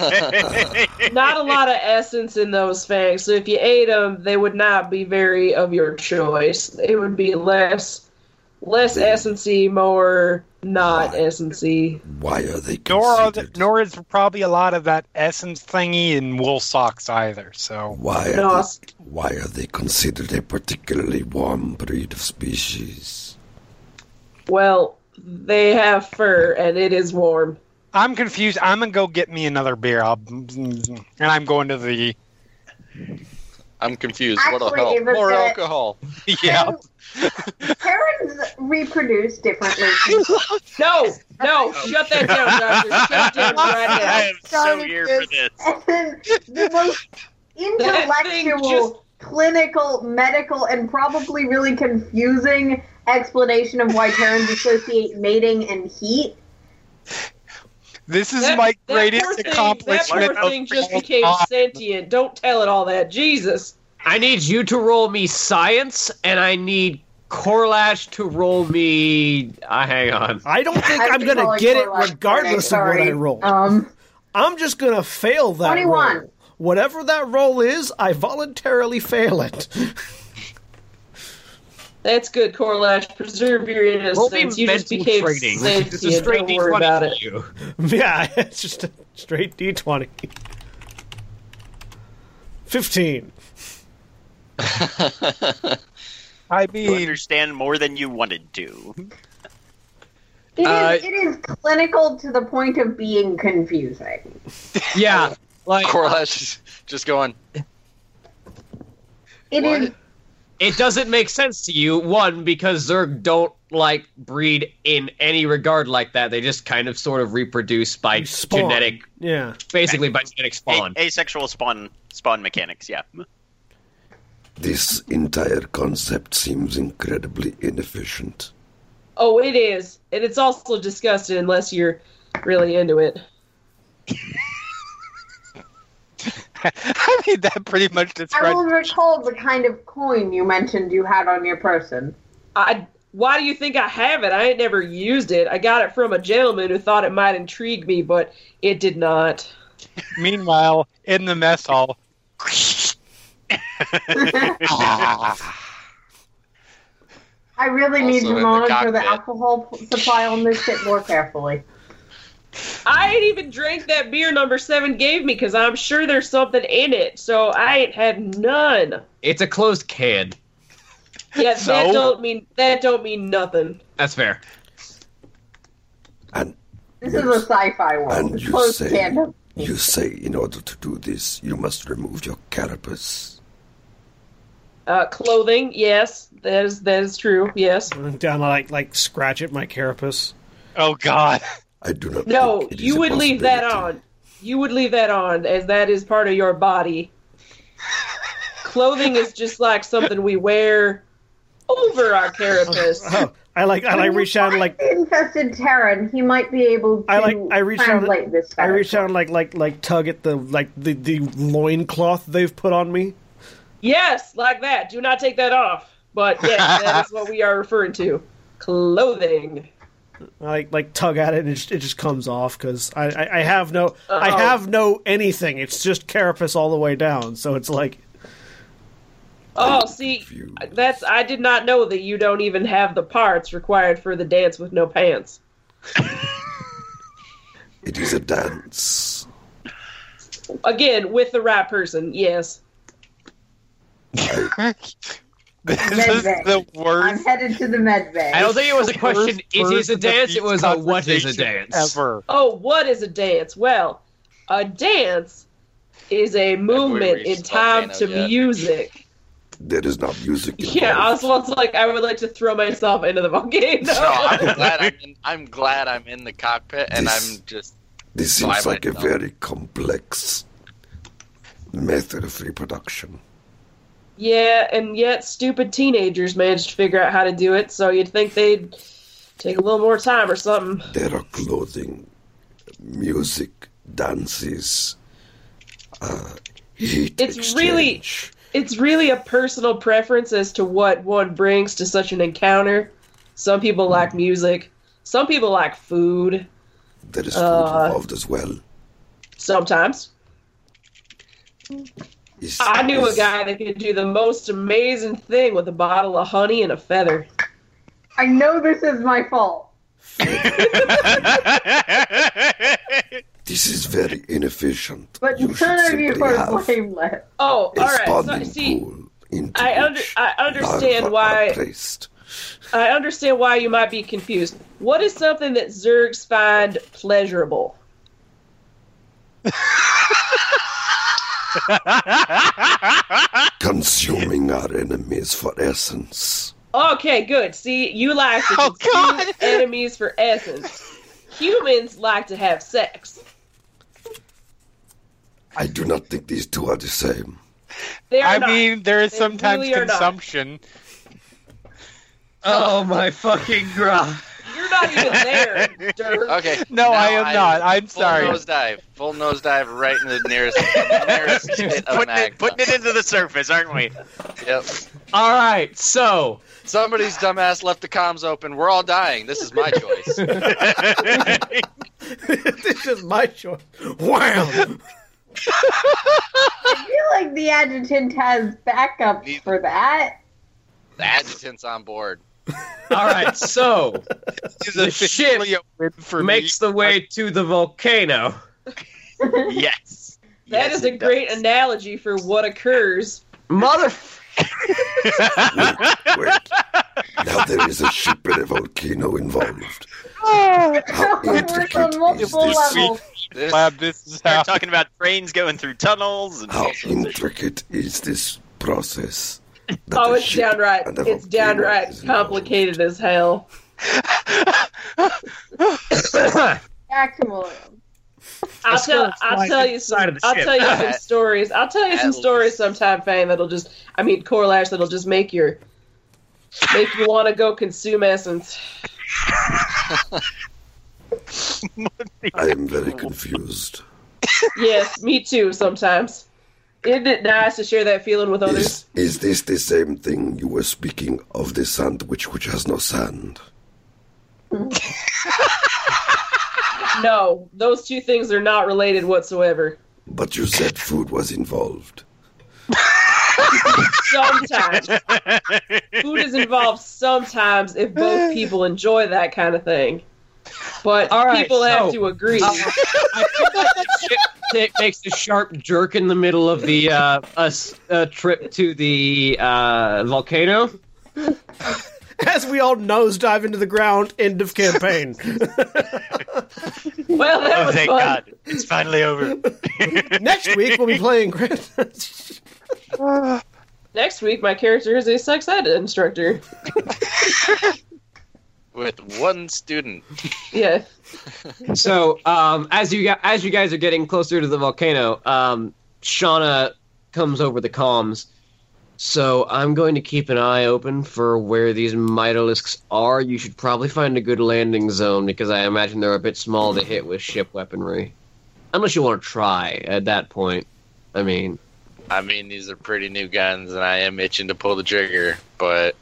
I: Not a lot of essence in those fangs, so if you ate them, they would not be very of your choice. It would be less, less essency, more not essency.
E: Why are they
F: Nor, are the,
E: considered?
F: nor is probably a lot of that essence thingy in wool socks either. So
E: Why are
I: No,
E: they
I: it's-
E: Why are they considered a particularly warm breed of species?
I: Well, they have fur, and it is warm.
F: I'm confused. I'm gonna go get me another beer. I'll, and I'm going to the
G: I'm confused. What'll
B: Actually,
G: help?
B: Ava
G: More
B: said-
G: alcohol.
F: [laughs] yeah.
B: Terrans reproduce
C: [laughs]
B: differently.
I: No, no, shut
B: [laughs]
I: that down, Doctor. [laughs] Shut it down right
B: I
I: now.
B: am so here for
D: this.
B: and then the most
I: [laughs] That thing
B: intellectual,
I: just-
B: clinical, medical, and probably really confusing explanation of why Terrans associate mating and heat.
F: This is
I: That-
F: my
I: that poor
F: greatest
I: thing-
F: accomplishment.
I: That poor
F: of
I: thing just
F: all
I: became
F: time.
I: sentient. Don't tell it all that, Jesus.
C: I need you to roll me science, and I need Corlash to roll me. Uh, hang on.
A: I
C: [laughs]
A: don't think
B: I've
A: I'm
B: been
A: gonna
B: calling
A: get it
B: for, like,
A: regardless of what
B: sorry.
A: I roll.
B: Um,
A: I'm just gonna fail that.
B: 21.
A: roll. Whatever that roll is, I voluntarily fail it.
I: That's good, Corlash. Preserve your
C: Roll me
I: innocence. You just
C: mental
I: became
C: training. This is
I: sentient.
C: straight
I: Don't worry about
C: D20
I: it.
C: for
A: [laughs]
C: you.
A: yeah, it's just a straight d20. Fifteen.
F: [laughs] I
D: You
F: mean,
D: understand more than you wanted to.
B: it, is,
C: Uh,
B: it is clinical to the point of being confusing.
C: Yeah, like uh,
G: Corlash is just going.
B: It is.
G: What?
C: it doesn't make sense to you. One because Zerg don't like breed in any regard like that. They just kind of sort of reproduce by
A: You spawn.
C: genetic,
A: Yeah.
C: basically by genetic spawn.
D: A- asexual spawn spawn mechanics, yeah.
E: This entire concept seems incredibly inefficient.
I: Oh, it is. And it's also disgusting unless you're really into it.
F: [laughs] I mean that pretty much
B: I
F: describes
B: will recall the kind of coin you mentioned you had on your person.
I: I why do you think I have it? I ain't never used it. I got it from a gentleman who thought it might intrigue me, but it did not.
F: Meanwhile, in the mess hall,
B: I really need
G: Also
B: to
G: in the
B: monitor the
G: cockpit.
B: alcohol p- supply on this ship more carefully.
I: I ain't even drank that beer number seven gave me because I'm sure there's something in it. So I ain't had none.
C: It's a closed can.
E: [laughs]
I: Yeah,
F: So?
I: that don't mean that don't mean nothing.
C: That's fair.
E: And
B: This
E: Yes.
B: is a sci-fi world.
E: and
B: It's
E: you
B: closed
E: say
B: canon.
E: you say in order to do this you must remove your carapace.
I: Uh, clothing, yes, that is that is true. Yes.
A: [laughs] Down, like, like scratch at my carapace.
F: oh god,
E: I do not.
I: No,
E: think it is
I: you
E: a
I: would leave that
E: possibility.
I: on. You would leave that on, as that is part of
E: [laughs]
I: your body. Clothing is just like something we wear over our carapace.
A: Oh, I like, I like reach out and like,
B: The infested Terran, he might be able to
A: I like, I reach out,
B: translate this.
A: I
B: better.
A: reach out and like, like, like tug at the like the the loincloth they've put on me.
I: Yes, like that. Do not take that off. But yes, that is what we are referring to. Clothing.
A: I like, like tug at it and it just, it just comes off because I, I I have no I
I: Oh.
A: have no anything. It's just carapace all the way down. So it's like [laughs]
I: Oh, see, that's I did not know that you don't even have the parts required for the dance with no pants.
E: It is a dance.
I: Again, with the right person. Yes.
F: this
B: Med
F: is
B: bay.
F: the
B: [laughs] I'm
F: worst.
B: headed to the med bay.
C: I don't think it was a question.
F: worst
C: It is a
F: bird
C: dance. It
F: defeats
C: was a what is a
F: conversation
C: dance?
F: ever?
I: Oh, what is a dance? Well, a dance is a movement in
G: reached
I: time
G: volcano
I: to
G: yet.
I: music.
E: There is not music.
I: Yeah,
E: involved.
I: Oswald's like, I would like to throw myself into the [laughs] volcano.
G: No, I'm glad I'm in, I'm glad I'm in the cockpit and
E: This-
G: I'm just
E: This
G: So I
E: seems like a
G: went down.
E: very complex method of reproduction.
I: yeah, and yet stupid teenagers managed to figure out how to do it, so you'd think they'd take a little more time or something.
E: There are clothing, music, dances, uh, heat
I: It's really-
E: exchange.
I: It's really a personal preference as to what one brings to such an encounter. Some people like
E: Hmm.
I: music, some people like food,
E: There is food
I: uh,
E: involved as
I: [laughs]
E: well.
I: sometimes.
E: Is-
I: I knew a
E: is-
I: guy that could do the most amazing thing with a bottle of honey and a feather.
B: I know this is my
F: [laughs]
B: fault.
E: This is very inefficient.
B: But
E: you should
B: none of you
E: simply
B: are
E: have a
B: blameless. [laughs]
I: Oh, all right. So,
E: spawning
I: see,
E: pool into
I: I under-
E: which
I: I understand
E: larvae
I: why-
E: are placed.
I: I understand why you might be confused. What is something that Zergs find pleasurable?
E: consuming our enemies for essence.
I: Okay, good. See, you like to
F: Oh,
I: consume
F: God.
I: enemies for essence. Humans like to have sex.
E: I do not think these two are the same.
I: They are
F: I
I: not.
F: mean, there is
I: They
F: sometimes
I: really are not.
F: consumption.
H: Oh my fucking god.
I: You're not even [laughs]
F: [laughs]
I: there. Dirk.
G: okay.
F: No,
G: now
F: I am not. I'm
G: full
F: sorry.
G: Nose dive. Full nose dive right in the nearest, nearest bit of an
D: Putting it,
G: act.
D: putting it into the surface, aren't we?
G: Yep.
C: All right. So
G: Somebody's dumbass left the comms open. We're all dying. This is my choice.
A: this is my choice. Wow.
B: I feel like the adjutant has backup for that.
G: The adjutant's on board.
C: all right. So
F: This
C: The
F: is officially
C: ship
F: a win for me.
C: makes the way to the volcano.
D: yes.
I: That is a great analogy for what occurs.
C: Mother.
E: Wait. now there is a ship and a volcano involved.
C: Oh,
E: How
B: Works on
E: intricate is
B: multiple
E: this?
F: [laughs]
B: levels.
G: This,
F: Lab, this is how.
D: Start talking about trains going through tunnels. And
E: How intricate is this process? that
I: Oh,
E: a
I: it's
E: ship
I: downright,
E: and a
I: it's
E: volcano
I: downright
E: is involved?
I: complicated as hell.
C: [coughs]
B: Back to William.
I: I'll
C: Let's
I: tell,
C: go
I: I'll
C: fly
I: tell you
C: inside
I: some.
C: of the
I: I'll
C: ship.
I: tell you
C: [laughs]
I: some stories. I'll tell you some
G: At
I: stories
G: least.
I: sometime, Fane. That'll just. I mean, Corlash. That'll just make your. Make you want to go consume essence.
E: I am very confused.
I: Yes, me too. Sometimes. Isn't it nice to share that feeling with others?
E: Is, is this the same thing you were speaking of the sandwich which has no sand?
I: No, those two things are not related whatsoever.
E: But you said food was involved.
I: Sometimes food is involved sometimes
B: [sighs]
I: if both people enjoy that kind of thing. But
C: All right,
I: people have
C: so-
I: to
C: Uh-huh.
I: agree.
C: I feel like the ship that makes a sharp jerk in the middle of the uh, us uh, trip to the uh, volcano.
A: As we all nosedive into the ground, end of campaign.
I: well, that
F: Oh,
I: was
F: thank
I: fun.
F: [laughs] God. It's finally over.
A: [laughs] Next week, we'll be playing
F: [laughs]
A: Grand.
I: Next week, my character is a sex ed instructor.
G: with one student.
I: Yeah.
C: So, um, as you gu- as you guys are getting closer to the volcano, um, Shauna comes over the comms. So I'm going to keep an eye open for where these mitalisks are. You should probably find a good landing zone because I imagine they're a bit small to hit with ship weaponry, unless you want to try. At that point, I mean,
G: I mean, these are pretty new guns, and I am itching to pull the trigger, but.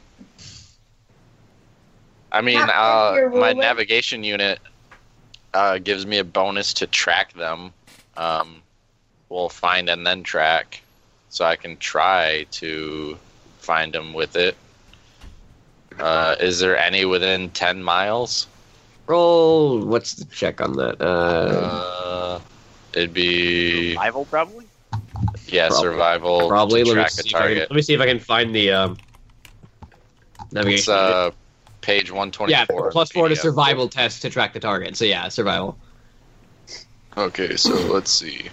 G: I mean,
B: Not on
G: uh,
B: your
G: my
B: ruler.
G: navigation unit uh, gives me a bonus to track them. Um, we'll find and then track, so I can try to find them with it. Uh, is there any within 10 miles?
C: roll. What's the check on that? Uh,
G: Uh, it'd be,
D: Rival, probably.
G: yeah,
C: Probably.
G: survival to
C: probably. Let
G: track a
C: me, see if I can,
G: target.
C: let me see if I can find the um, navigation.
G: It's uh, page one twenty
C: yeah,
G: four.
C: plus four to survival test to track the target. So yeah, survival.
G: Okay, so let's see.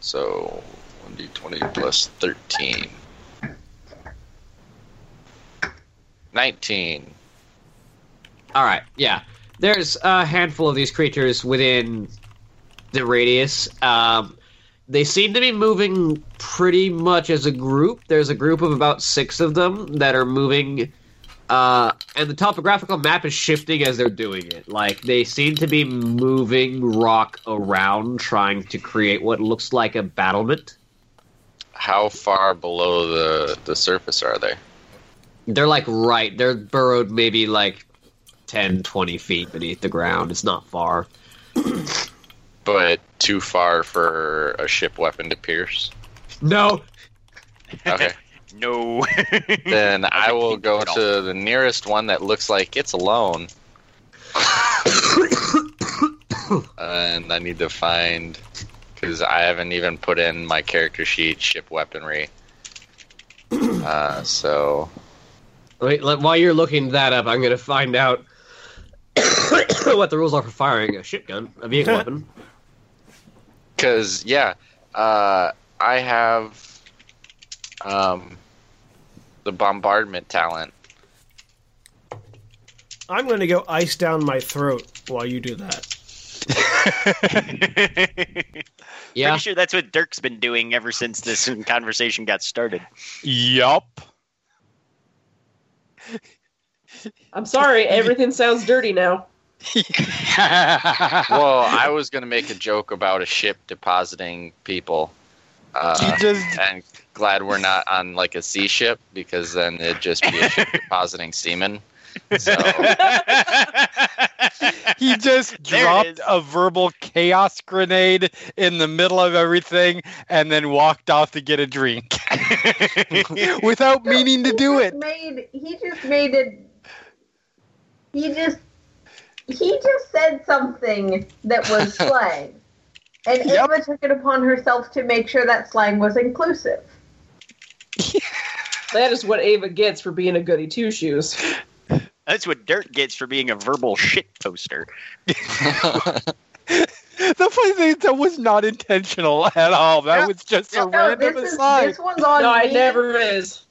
G: so one d twenty plus thirteen. Nineteen.
C: All right, yeah. There's a handful of these creatures within the radius. Um, they seem to be moving pretty much as a group. There's a group of about six of them that are moving, uh, and the topographical map is shifting as they're doing it. Like they seem to be moving rock around, trying to create what looks like a battlement.
G: How far below the the surface are they?
C: They're like right. They're burrowed maybe like 10, 20 feet beneath the ground. It's not far.
G: [clears throat] But too far for a ship weapon to pierce.
C: No,
G: Okay.
D: [laughs] No.
G: then I will
D: keep
G: go
D: it all.
G: to the nearest one that looks like it's alone. and I need to find because I haven't even put in my character sheet ship weaponry. Uh, so
C: Wait, let, while you're looking that up, I'm gonna find out [coughs] what the rules are for firing a ship gun, a vehicle weapon.
G: Because yeah, uh, I have um, the bombardment talent.
A: I'm going to go ice down my throat while you do that.
C: Yeah,
D: Pretty sure that's what Dirk's been doing ever since this [laughs] conversation got started.
F: yup.
I: I'm
C: [laughs]
I: sorry, everything sounds dirty now.
F: he
I: [laughs]
G: Well, I was gonna make a joke about a ship depositing people. Uh,
F: just
G: and glad we're not on like a sea ship because then it'd just be a ship depositing semen.
F: [laughs]
G: So
F: he just
D: [laughs] There it
F: dropped
D: is.
F: a verbal chaos grenade in the middle of everything and then walked off to get a
D: [laughs]
F: drink [laughs] without meaning to do it.
B: Made, he just made it. He just. He just said something that
F: [laughs]
B: was slang. And
F: Yep.
B: Ava took it upon herself to make sure that slang was inclusive.
I: That is what Ava gets for being a goody two shoes.
D: That's what Dirk gets for being a verbal shit poster.
F: [laughs] The funny thing is that was not intentional at all. That was just a
B: No,
F: random
B: this is
F: aside.
B: this one's on
I: No, it
B: me
I: never is.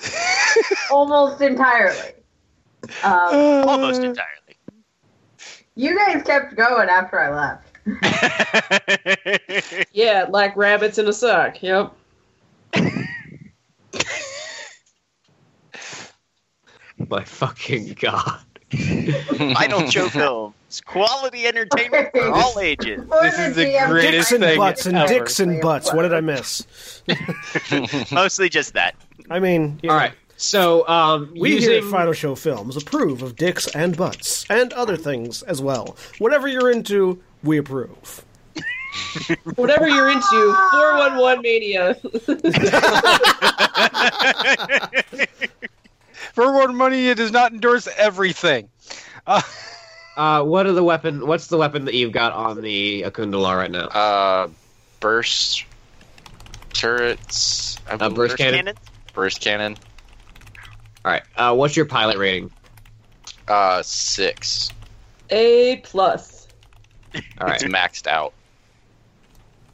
G: [laughs]
B: almost entirely. Um,
F: Uh,
D: Almost entirely.
B: you guys kept going after I left.
I: Yeah, like rabbits in a sock. Yep.
C: my fucking god.
D: Final Show Films. Quality entertainment for
F: [laughs]
D: all ages.
F: This is the greatest
A: Dicks and
F: thing
A: butts and
F: ever.
A: dicks and butts. What did I miss?
D: [laughs] Mostly just that.
A: I mean, you
C: All
A: know,
C: right. So um,
A: We
C: using
A: here at Final Show Films approve of dicks and butts and other things as well. Whatever you're into,
B: [laughs]
A: we approve.
I: Whatever you're into, 411 Mania.
F: For one money, it does [laughs] not endorse everything. [laughs]
C: uh, what are the weapon? What's the weapon that you've got on the Akundala right now?
G: Uh, burst turrets. I
C: Uh,
G: believe
C: burst cannon.
D: Cannon?
G: Burst cannon.
C: All right. Uh, what's your pilot rating?
G: Uh, six.
I: A plus.
C: All right.
G: It's maxed out.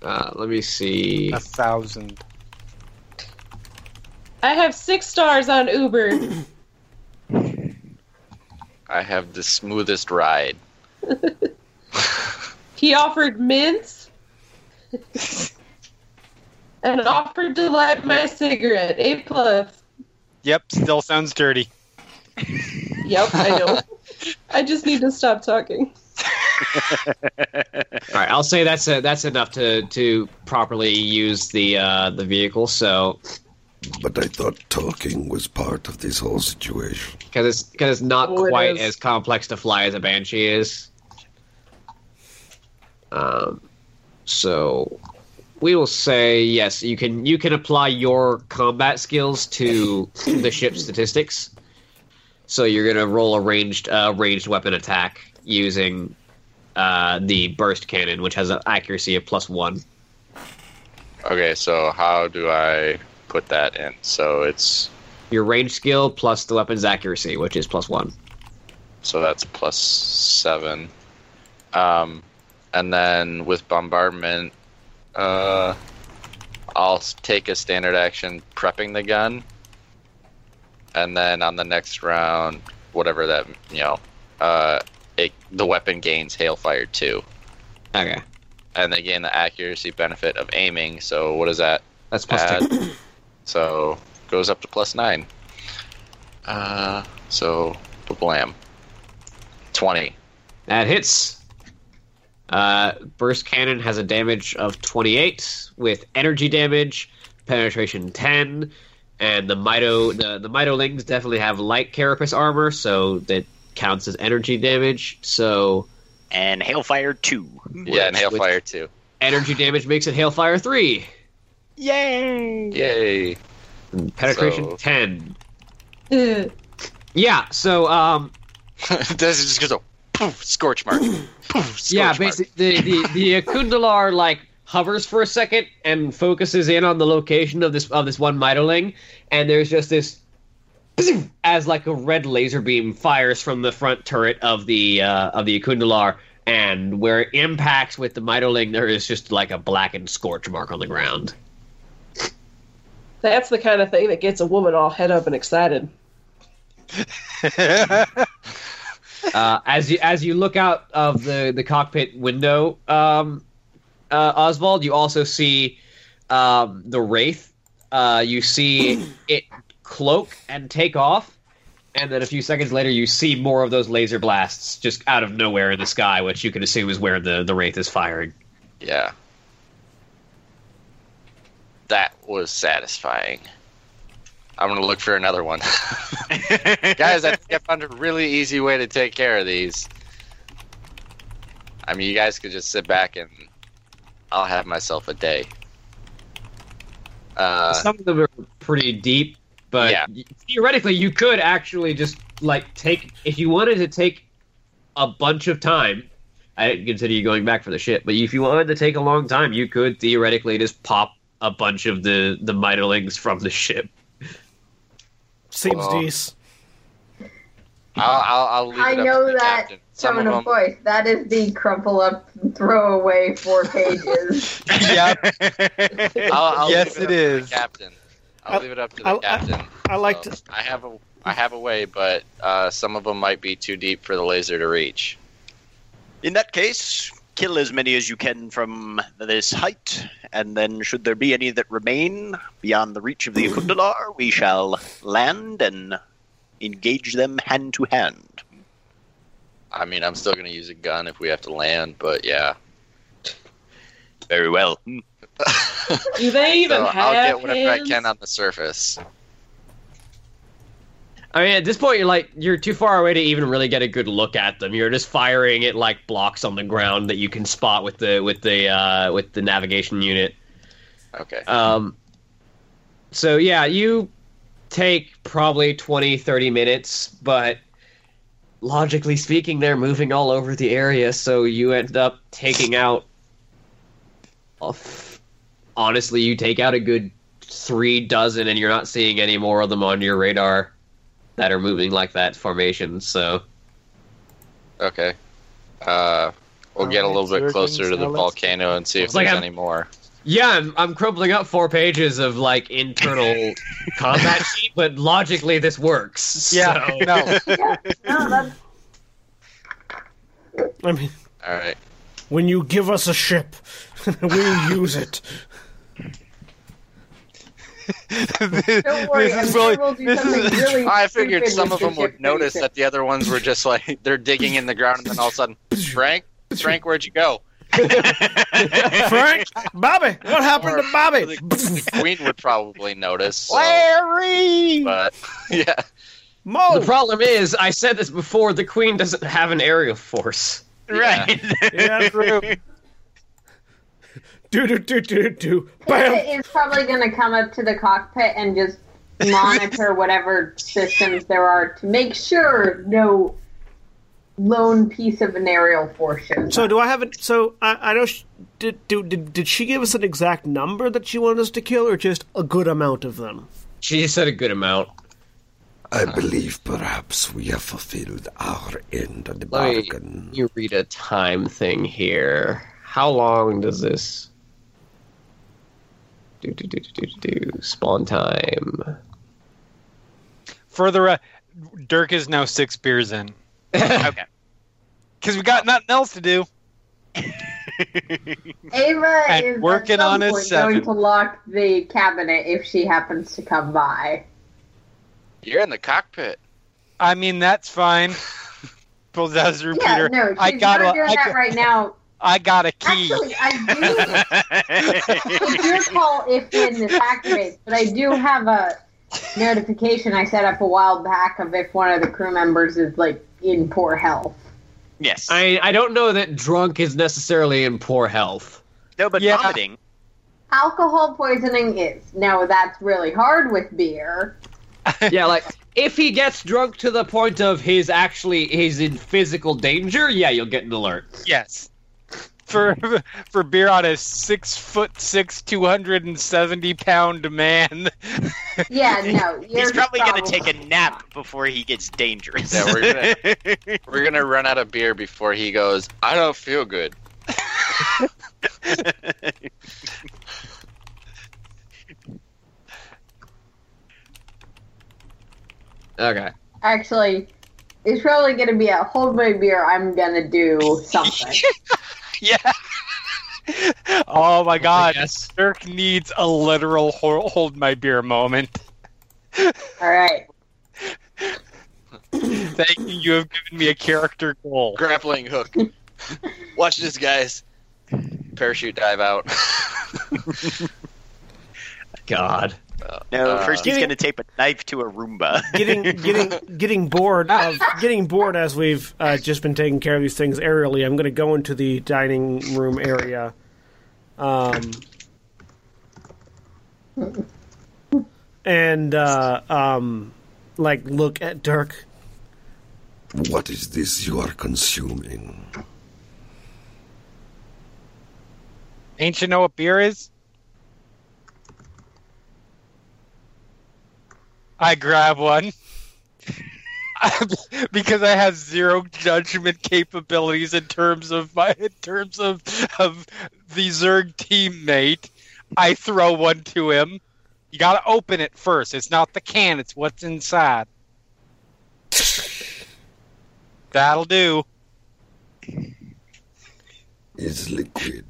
C: Uh, let me see.
F: A thousand.
I: I have six stars on [laughs] Uber.
G: I have the smoothest ride.
I: He offered mints and offered to light my cigarette. A plus.
F: Yep, still sounds dirty.
I: Yep, I [laughs] know. I just need to stop talking.
C: All right, I'll say that's a, that's enough to to properly use the uh, the vehicle. So
E: But I thought talking was part of this whole situation.
C: because it's because it's not
I: Oh, it
C: quite
I: is.
C: as complex to fly as a banshee is. Um, so we will say yes. You can you can apply your combat skills to the ship statistics. So you're gonna roll a ranged uh, ranged weapon attack using uh, the burst cannon, which has an accuracy of plus one.
G: Okay, so how do I put that in? So it's
C: your range skill plus the weapon's accuracy, which is plus one.
G: so that's plus seven. Um, and then with bombardment, uh, I'll s- take a standard action prepping the gun, and then on the next round, whatever that you know, uh, it, the weapon gains hailfire two,
C: Okay,
G: and they gain the accuracy benefit of aiming. So what is that?
C: that's plus two.
G: add. so goes up to plus nine. Uh, so blam, twenty.
C: That hits. Uh, burst cannon has a damage of twenty-eight with energy damage, penetration ten, and the mito the the mitolings definitely have light carapace armor, so that counts as energy damage. So
D: And Hailfire 2.
G: yeah, and
C: which-
G: hailfire too.
C: energy damage makes it hailfire three.
D: Yay!
G: Yay!
C: Penetration
G: So-
C: ten.
I: Ugh.
C: Yeah. So um,
G: [laughs] this just goes a poof scorch
C: [clears throat]
G: mark. poof. Scorch
C: yeah,
G: mark.
C: basically the the, the Kundalar like hovers for a second and focuses in on the location of this of this one mitoling, and there's just this as like a red laser beam fires from the front turret of the uh, of the Kundalar, and where it impacts with the mitoling, there is just like a blackened scorch mark on the ground.
I: That's the kind of thing that gets a woman all head up and excited.
C: uh, as you as you look out of the the cockpit window, um, uh, Oswald, you also see um, the wraith. Uh, you see it cloak and take off, and then a few seconds later, you see more of those laser blasts just out of nowhere in the sky, which you can assume is where the the wraith is firing.
G: yeah. That was satisfying. I'm gonna look for another
D: [laughs]
G: one, guys. I think I found a really easy way to take care of these. I mean, you guys could just sit back and I'll have myself a day.
D: [laughs]
G: Uh,
C: Some of them are pretty deep, but
G: Yeah.
C: theoretically, you could actually just like take if you wanted to take a bunch of time. I didn't consider you going back for the ship, but if you wanted to take a long time, you could theoretically just pop a bunch of the the mitolings from the ship.
A: Seems
G: Well,
A: decent.
G: I'll, I'll, I'll leave it
B: I
G: up to
B: know
G: the
B: that
G: captain. Some
B: Tone
G: of
B: of
G: them,
B: voice. That is the crumple up, and throw away four
G: [laughs]
B: pages.
F: yep,
G: I'll, I'll
F: yes, it
G: leave it, up to
F: is.
G: the captain. I'll
A: I'll-
G: leave it up to the
A: I'll- I-
G: captain.
A: I like to.
G: So, Oh, I have a I have a way, but uh, some of them might be too deep for the laser to reach.
D: In that case, kill as many as you can from this height, and then should there be any that remain beyond the reach of the Akundalar, we shall land and engage them hand to hand.
G: I mean, I'm still going to use a gun if we have to land, but yeah.
D: Very well. Hmm.
I: Do they even
G: so
I: have
G: I'll get whatever I
I: hands?
G: can on the surface.
C: I mean, at this point, you're like you're too far away to even really get a good look at them. You're just firing at like blocks on the ground that you can spot with the with the uh, with the navigation unit.
G: Okay.
C: Um, so yeah, you take probably 20, 30 minutes, but logically speaking, they're moving all over the area, so you end up taking out. a f- Honestly, you take out a good three dozen, and you're not seeing any more of them on your radar that are moving like that formation. So
G: Okay. Uh, we'll get a
F: Alright,
G: little bit
F: Jurgens,
G: closer to the
F: Alex.
G: volcano and see if
C: It's like
G: there's
C: I'm-
G: any more.
C: yeah, I'm, I'm crumpling up four pages of like
G: [laughs]
C: internal combat sheet, but logically this works.
F: Yeah,
C: so-
F: no.
B: No, that's
A: I mean,
G: All right.
A: when you give us a ship, [laughs] we'll use it.
B: Don't worry,
F: this
B: I'm
F: is
B: sure
F: really,
B: we'll do
F: this
B: something
F: is
B: really
G: [laughs] I figured
B: stupid
G: some
B: with
G: of them
B: the
G: would
B: ship
G: notice
B: you
G: that the other ones were just like [laughs] they're digging in the ground, and then all of a sudden, Frank, Frank, where'd you [laughs] go?
A: Frank, Bobby, what happened to Bobby?
G: The Queen would probably notice. so- [laughs]
C: Larry!
G: but yeah,
A: Mo,
C: The problem is, I said this before, the queen doesn't have an aerial force.
G: [laughs]
D: Right.
A: yeah, true. Do do do do do. Bam.
B: Pippa is probably going to come up to the cockpit and just
G: [laughs]
B: monitor whatever systems there are to make sure no lone piece of an aerial force shows.
A: So do I have it? So I, I know. She, did, do, did did she give us an exact number that she wanted us to kill, or just a good amount of them?
C: She just said a good amount.
E: I believe perhaps we have fulfilled our end of the
C: Let me,
E: bargain.
C: you read a time thing here. How long does this do do do do do do, do. spawn time?
F: Further, uh, Dirk is now six beers in [laughs]
D: Okay.
F: because we got nothing else to do.
B: Ava
F: And
B: is
F: working
B: at some
F: on a
B: point
F: seven.
B: going to lock the cabinet if she happens to come by.
G: you're in the cockpit.
F: I mean, that's fine. Pulls out his
B: Yeah,
F: repeater.
B: no, she's
F: I got
B: not
F: a,
B: doing
F: I,
B: that
F: got,
B: right now.
F: I got a key.
B: Actually, I do.
F: [laughs]
B: [laughs] it's your call if witness activates, but I do have a notification I set up a while back of if one of the crew members is like in poor health.
D: yes.
C: I I don't know that drunk is necessarily in poor health.
D: no, but
F: Yeah.
D: vomiting.
B: Alcohol poisoning is now that's really hard with beer.
C: [laughs] yeah, like if he gets drunk to the point of he's actually he's in physical danger, yeah, you'll get an alert.
F: Yes. For [laughs] for beer on a six foot six, two hundred and seventy pound man.
B: Yeah,
D: [laughs]
B: no, you're
D: He's probably going to
B: probably-
D: take a nap before he gets dangerous.
G: Yeah, we're gonna, [laughs] we're gonna run out of beer before he goes. I don't feel good.
D: [laughs]
C: Okay.
B: Actually, it's probably going to be a hold my beer. I'm going to do something.
F: [laughs] Oh my god.
C: Yes.
F: Dirk needs a literal ho- hold my beer moment.
B: All right.
F: Thank you. You have given me a character goal.
G: Grappling
D: [laughs]
G: hook. Watch this, guys. Parachute dive out. [laughs]
C: God.
D: No,
G: Uh,
D: first he's
A: Getting-
D: going to tape a knife to a Roomba. [laughs]
A: Getting getting getting bored of getting bored as we've uh, just been taking care of these things aerially. I'm going to go into the dining room area. Um. And uh, um, like look at Dirk
E: What is this you are consuming?
F: Ain't you know what beer is? I grab one. [laughs] because I have zero judgment capabilities in terms of my in terms of of the Zerg teammate, I throw one to him. You gotta open it first. It's not the can, it's what's inside. That'll do.
E: It's liquid.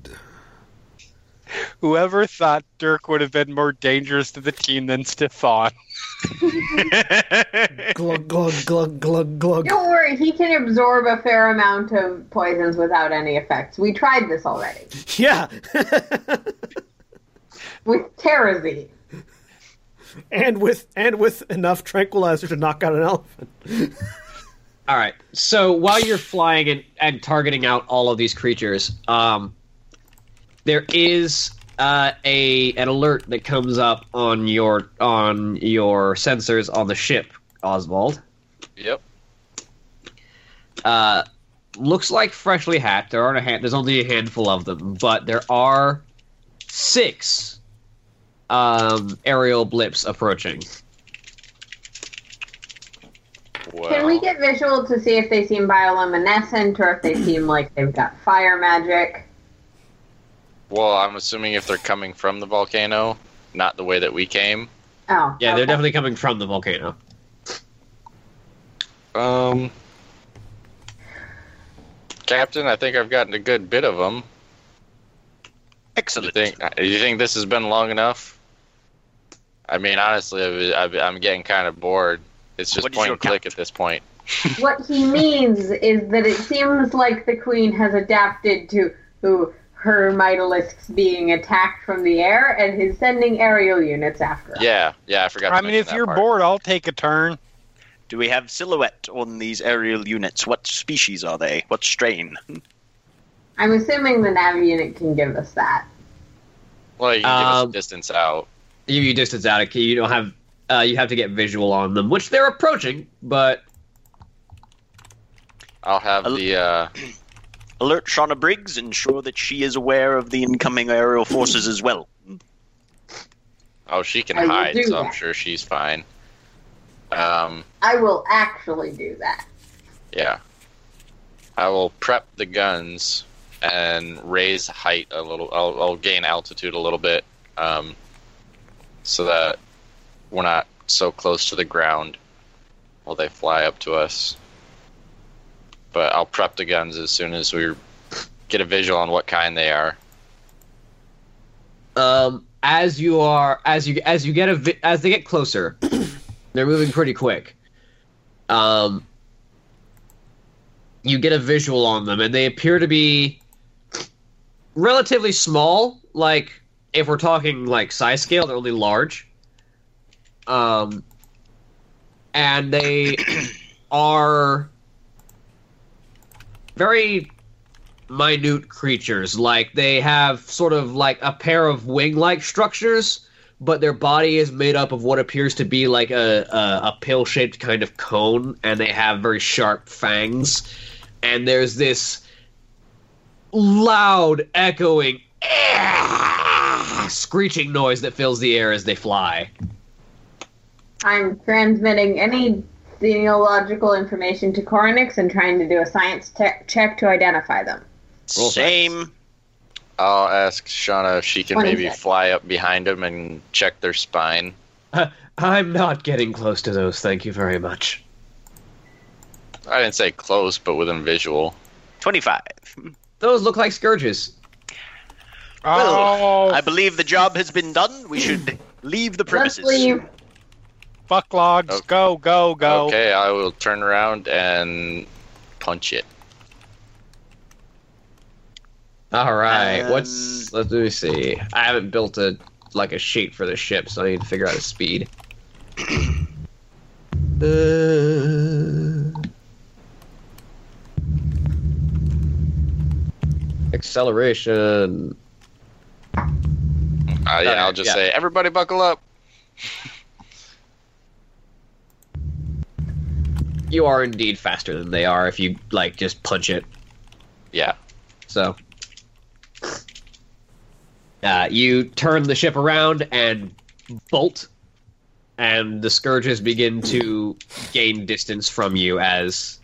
F: Whoever thought Dirk would have been more dangerous to the team than Stefan?
A: glug glug glug glug glug.
B: Don't worry, he can absorb a fair amount of poisons without any effects. We tried this already
A: Yeah,
B: with Terrazine.
A: and with and with enough tranquilizer to knock out an elephant.
C: All right. So while you're flying and, and targeting out all of these creatures, um, there is uh, a an alert that comes up on your on your sensors on the ship, Oswald.
G: Yep.
C: Uh, looks like freshly hacked. There aren't a hand. There's only a handful of them, but there are six um, aerial blips approaching.
G: Wow.
B: Can we get visual to see if they seem bioluminescent or if
A: [clears throat]
B: they seem like they've got fire magic?
G: Well, I'm assuming if they're coming from the volcano, not the way that we came.
B: Oh,
G: [laughs]
C: Yeah, they're
B: okay.
C: definitely coming from the volcano.
G: Um, Captain, I think I've gotten a good bit of them. You
D: Excellent.
G: think? uh, You think this has been long enough? I mean, honestly, I've, I've, I'm getting kind of bored. It's just
D: What is
G: point
D: your
G: and click at this point.
B: What he means is that it seems like the queen has adapted to who her vitalisks being attacked from the air and is sending aerial units after us.
G: Yeah, yeah, I forgot. To
F: I mean,
G: mention
F: if
G: that
F: you're
G: part.
F: bored, I'll take a turn.
D: Do we have silhouette on these aerial units? What species are they? What strain?
B: I'm assuming the nav unit can give us that.
G: well, you can give us
C: Um,
G: a distance out.
C: you, you distance out of key. You don't have. Uh, you have to get visual on them, which they're approaching. But
G: I'll have
D: I'll-
G: the. Uh,
D: Alert Shauna Briggs, ensure that she is aware of the incoming aerial forces as well.
G: oh, she can
B: I will
G: hide,
B: do
G: so I'm
B: that.
G: sure she's fine. Um,
B: I will actually do that.
G: yeah. I will prep the guns and raise height a little. I'll, I'll gain altitude a little bit, um, so that we're not so close to the ground while they fly up to us. But I'll prep the guns as soon as we get a visual on what kind they are.
C: um, as you are, as you as you get a vi- as they get closer, they're moving pretty quick. Um, you get a visual on them, and they appear to be relatively small. Like if we're talking like size scale, they're only large. Um, and they are very minute creatures. Like they have sort of like a pair of wing-like structures, but their body is made up of what appears to be like a a, a pill-shaped kind of cone, and they have very sharp fangs. And there's this loud, echoing screeching noise that fills the air as they fly.
B: I'm transmitting any genealogical information to Coronix and trying to do a science te- check to identify them.
C: Roll
D: Same.
G: I'll ask Shauna if she can
B: What is
G: maybe
B: it?
G: fly up behind them and check their spine.
C: I'm not getting close to those, thank you very much.
G: I didn't say close, but within visual.
D: 25.
C: Those look like scourges.
F: Oh,
D: I believe the job has been done. We should leave the
B: Let's
D: premises.
B: leave.
F: fuck logs,
G: Okay.
F: go, go, go.
G: Okay, I will turn around and punch it.
C: All right.
D: Um,
C: what's let me see. I haven't built a like a sheet for the ship, so I need to figure out a speed. uh, acceleration.
G: Uh, yeah,
C: Okay,
G: I'll just
C: yeah.
G: say, everybody buckle up.
C: You are indeed faster than they are if you like just punch it.
G: Yeah.
C: So. Uh, you turn the ship around and bolt, and the scourges begin to gain distance from you as,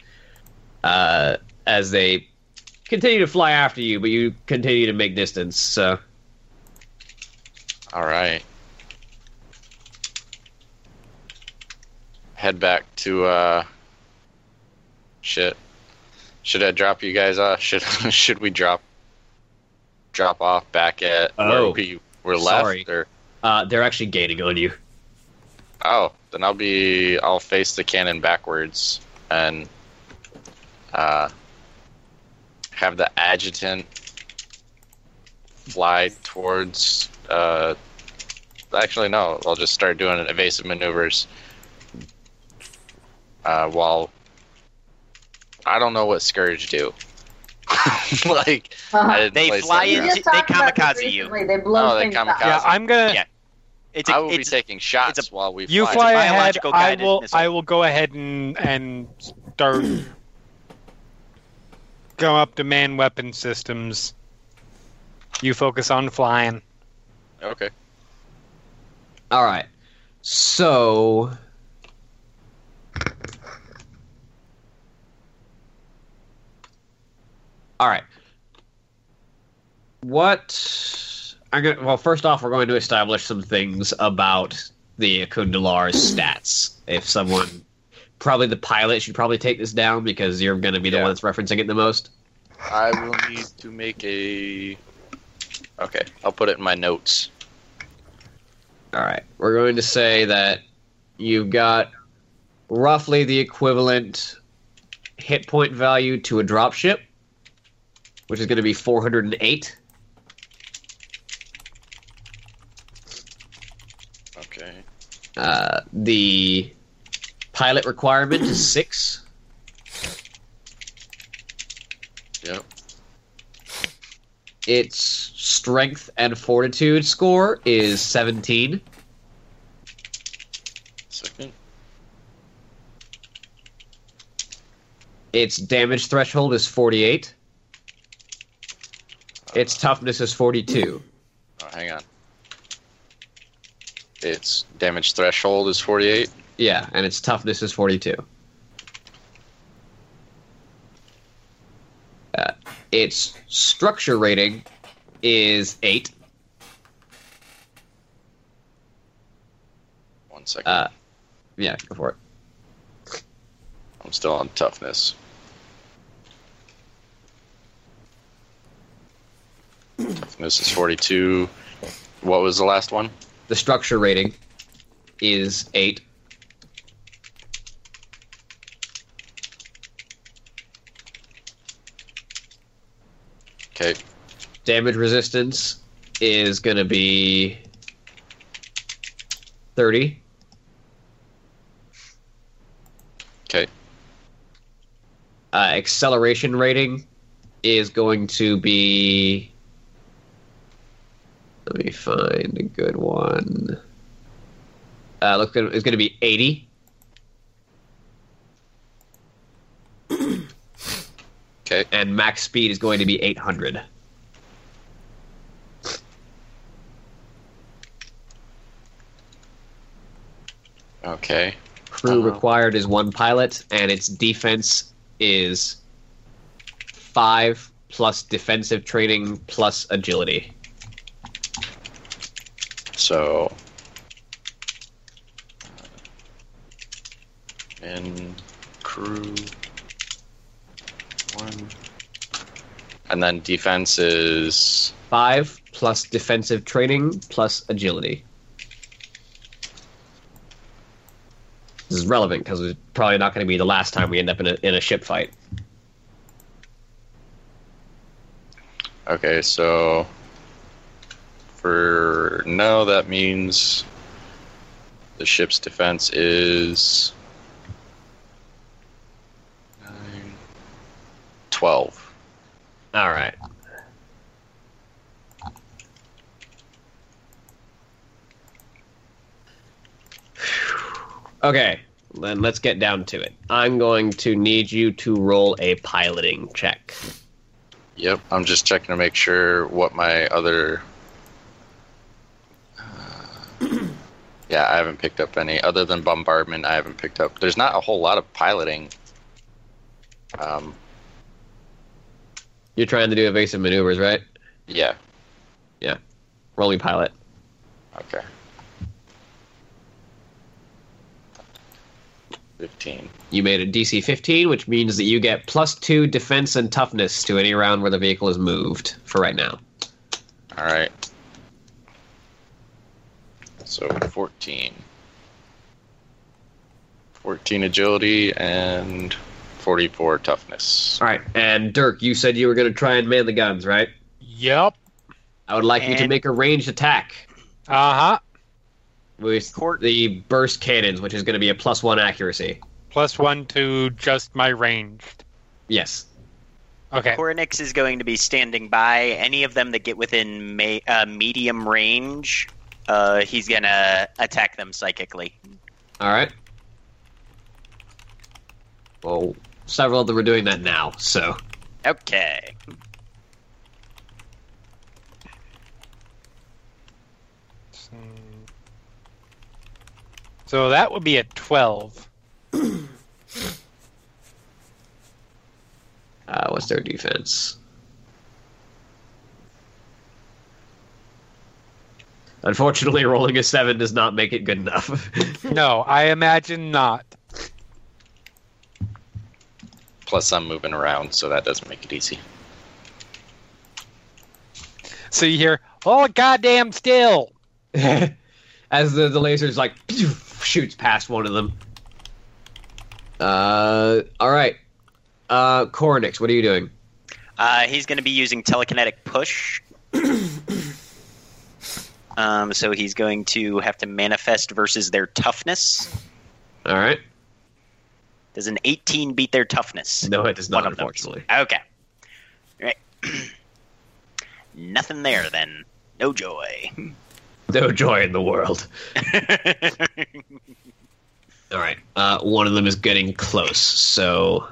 C: uh, as they continue to fly after you, but you continue to make distance. So
G: All right. Head back to uh. Shit. Should I drop you guys off? Should [laughs] should we drop? Drop off back at
C: Oh,
G: where we were left.
C: sorry.
G: Or
C: uh, they're actually gaining on you.
G: oh, Then I'll be. I'll face the cannon backwards and uh, have the adjutant fly towards. Uh, actually, no. I'll just start doing evasive maneuvers uh, while. I don't know what Scourge do. [laughs] like
B: Uh-huh.
G: I didn't
D: They
G: place
D: fly
G: that
D: in-
G: down.
D: they kamikaze you.
B: They blow
G: Oh, they
B: things
G: kamikaze.
B: up.
F: Yeah, I'm gonna.
D: Yeah. It's
G: I
D: a,
G: will be
D: it's,
G: taking shots
D: it's
G: while we
F: You
G: fly.
F: fly ahead.
D: biological
F: I
D: guided
F: will.
D: missile.
F: I will go ahead and and start [clears throat] go up to man weapon systems. You focus on flying.
G: Okay.
C: All right. So. All right. What I'm gonna well, first off, we're going to establish some things about the Akundalar's stats. If someone, probably the pilot, should probably take this down because you're going to be the
G: Yeah.
C: one that's referencing it the most.
G: I will need to make a. Okay, I'll put it in my notes.
C: All right. We're going to say that you've got roughly the equivalent hit point value to a dropship, which is going to be 408.
G: Okay.
C: Uh, the pilot requirement is 6.
G: Yep.
C: Its strength and fortitude score is 17.
G: Second.
C: Its damage threshold is 48. Its toughness is 42.
G: Oh, hang on. Its damage threshold is 48.
C: Yeah, and its toughness is 42. Uh, its structure rating is 8.
G: One second.
C: Uh, yeah, go for it.
G: I'm still on toughness. toughness is 42. What was the last one?
C: The structure rating is 8.
G: Okay.
C: Damage resistance is going to be 30.
G: Okay.
C: uh, acceleration rating is going to be. Let me find a good one. Uh, look, it's going to be 80.
G: Okay.
C: And max speed is going to be 800.
G: Okay.
C: Crew
G: Uh-huh.
C: required is one pilot, and its defense is five plus defensive training plus agility.
G: So. And crew. One. And then defense is.
C: Five plus defensive training plus agility. This is relevant because it's probably not going to be the last time we end up in a, in a ship fight.
G: Okay, so. For no, that means the ship's defense is. Nine, 12.
C: All right. Okay, then let's get down to it. I'm going to need you to roll a piloting check.
G: Yep, I'm just checking to make sure what my other. uh, [clears throat] yeah, I haven't picked up any other than bombardment. I haven't picked up. There's not a whole lot of piloting. Um,
C: You're trying to do evasive maneuvers, right?
G: yeah.
C: Roll me pilot.
G: Okay. Fifteen.
C: You made a DC 15, which means that you get plus two defense and toughness to any round where the vehicle is moved for right now.
G: All right. So fourteen. 14 agility, and 44 toughness.
C: All right, and Dirk, you said you were going to try and man the guns, right?
F: Yep.
C: I would like you to
D: And-
C: make a ranged attack
F: Uh huh.
C: with
D: Court-
C: the burst cannons, which is going to be a plus one accuracy.
F: Plus one to just my ranged.
C: Yes.
F: Okay.
D: Koronix is going to be standing by. Any of them that get within ma- uh, medium range, uh, he's going to attack them psychically.
C: All right. Well, several of them are doing that now, so
D: Okay.
F: So that would be a 12.
C: uh, what's their defense? Unfortunately, [laughs] rolling a seven does not make it good enough.
F: [clears throat]
C: [laughs]
F: No, I imagine not.
G: Plus, I'm moving around, so that doesn't make it easy.
F: So you hear, oh, goddamn still.
C: [laughs] as the, the laser's like shoots past one of them. Uh, all right. Uh, Coronix, what are you doing?
D: Uh, he's going to be using telekinetic push. um, so he's going to have to manifest versus their toughness.
C: All right.
D: Does an 18 beat their toughness?
C: No, it does
D: One
C: not,
D: of them.
C: unfortunately.
D: Okay. Right. [coughs] Nothing there then. No joy. [laughs]
C: No joy in the world. [laughs] All right. Uh, one of them is getting close, so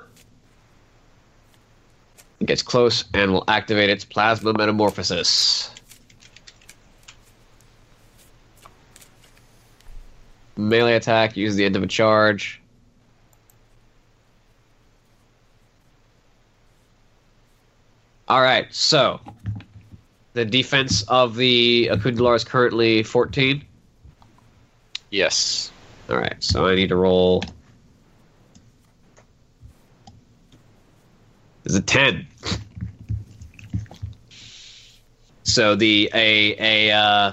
C: it gets close and will activate its plasma metamorphosis. Melee attack. Use the end of a charge. All right. So the defense of the Akundalar is currently fourteen.
G: Yes.
C: All right, so I need to roll. Is a ten. So the a a uh,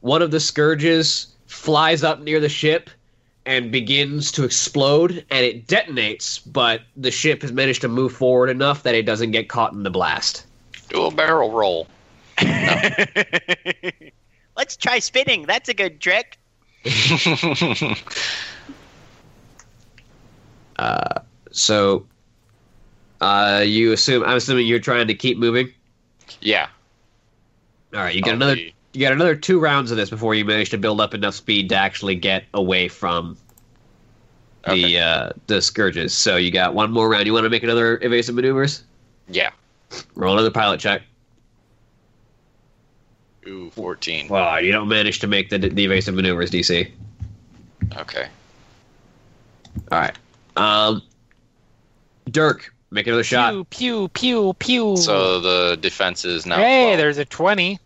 C: one of the scourges flies up near the ship and begins to explode, and it detonates, but the ship has managed to move forward enough that it doesn't get caught in the blast.
G: Do a barrel roll.
D: [laughs] Let's try spinning. That's a good trick.
C: So, uh, you assume I'm assuming you're trying to keep moving.
G: yeah.
C: All right, you get
G: I'll
C: another.
G: be-
C: You got another two rounds of this before you manage to build up enough speed to actually get away from the
G: Okay.
C: uh, the scourges. So you got one more round. You want to make another evasive maneuvers?
G: Yeah.
C: Roll another pilot check.
G: Ooh, 14.
C: Well, you don't manage to make the the evasive maneuvers DC.
G: Okay.
C: All right, um, Dirk, make another shot.
F: Pew, pew, pew, pew.
G: So the defense is now.
F: hey,
G: 12.
F: there's a 20.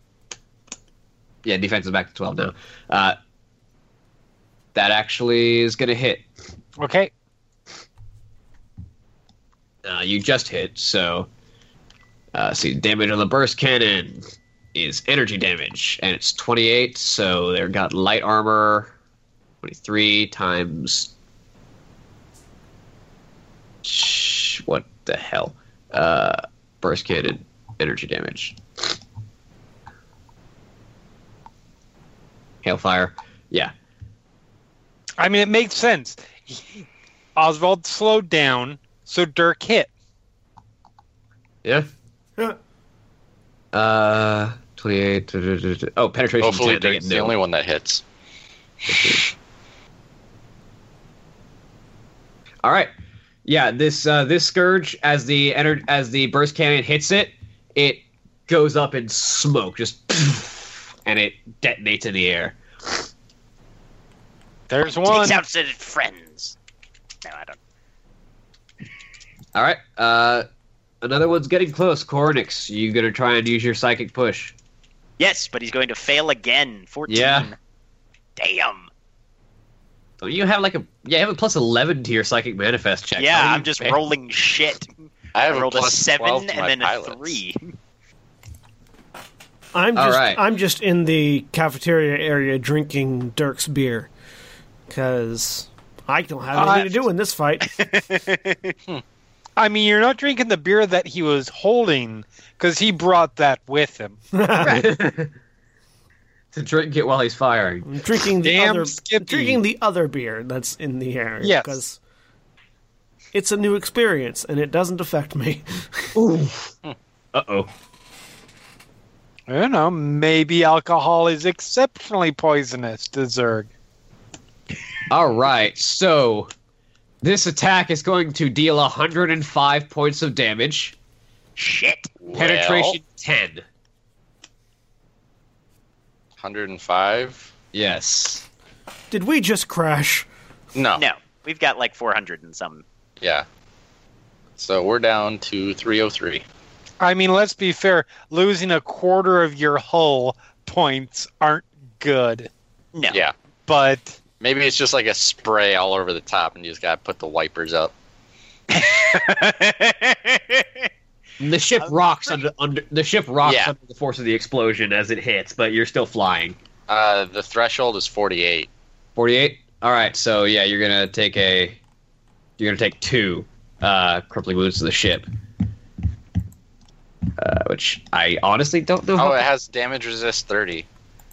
C: Yeah, defense is back to twelve now. Uh, that actually is going to hit.
F: Okay.
C: Uh, you just hit, so. Uh, see, damage on the burst cannon is energy damage, and it's 28, so they've got light armor 23 times. Shh, What the hell? Uh, burst cannon, energy damage. Hailfire. Yeah.
F: I mean, it makes sense. He- Oswald slowed down, so Dirk hit.
C: Yeah.
A: Yeah.
C: Uh, 28. duh, duh, duh, duh. Oh, penetration.
G: Hopefully,
C: 10, they
G: Dirk's
C: get
G: the
C: no.
G: only one that hits.
C: All right. Yeah, this uh, this scourge as the ener- as the burst cannon hits it, it goes up in smoke, just and it detonates in the air.
F: There's one.
D: Takes out to friends. No, I don't.
C: All right. Uh, another one's getting close. Cornix, you gonna try and use your psychic push?
D: Yes, but he's going to fail again. 14.
C: Yeah.
D: Damn.
C: Don't you have like a yeah? You have a plus eleven to your psychic manifest check. How do
D: yeah,
C: you
D: I'm just
C: fail?
D: rolling shit.
G: [laughs] I
D: I
G: have
D: rolled
G: a,
D: a
G: plus 12
D: seven
G: to
D: and
G: my
D: then a
G: pilots.
D: three. [laughs]
A: I'm
C: All
A: just
C: right.
A: I'm just in the cafeteria area drinking Dirk's beer because I don't have anything
F: Uh,
A: to do in this fight.
F: I mean, you're not drinking the beer that he was holding because he brought that with
C: [laughs]
F: him.
C: to drink it while he's firing.
A: I'm drinking the
F: Damn
A: other
F: Skippy.
A: drinking the other beer that's in the area
F: Yes.
A: because it's a new experience and it doesn't affect me.
C: Uh oh.
F: I don't know. Maybe alcohol is exceptionally poisonous to Zerg.
C: All right, so this attack is going to deal 105 points of damage.
D: Shit.
C: Penetration 10.
G: 105?
C: Yes.
A: [laughs] Did we just crash?
G: No.
D: No, we've got like 400 and some.
G: Yeah. So we're down to 303.
F: I mean, let's be fair. Losing a quarter of your hull points aren't good,
D: No.
G: Yeah.
F: but
G: Maybe it's just like a spray all over the top and you just got to put the wipers
C: [laughs]
G: up.
C: And the ship rocks [laughs] under, under the ship rocks
G: Yeah.
C: under the force of the explosion as it hits, but you're still flying.
G: Uh, the threshold is 48.
C: 48. All right, so yeah, you're gonna take a you're gonna take two uh, crippling wounds to the ship, uh, which I honestly don't know.
G: Oh,
C: how-
G: it has damage resist 30.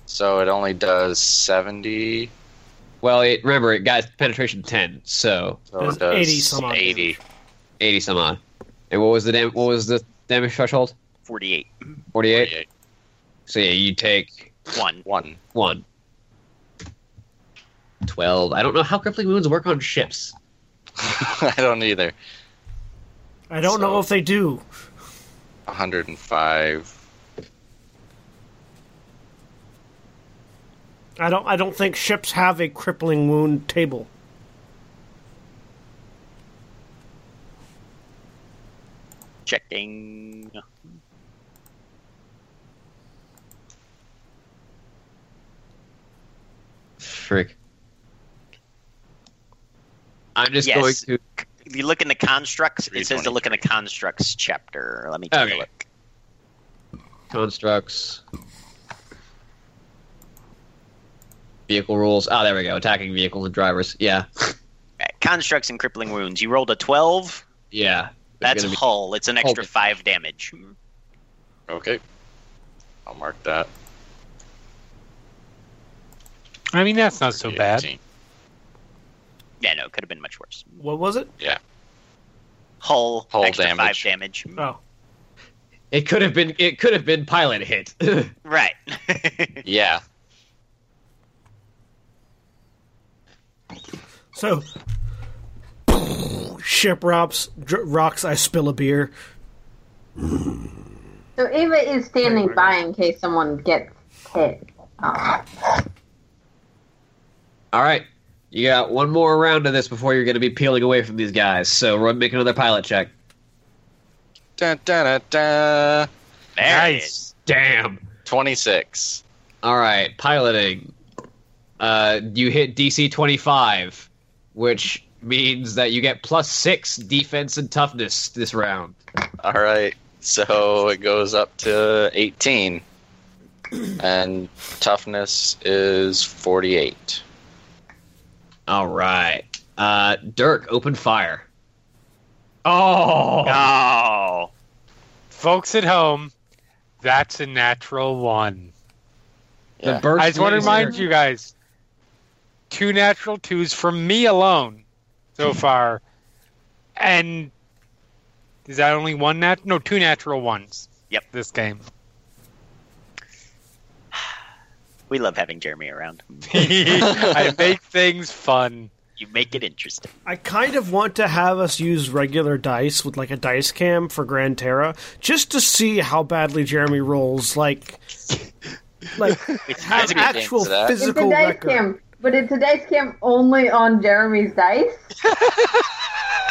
G: So it only does 70.
C: well, it, remember it got penetration 10, so
G: So
A: That's
G: Oh, it does
A: 80 some odd
G: 80.
C: 80 some odd. And what was the dam- what was the damage threshold?
D: 48.
C: 48.
G: 48.
C: So yeah, you take
D: One.
G: One.
C: one. 12. I don't know how crippling wounds work on ships.
G: [laughs] I don't either.
A: I don't know
G: So-
A: if they do.
G: 105.
A: I don't. I don't think ships have a crippling wound table.
D: Checking.
C: Frick. I'm just
D: Yes.
C: going to
D: If you look in the constructs, it says to
G: 323.
D: look in the constructs chapter. Let me take
C: Okay.
D: a look.
C: constructs. Vehicle rules. Ah, there we go. Attacking vehicles and drivers. Yeah.
D: Uh, [laughs] Constructs and crippling wounds. You rolled a 12.
C: Yeah.
D: That's
C: Gonna be-
D: hull. It's an extra
C: Hull.
D: five damage.
G: Okay. I'll mark that.
F: I mean, that's not so bad.
G: 18.
D: Yeah, no, it could have been much worse.
A: What was it?
D: Hull,
G: Hull
D: extra
G: damage.
D: five damage.
A: Oh,
C: It could have been. It could have been pilot hit. [laughs] All
D: Right.
G: Yeah.
A: so ship rocks. Dr- rocks. I spill a beer.
B: So Ava is standing by in case someone gets hit. Uh,
C: right. You got one more round of this before you're going to be peeling away from these guys. So run, make another pilot check.
G: Dun, dun, dun, dun.
D: there it
F: nice.
D: is.
C: Damn.
G: 26.
C: All right, piloting. Uh, you hit DC 25, which means that you get plus six defense and toughness this round.
G: All right. So it goes up to 18. And toughness is 48.
C: All right, uh, Dirk, open fire. Oh,
D: Oh.
F: Folks at home, that's a natural one.
G: Yeah.
C: the burst
F: I just want to
C: laser-
F: remind you guys two natural twos from me alone
D: [laughs]
F: so far. And is that only one nat? No, two natural ones.
D: Yep.
F: This game.
D: We love having
C: [laughs]
D: Jeremy around.
F: I make things fun.
D: You make it interesting.
A: I kind of want to have us use regular dice with like a dice cam for Grand Terra, just to see how badly Jeremy rolls. Like, like have
G: a good game
A: actual
G: for that.
B: it's a
A: physical
B: dice
A: record.
B: cam, but it's a dice cam only on Jeremy's dice.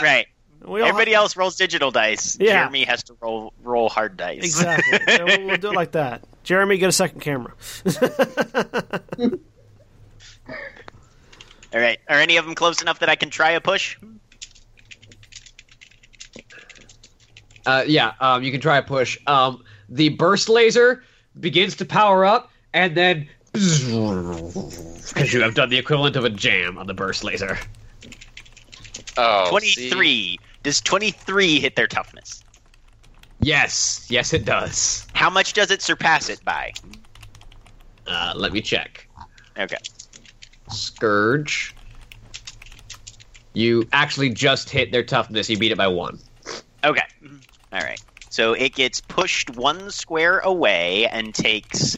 D: Right.
A: We all
D: Everybody else rolls digital dice.
A: Yeah.
D: Jeremy has to roll roll hard dice.
A: Exactly. so we'll, we'll
D: [laughs]
A: do it like that. Jeremy, get a second camera. [laughs]
D: All right. Are any of them close enough that I can try a push?
C: Uh, yeah, um, you can try a push. Um, the burst laser begins to power up, and then because you have done the equivalent of a jam on the burst laser.
G: Oh, see?
D: 23. Does 23 hit their toughness?
C: Yes, yes, it does.
D: How much does it surpass it by?
C: Uh, let me check.
D: Okay.
C: Scourge. You actually just hit their toughness. You beat it by one.
D: Okay. All right. So it gets pushed one square away and takes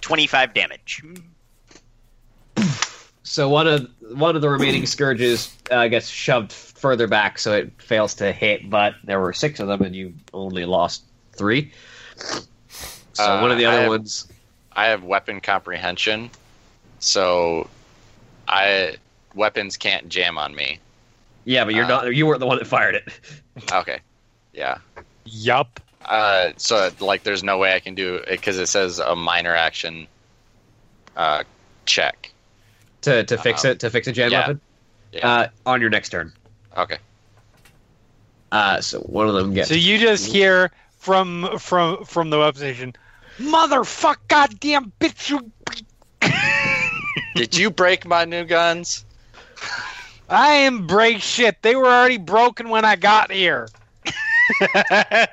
D: 25 damage.
C: So one of one of the remaining scourges uh, gets shoved further back, so it fails to hit. But there were six of them, and you only lost three. So
G: Uh,
C: one of the other
G: I have-
C: ones.
G: I have weapon comprehension, so I weapons can't jam on me.
C: Yeah, but you're
G: uh,
C: not. You weren't the one that fired it. [laughs]
G: Okay, yeah.
F: Yup.
G: Uh, so like, there's no way I can do it because it says a minor action uh, check.
C: To to fix
G: Um,
C: it to fix a jam
G: yeah.
C: weapon.
G: Yeah.
C: Uh, on your next turn.
G: Okay.
C: Uh, so one of them gets.
F: So you just hear from from from the web station, motherfuck, goddamn bitch, you. [laughs]
G: Did you break my new guns?
F: I am break shit. They were already broken when I got
A: [laughs]
F: here.
C: All right,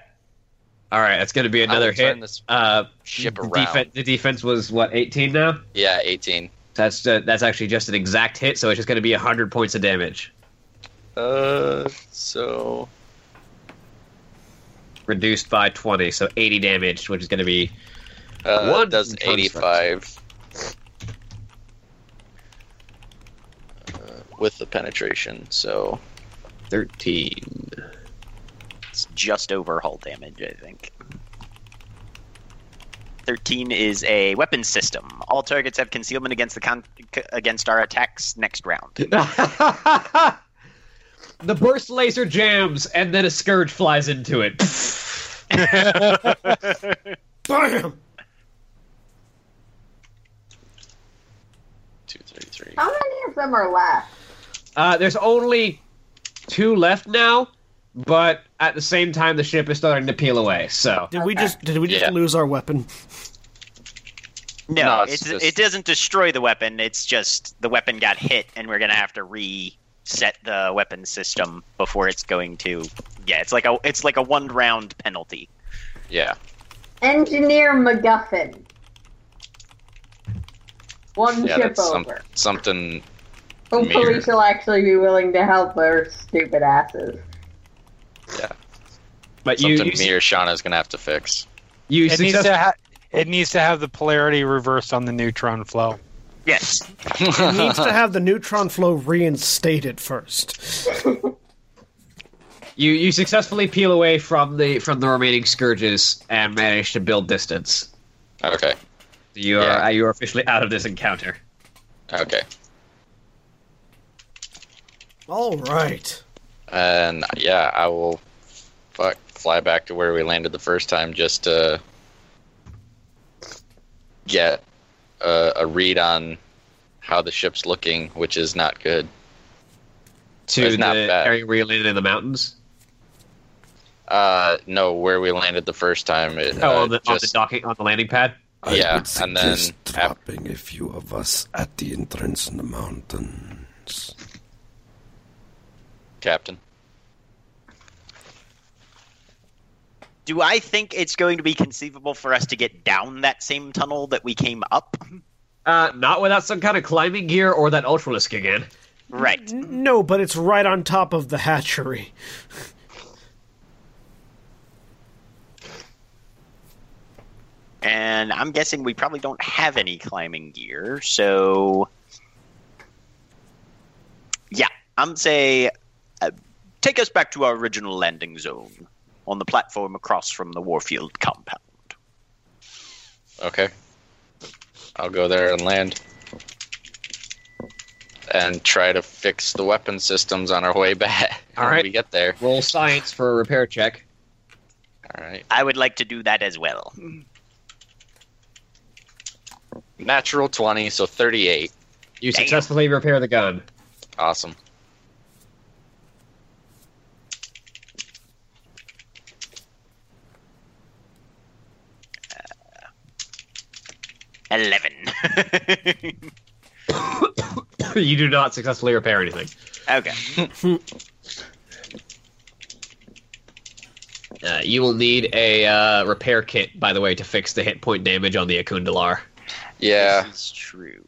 C: that's going to be
G: I
C: another
G: will turn
C: hit.
G: this
C: Uh,
G: ship
C: the
G: around.
C: defen- the defense was what 18 now.
G: Yeah, 18.
C: That's uh, that's actually just an exact hit, so it's just going to be 100 points of damage.
G: Uh, so
C: reduced by 20, so 80 damage, which is going to be.
G: uh,
C: One
G: does
C: construct.
G: 85 uh, with the penetration. So
C: 13.
D: It's just over hull damage, I think. 13 is a weapon system. All targets have concealment against the con- c- against our attacks next round.
C: [laughs] the burst laser jams, and then a scourge flies into it.
A: Bam!
G: 233.
B: How many of them are left?
C: Uh, there's only two left now, but at the same time, the ship is starting to peel away, so.
A: Did we just did we just
G: Yeah.
A: lose our weapon?
D: No,
G: No,
D: it's
G: it's just-
D: it doesn't destroy the weapon. It's just the weapon got hit, and we're gonna have to reset the weapon system before it's going to. Yeah, it's like a it's like a one round penalty.
G: Yeah.
B: Engineer MacGuffin. One
G: Yeah,
B: ship
G: that's some,
B: over.
G: something.
B: Hopefully
G: major.
B: she'll actually be willing to help our stupid asses.
C: But you,
G: Something
C: you,
G: me or Shauna's gonna have to fix.
C: you
F: It needs
C: success-
F: to ha- it needs to have the polarity reversed on the neutron flow.
D: Yes,
F: [laughs]
A: It needs to have the neutron flow reinstated first.
C: you you successfully peel away from the from the remaining scourges and manage to build distance.
G: okay.
C: You are
G: Yeah.
C: uh, you are officially out of this encounter.
G: Okay.
A: All right.
G: And yeah, I will fuck fly back to where we landed the first time just to get a, a read on how the ship's looking, which is not good.
C: To
G: It's
C: the
G: not bad.
C: area where you landed in the mountains.
G: Uh, no, where we landed the first time. It,
C: Oh,
G: uh,
C: on the, on the
G: just-
C: docking on the landing pad.
E: I
G: Yeah,
E: would
G: and then
E: suggest
G: ap-
E: dropping a few of us at the entrance in the mountains.
G: Captain.
D: Do I think it's going to be conceivable for us to get down that same tunnel that we came up?
C: Uh, not without some kind of climbing gear or that ultralisk again.
D: Right.
A: N- No, but it's right on top of the hatchery.
D: And I'm guessing we probably don't have any climbing gear, so yeah, I'm say uh, take us back to our original landing zone on the platform across from the Warfield compound.
G: Okay. I'll go there and land. And try to fix the weapon systems on our way back. [laughs]
C: All
G: when
C: right.
G: We get there.
C: Roll science for a repair check.
G: All right.
D: I would like to do that as well.
G: Natural 20, so 38.
C: You
D: Damn.
C: successfully repair the gun.
G: Awesome.
D: Eleven.
C: [laughs]
D: Uh,
C: you do not successfully repair anything.
D: Okay.
C: [laughs] Uh, you will need a uh, repair kit, by the way, to fix the hit point damage on the Akundalar.
G: Yeah.
D: This is true.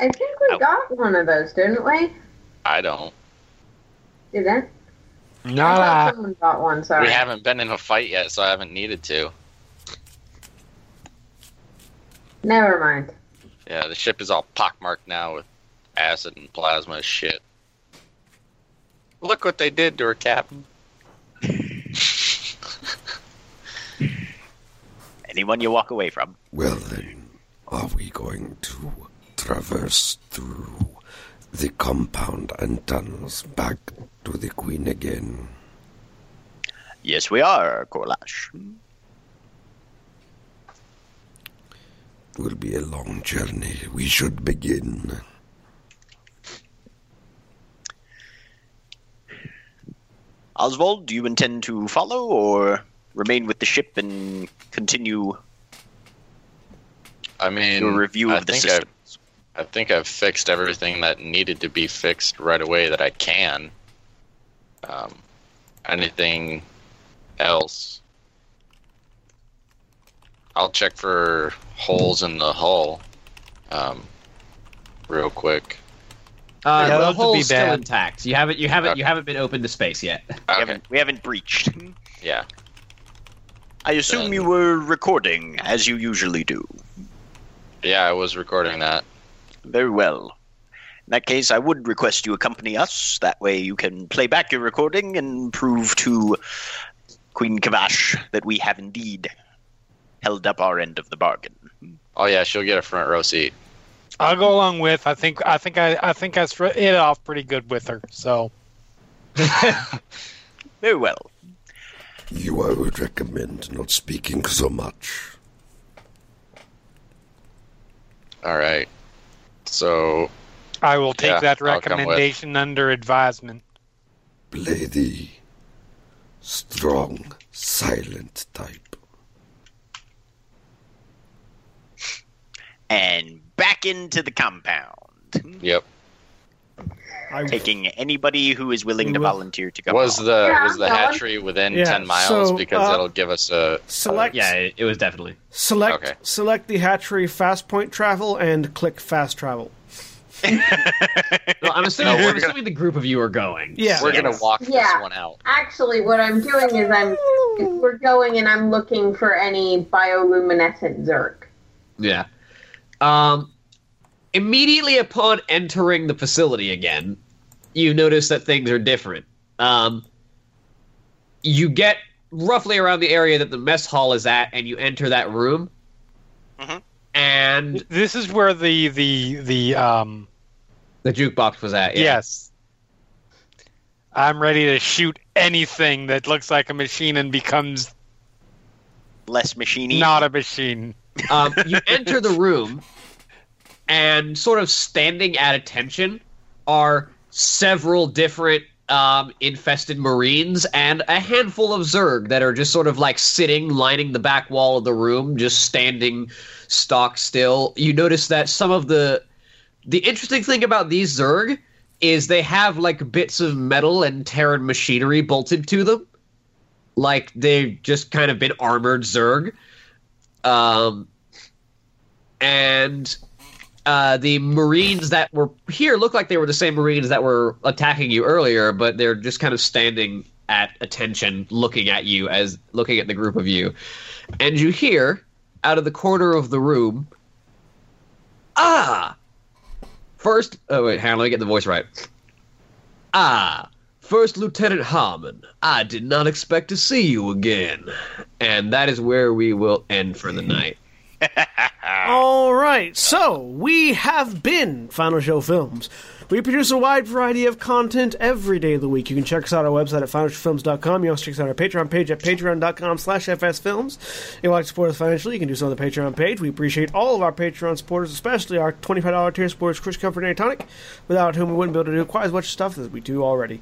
B: I think we
D: Ow.
B: got one of those, didn't we?
G: I don't.
B: Did I? I
F: Nah.
B: thought someone got one. Sorry.
G: We haven't been in a fight yet, so I haven't needed to.
B: Never mind.
G: Yeah, the ship is all pockmarked now with acid and plasma shit. Look what they did to her, Captain.
D: Anyone you walk away from.
E: Well, then, are we going to traverse through the compound and tunnels back to the Queen again?
D: Yes, we are, Korlash.
E: It will be a long journey. We should begin.
D: Oswald, do you intend to follow or remain with the ship and continue
G: I mean,
D: your review
G: I
D: of the
G: think
D: system?
G: I, I think I've fixed everything that needed to be fixed right away that I can. Um, anything else? I'll check for holes in the hull, um, real quick.
C: Uh,
F: Yeah,
C: the
F: those would be
C: hull's still
F: bad.
C: intact. You haven't, you haven't, you haven't been open to space yet.
D: We,
G: [laughs] Okay.
D: haven't, we haven't breached.
G: Yeah.
D: I assume
G: Then-
D: you were recording, as you usually do.
G: Yeah, I was recording that.
D: Very well. In that case, I would request you accompany us. That way, you can play back your recording and prove to Queen Kavash that we have indeed held up our end of the bargain.
G: Oh yeah, she'll get a front row seat.
F: I'll go along with. I think. I think. I. I think I str- it off pretty good with her. So
D: Very well.
E: You, I would recommend not speaking so much.
G: All right. So
F: I will take
G: Yeah,
F: that
G: I'll come with.
F: recommendation under advisement.
E: Play the strong, silent type.
D: And back into the compound,
G: Yep.
A: I,
D: taking anybody who is willing to
A: Well-
D: volunteer to go.
G: was
D: along.
G: the
B: Yeah,
G: was
B: I'm
G: the
B: going.
G: hatchery within
A: Yeah,
G: ten miles
A: so,
G: because
A: uh,
G: that'll give us a
A: select
C: Yeah, it, it was
G: [laughs]
C: definitely.
A: select
G: Okay.
A: select the hatchery fast point travel and click fast travel.
C: No, I'm assuming,
G: No, we're
C: I'm assuming the group of you are going.
A: Yeah.
G: we're gonna
D: Yes.
G: walk
B: Yeah.
G: this one out.
B: Actually, what I'm doing is I'm if we're going and I'm looking for any bioluminescent zerk.
C: Yeah. Um, immediately upon entering the facility again, you notice that things are different. Um, you get roughly around the area that the mess hall is at, and you enter that room.
D: Mhm.
C: And
F: This is where the the the um.
C: the jukebox was at. Yeah.
F: Yes. I'm ready to shoot anything that looks like a machine and becomes
D: less machiney.
F: not a
C: [laughs]
F: machine.
C: Um, you enter the room, and sort of standing at attention are several different um, infested marines and a handful of Zerg that are just sort of like sitting, lining the back wall of the room, just standing stock still. You notice that some of the the interesting thing about these Zerg is they have like bits of metal and Terran machinery bolted to them. Like they've just kind of been armored Zerg. Um, and uh, the Marines that were here look like they were the same Marines that were attacking you earlier, but they're just kind of standing at attention, looking at you as looking at the group of you. And you hear out of the corner of the room, ah. First, oh wait, hang on, let me get the voice right. Ah, First Lieutenant Harmon, I did not expect to see you again. And that is where we will end for the night.
A: All right, so we have been Final Show Films. We produce a wide variety of content every day of the week. You can check us out on our website at finalshowfilms.com. You can also check us out on our Patreon page at patreon.com slash fsfilms. If you'd like to support us financially, you can do so on the Patreon page. We appreciate all of our Patreon supporters, especially our $25 tier supporters, Chris Comfort and Tonic, without whom we wouldn't be able to do quite as much stuff as we do already.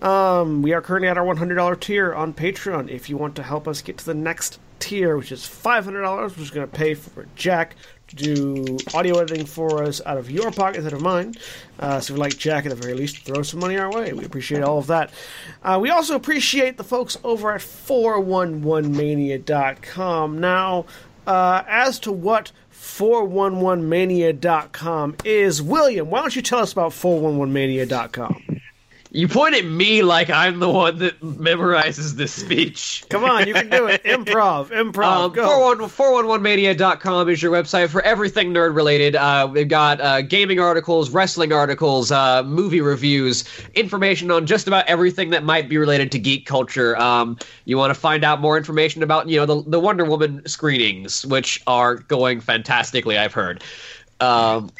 A: Um, we are currently at our $100 tier on Patreon. If you want to help us get to the next tier, which is $500, which is going to pay for Jack, to do audio editing for us out of your pocket instead of mine. Uh, so if you like Jack, at the very least, throw some money our way. We appreciate all of that. Uh, we also appreciate the folks over at 411mania.com. Now, uh, as to what 411mania.com is, William, why don't you tell us about 411mania.com?
C: You point at me like I'm the one that memorizes this speech.
A: Come on, you can do
C: [laughs]
A: it. Improv, improv,
C: Um,
A: go.
C: 411 411mania.com is your website for everything nerd related. Uh, we've got uh, gaming articles, wrestling articles, uh, movie reviews, information on just about everything that might be related to geek culture. Um, you want to find out more information about, you know, the, the Wonder Woman screenings, which are going fantastically, I've heard. Um,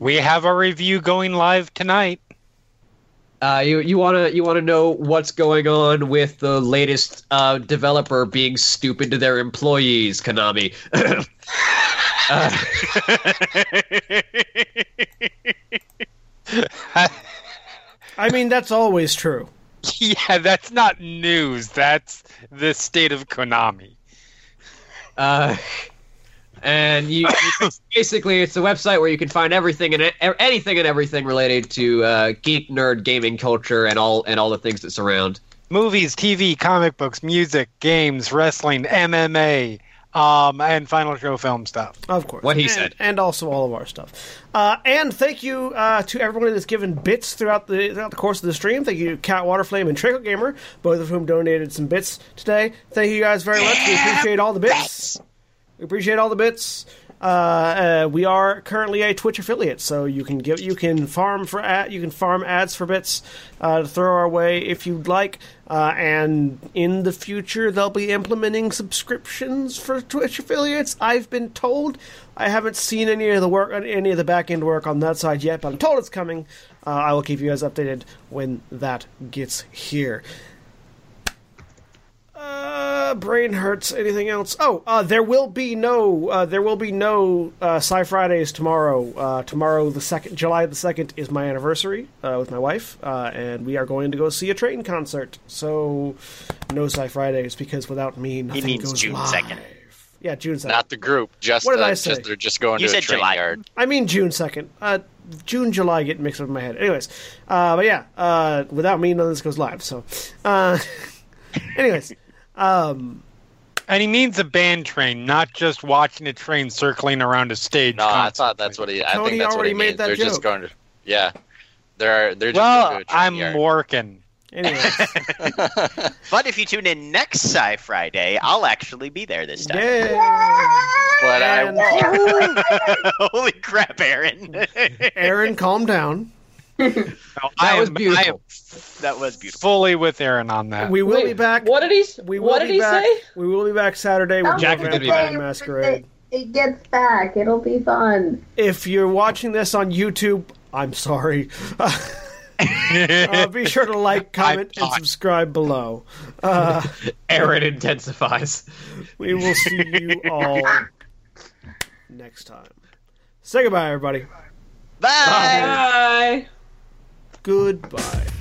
F: We have a review going live tonight.
C: Uh, you you want to you want to know what's going on with the latest uh, developer being stupid to their employees, Konami. [laughs] Uh,
A: I mean, that's always true.
F: [laughs] yeah, that's not news. That's the state of Konami.
C: uh, and you, you- basically it's a website where you can find everything and e- anything and everything related to uh, geek nerd gaming culture and all and all the things that surround.
F: movies, TV, comic books, music, games, wrestling, MMA, um, and final show film stuff.
A: Of course.
C: What he
A: And-
C: said.
A: And also all of our stuff. Uh, and thank you uh, to everyone that's given bits throughout the throughout the course of the stream. Thank you to Cat Waterflame and Trickle Gamer, both of whom donated some bits today. Thank you guys very much. We appreciate all the bits. We appreciate all the bits. Uh, uh, we are currently a Twitch affiliate, so you can give you can farm for ad, you can farm ads for bits uh, to throw our way if you'd like. Uh, and in the future, they'll be implementing subscriptions for Twitch affiliates. I've been told. I haven't seen any of the work, any of the back end work on that side yet, but I'm told it's coming. Uh, I will keep you guys updated when that gets here. Uh, brain hurts. Anything else? Oh, uh, there will be no, uh, there will be no uh, Sci Fridays tomorrow. Uh, tomorrow, the second, July the second is my anniversary uh, with my wife, uh, and we are going to go see a train concert. So, no Sci Fridays because without me, nothing
D: means
A: goes
D: June
A: live.
D: 2nd.
A: Yeah, June second.
G: Not the group. Just
A: What did
G: the,
A: I say?
G: just they're just going
D: You
G: to a
D: said
G: train
D: July.
G: yard.
A: I mean June second. Uh, June, July get mixed up in my head. Anyways, uh, but yeah, uh, without me, none of this goes live. So, uh, [laughs] anyways, um,
F: And he means a band train, not just watching a train circling around a stage.
G: No, I
F: constantly.
G: thought that's what he. I
A: Tony
G: think that's what
A: already
G: he
A: made
G: means.
A: that
G: They're just
A: joke.
G: going to. Yeah, they're they're just
F: Well,
G: going to a train
F: I'm
G: yard.
F: working.
A: anyways.
D: [laughs] But if you tune in next Sci Friday, I'll actually be there this time.
A: Yay!
G: But I
A: And-
G: won't.
D: [laughs] Holy crap, Aaron!
A: Aaron, calm down.
F: No,
C: That
F: I
C: was
F: am, I am
C: beautiful.
D: [laughs] that was beautiful.
F: fully with Aaron on that.
A: We will
I: Uh, Wait,
A: be back.
I: What did he? s-
A: We will
I: what did
A: be
I: he
A: back.
I: say?
A: We will be back Saturday with
B: Oh,
A: Jack
C: Jack
A: and
C: is gonna be
A: Vampire
B: back.
A: Masquerade.
B: It gets back. It'll be fun.
A: If you're watching this on YouTube, I'm sorry. [laughs] Uh, be sure to like,
C: [laughs]
A: comment, and subscribe below. Uh,
C: Aaron intensifies.
A: we will see you
C: [laughs]
A: all next time. Say goodbye, everybody.
D: Bye.
I: Bye.
A: Goodbye.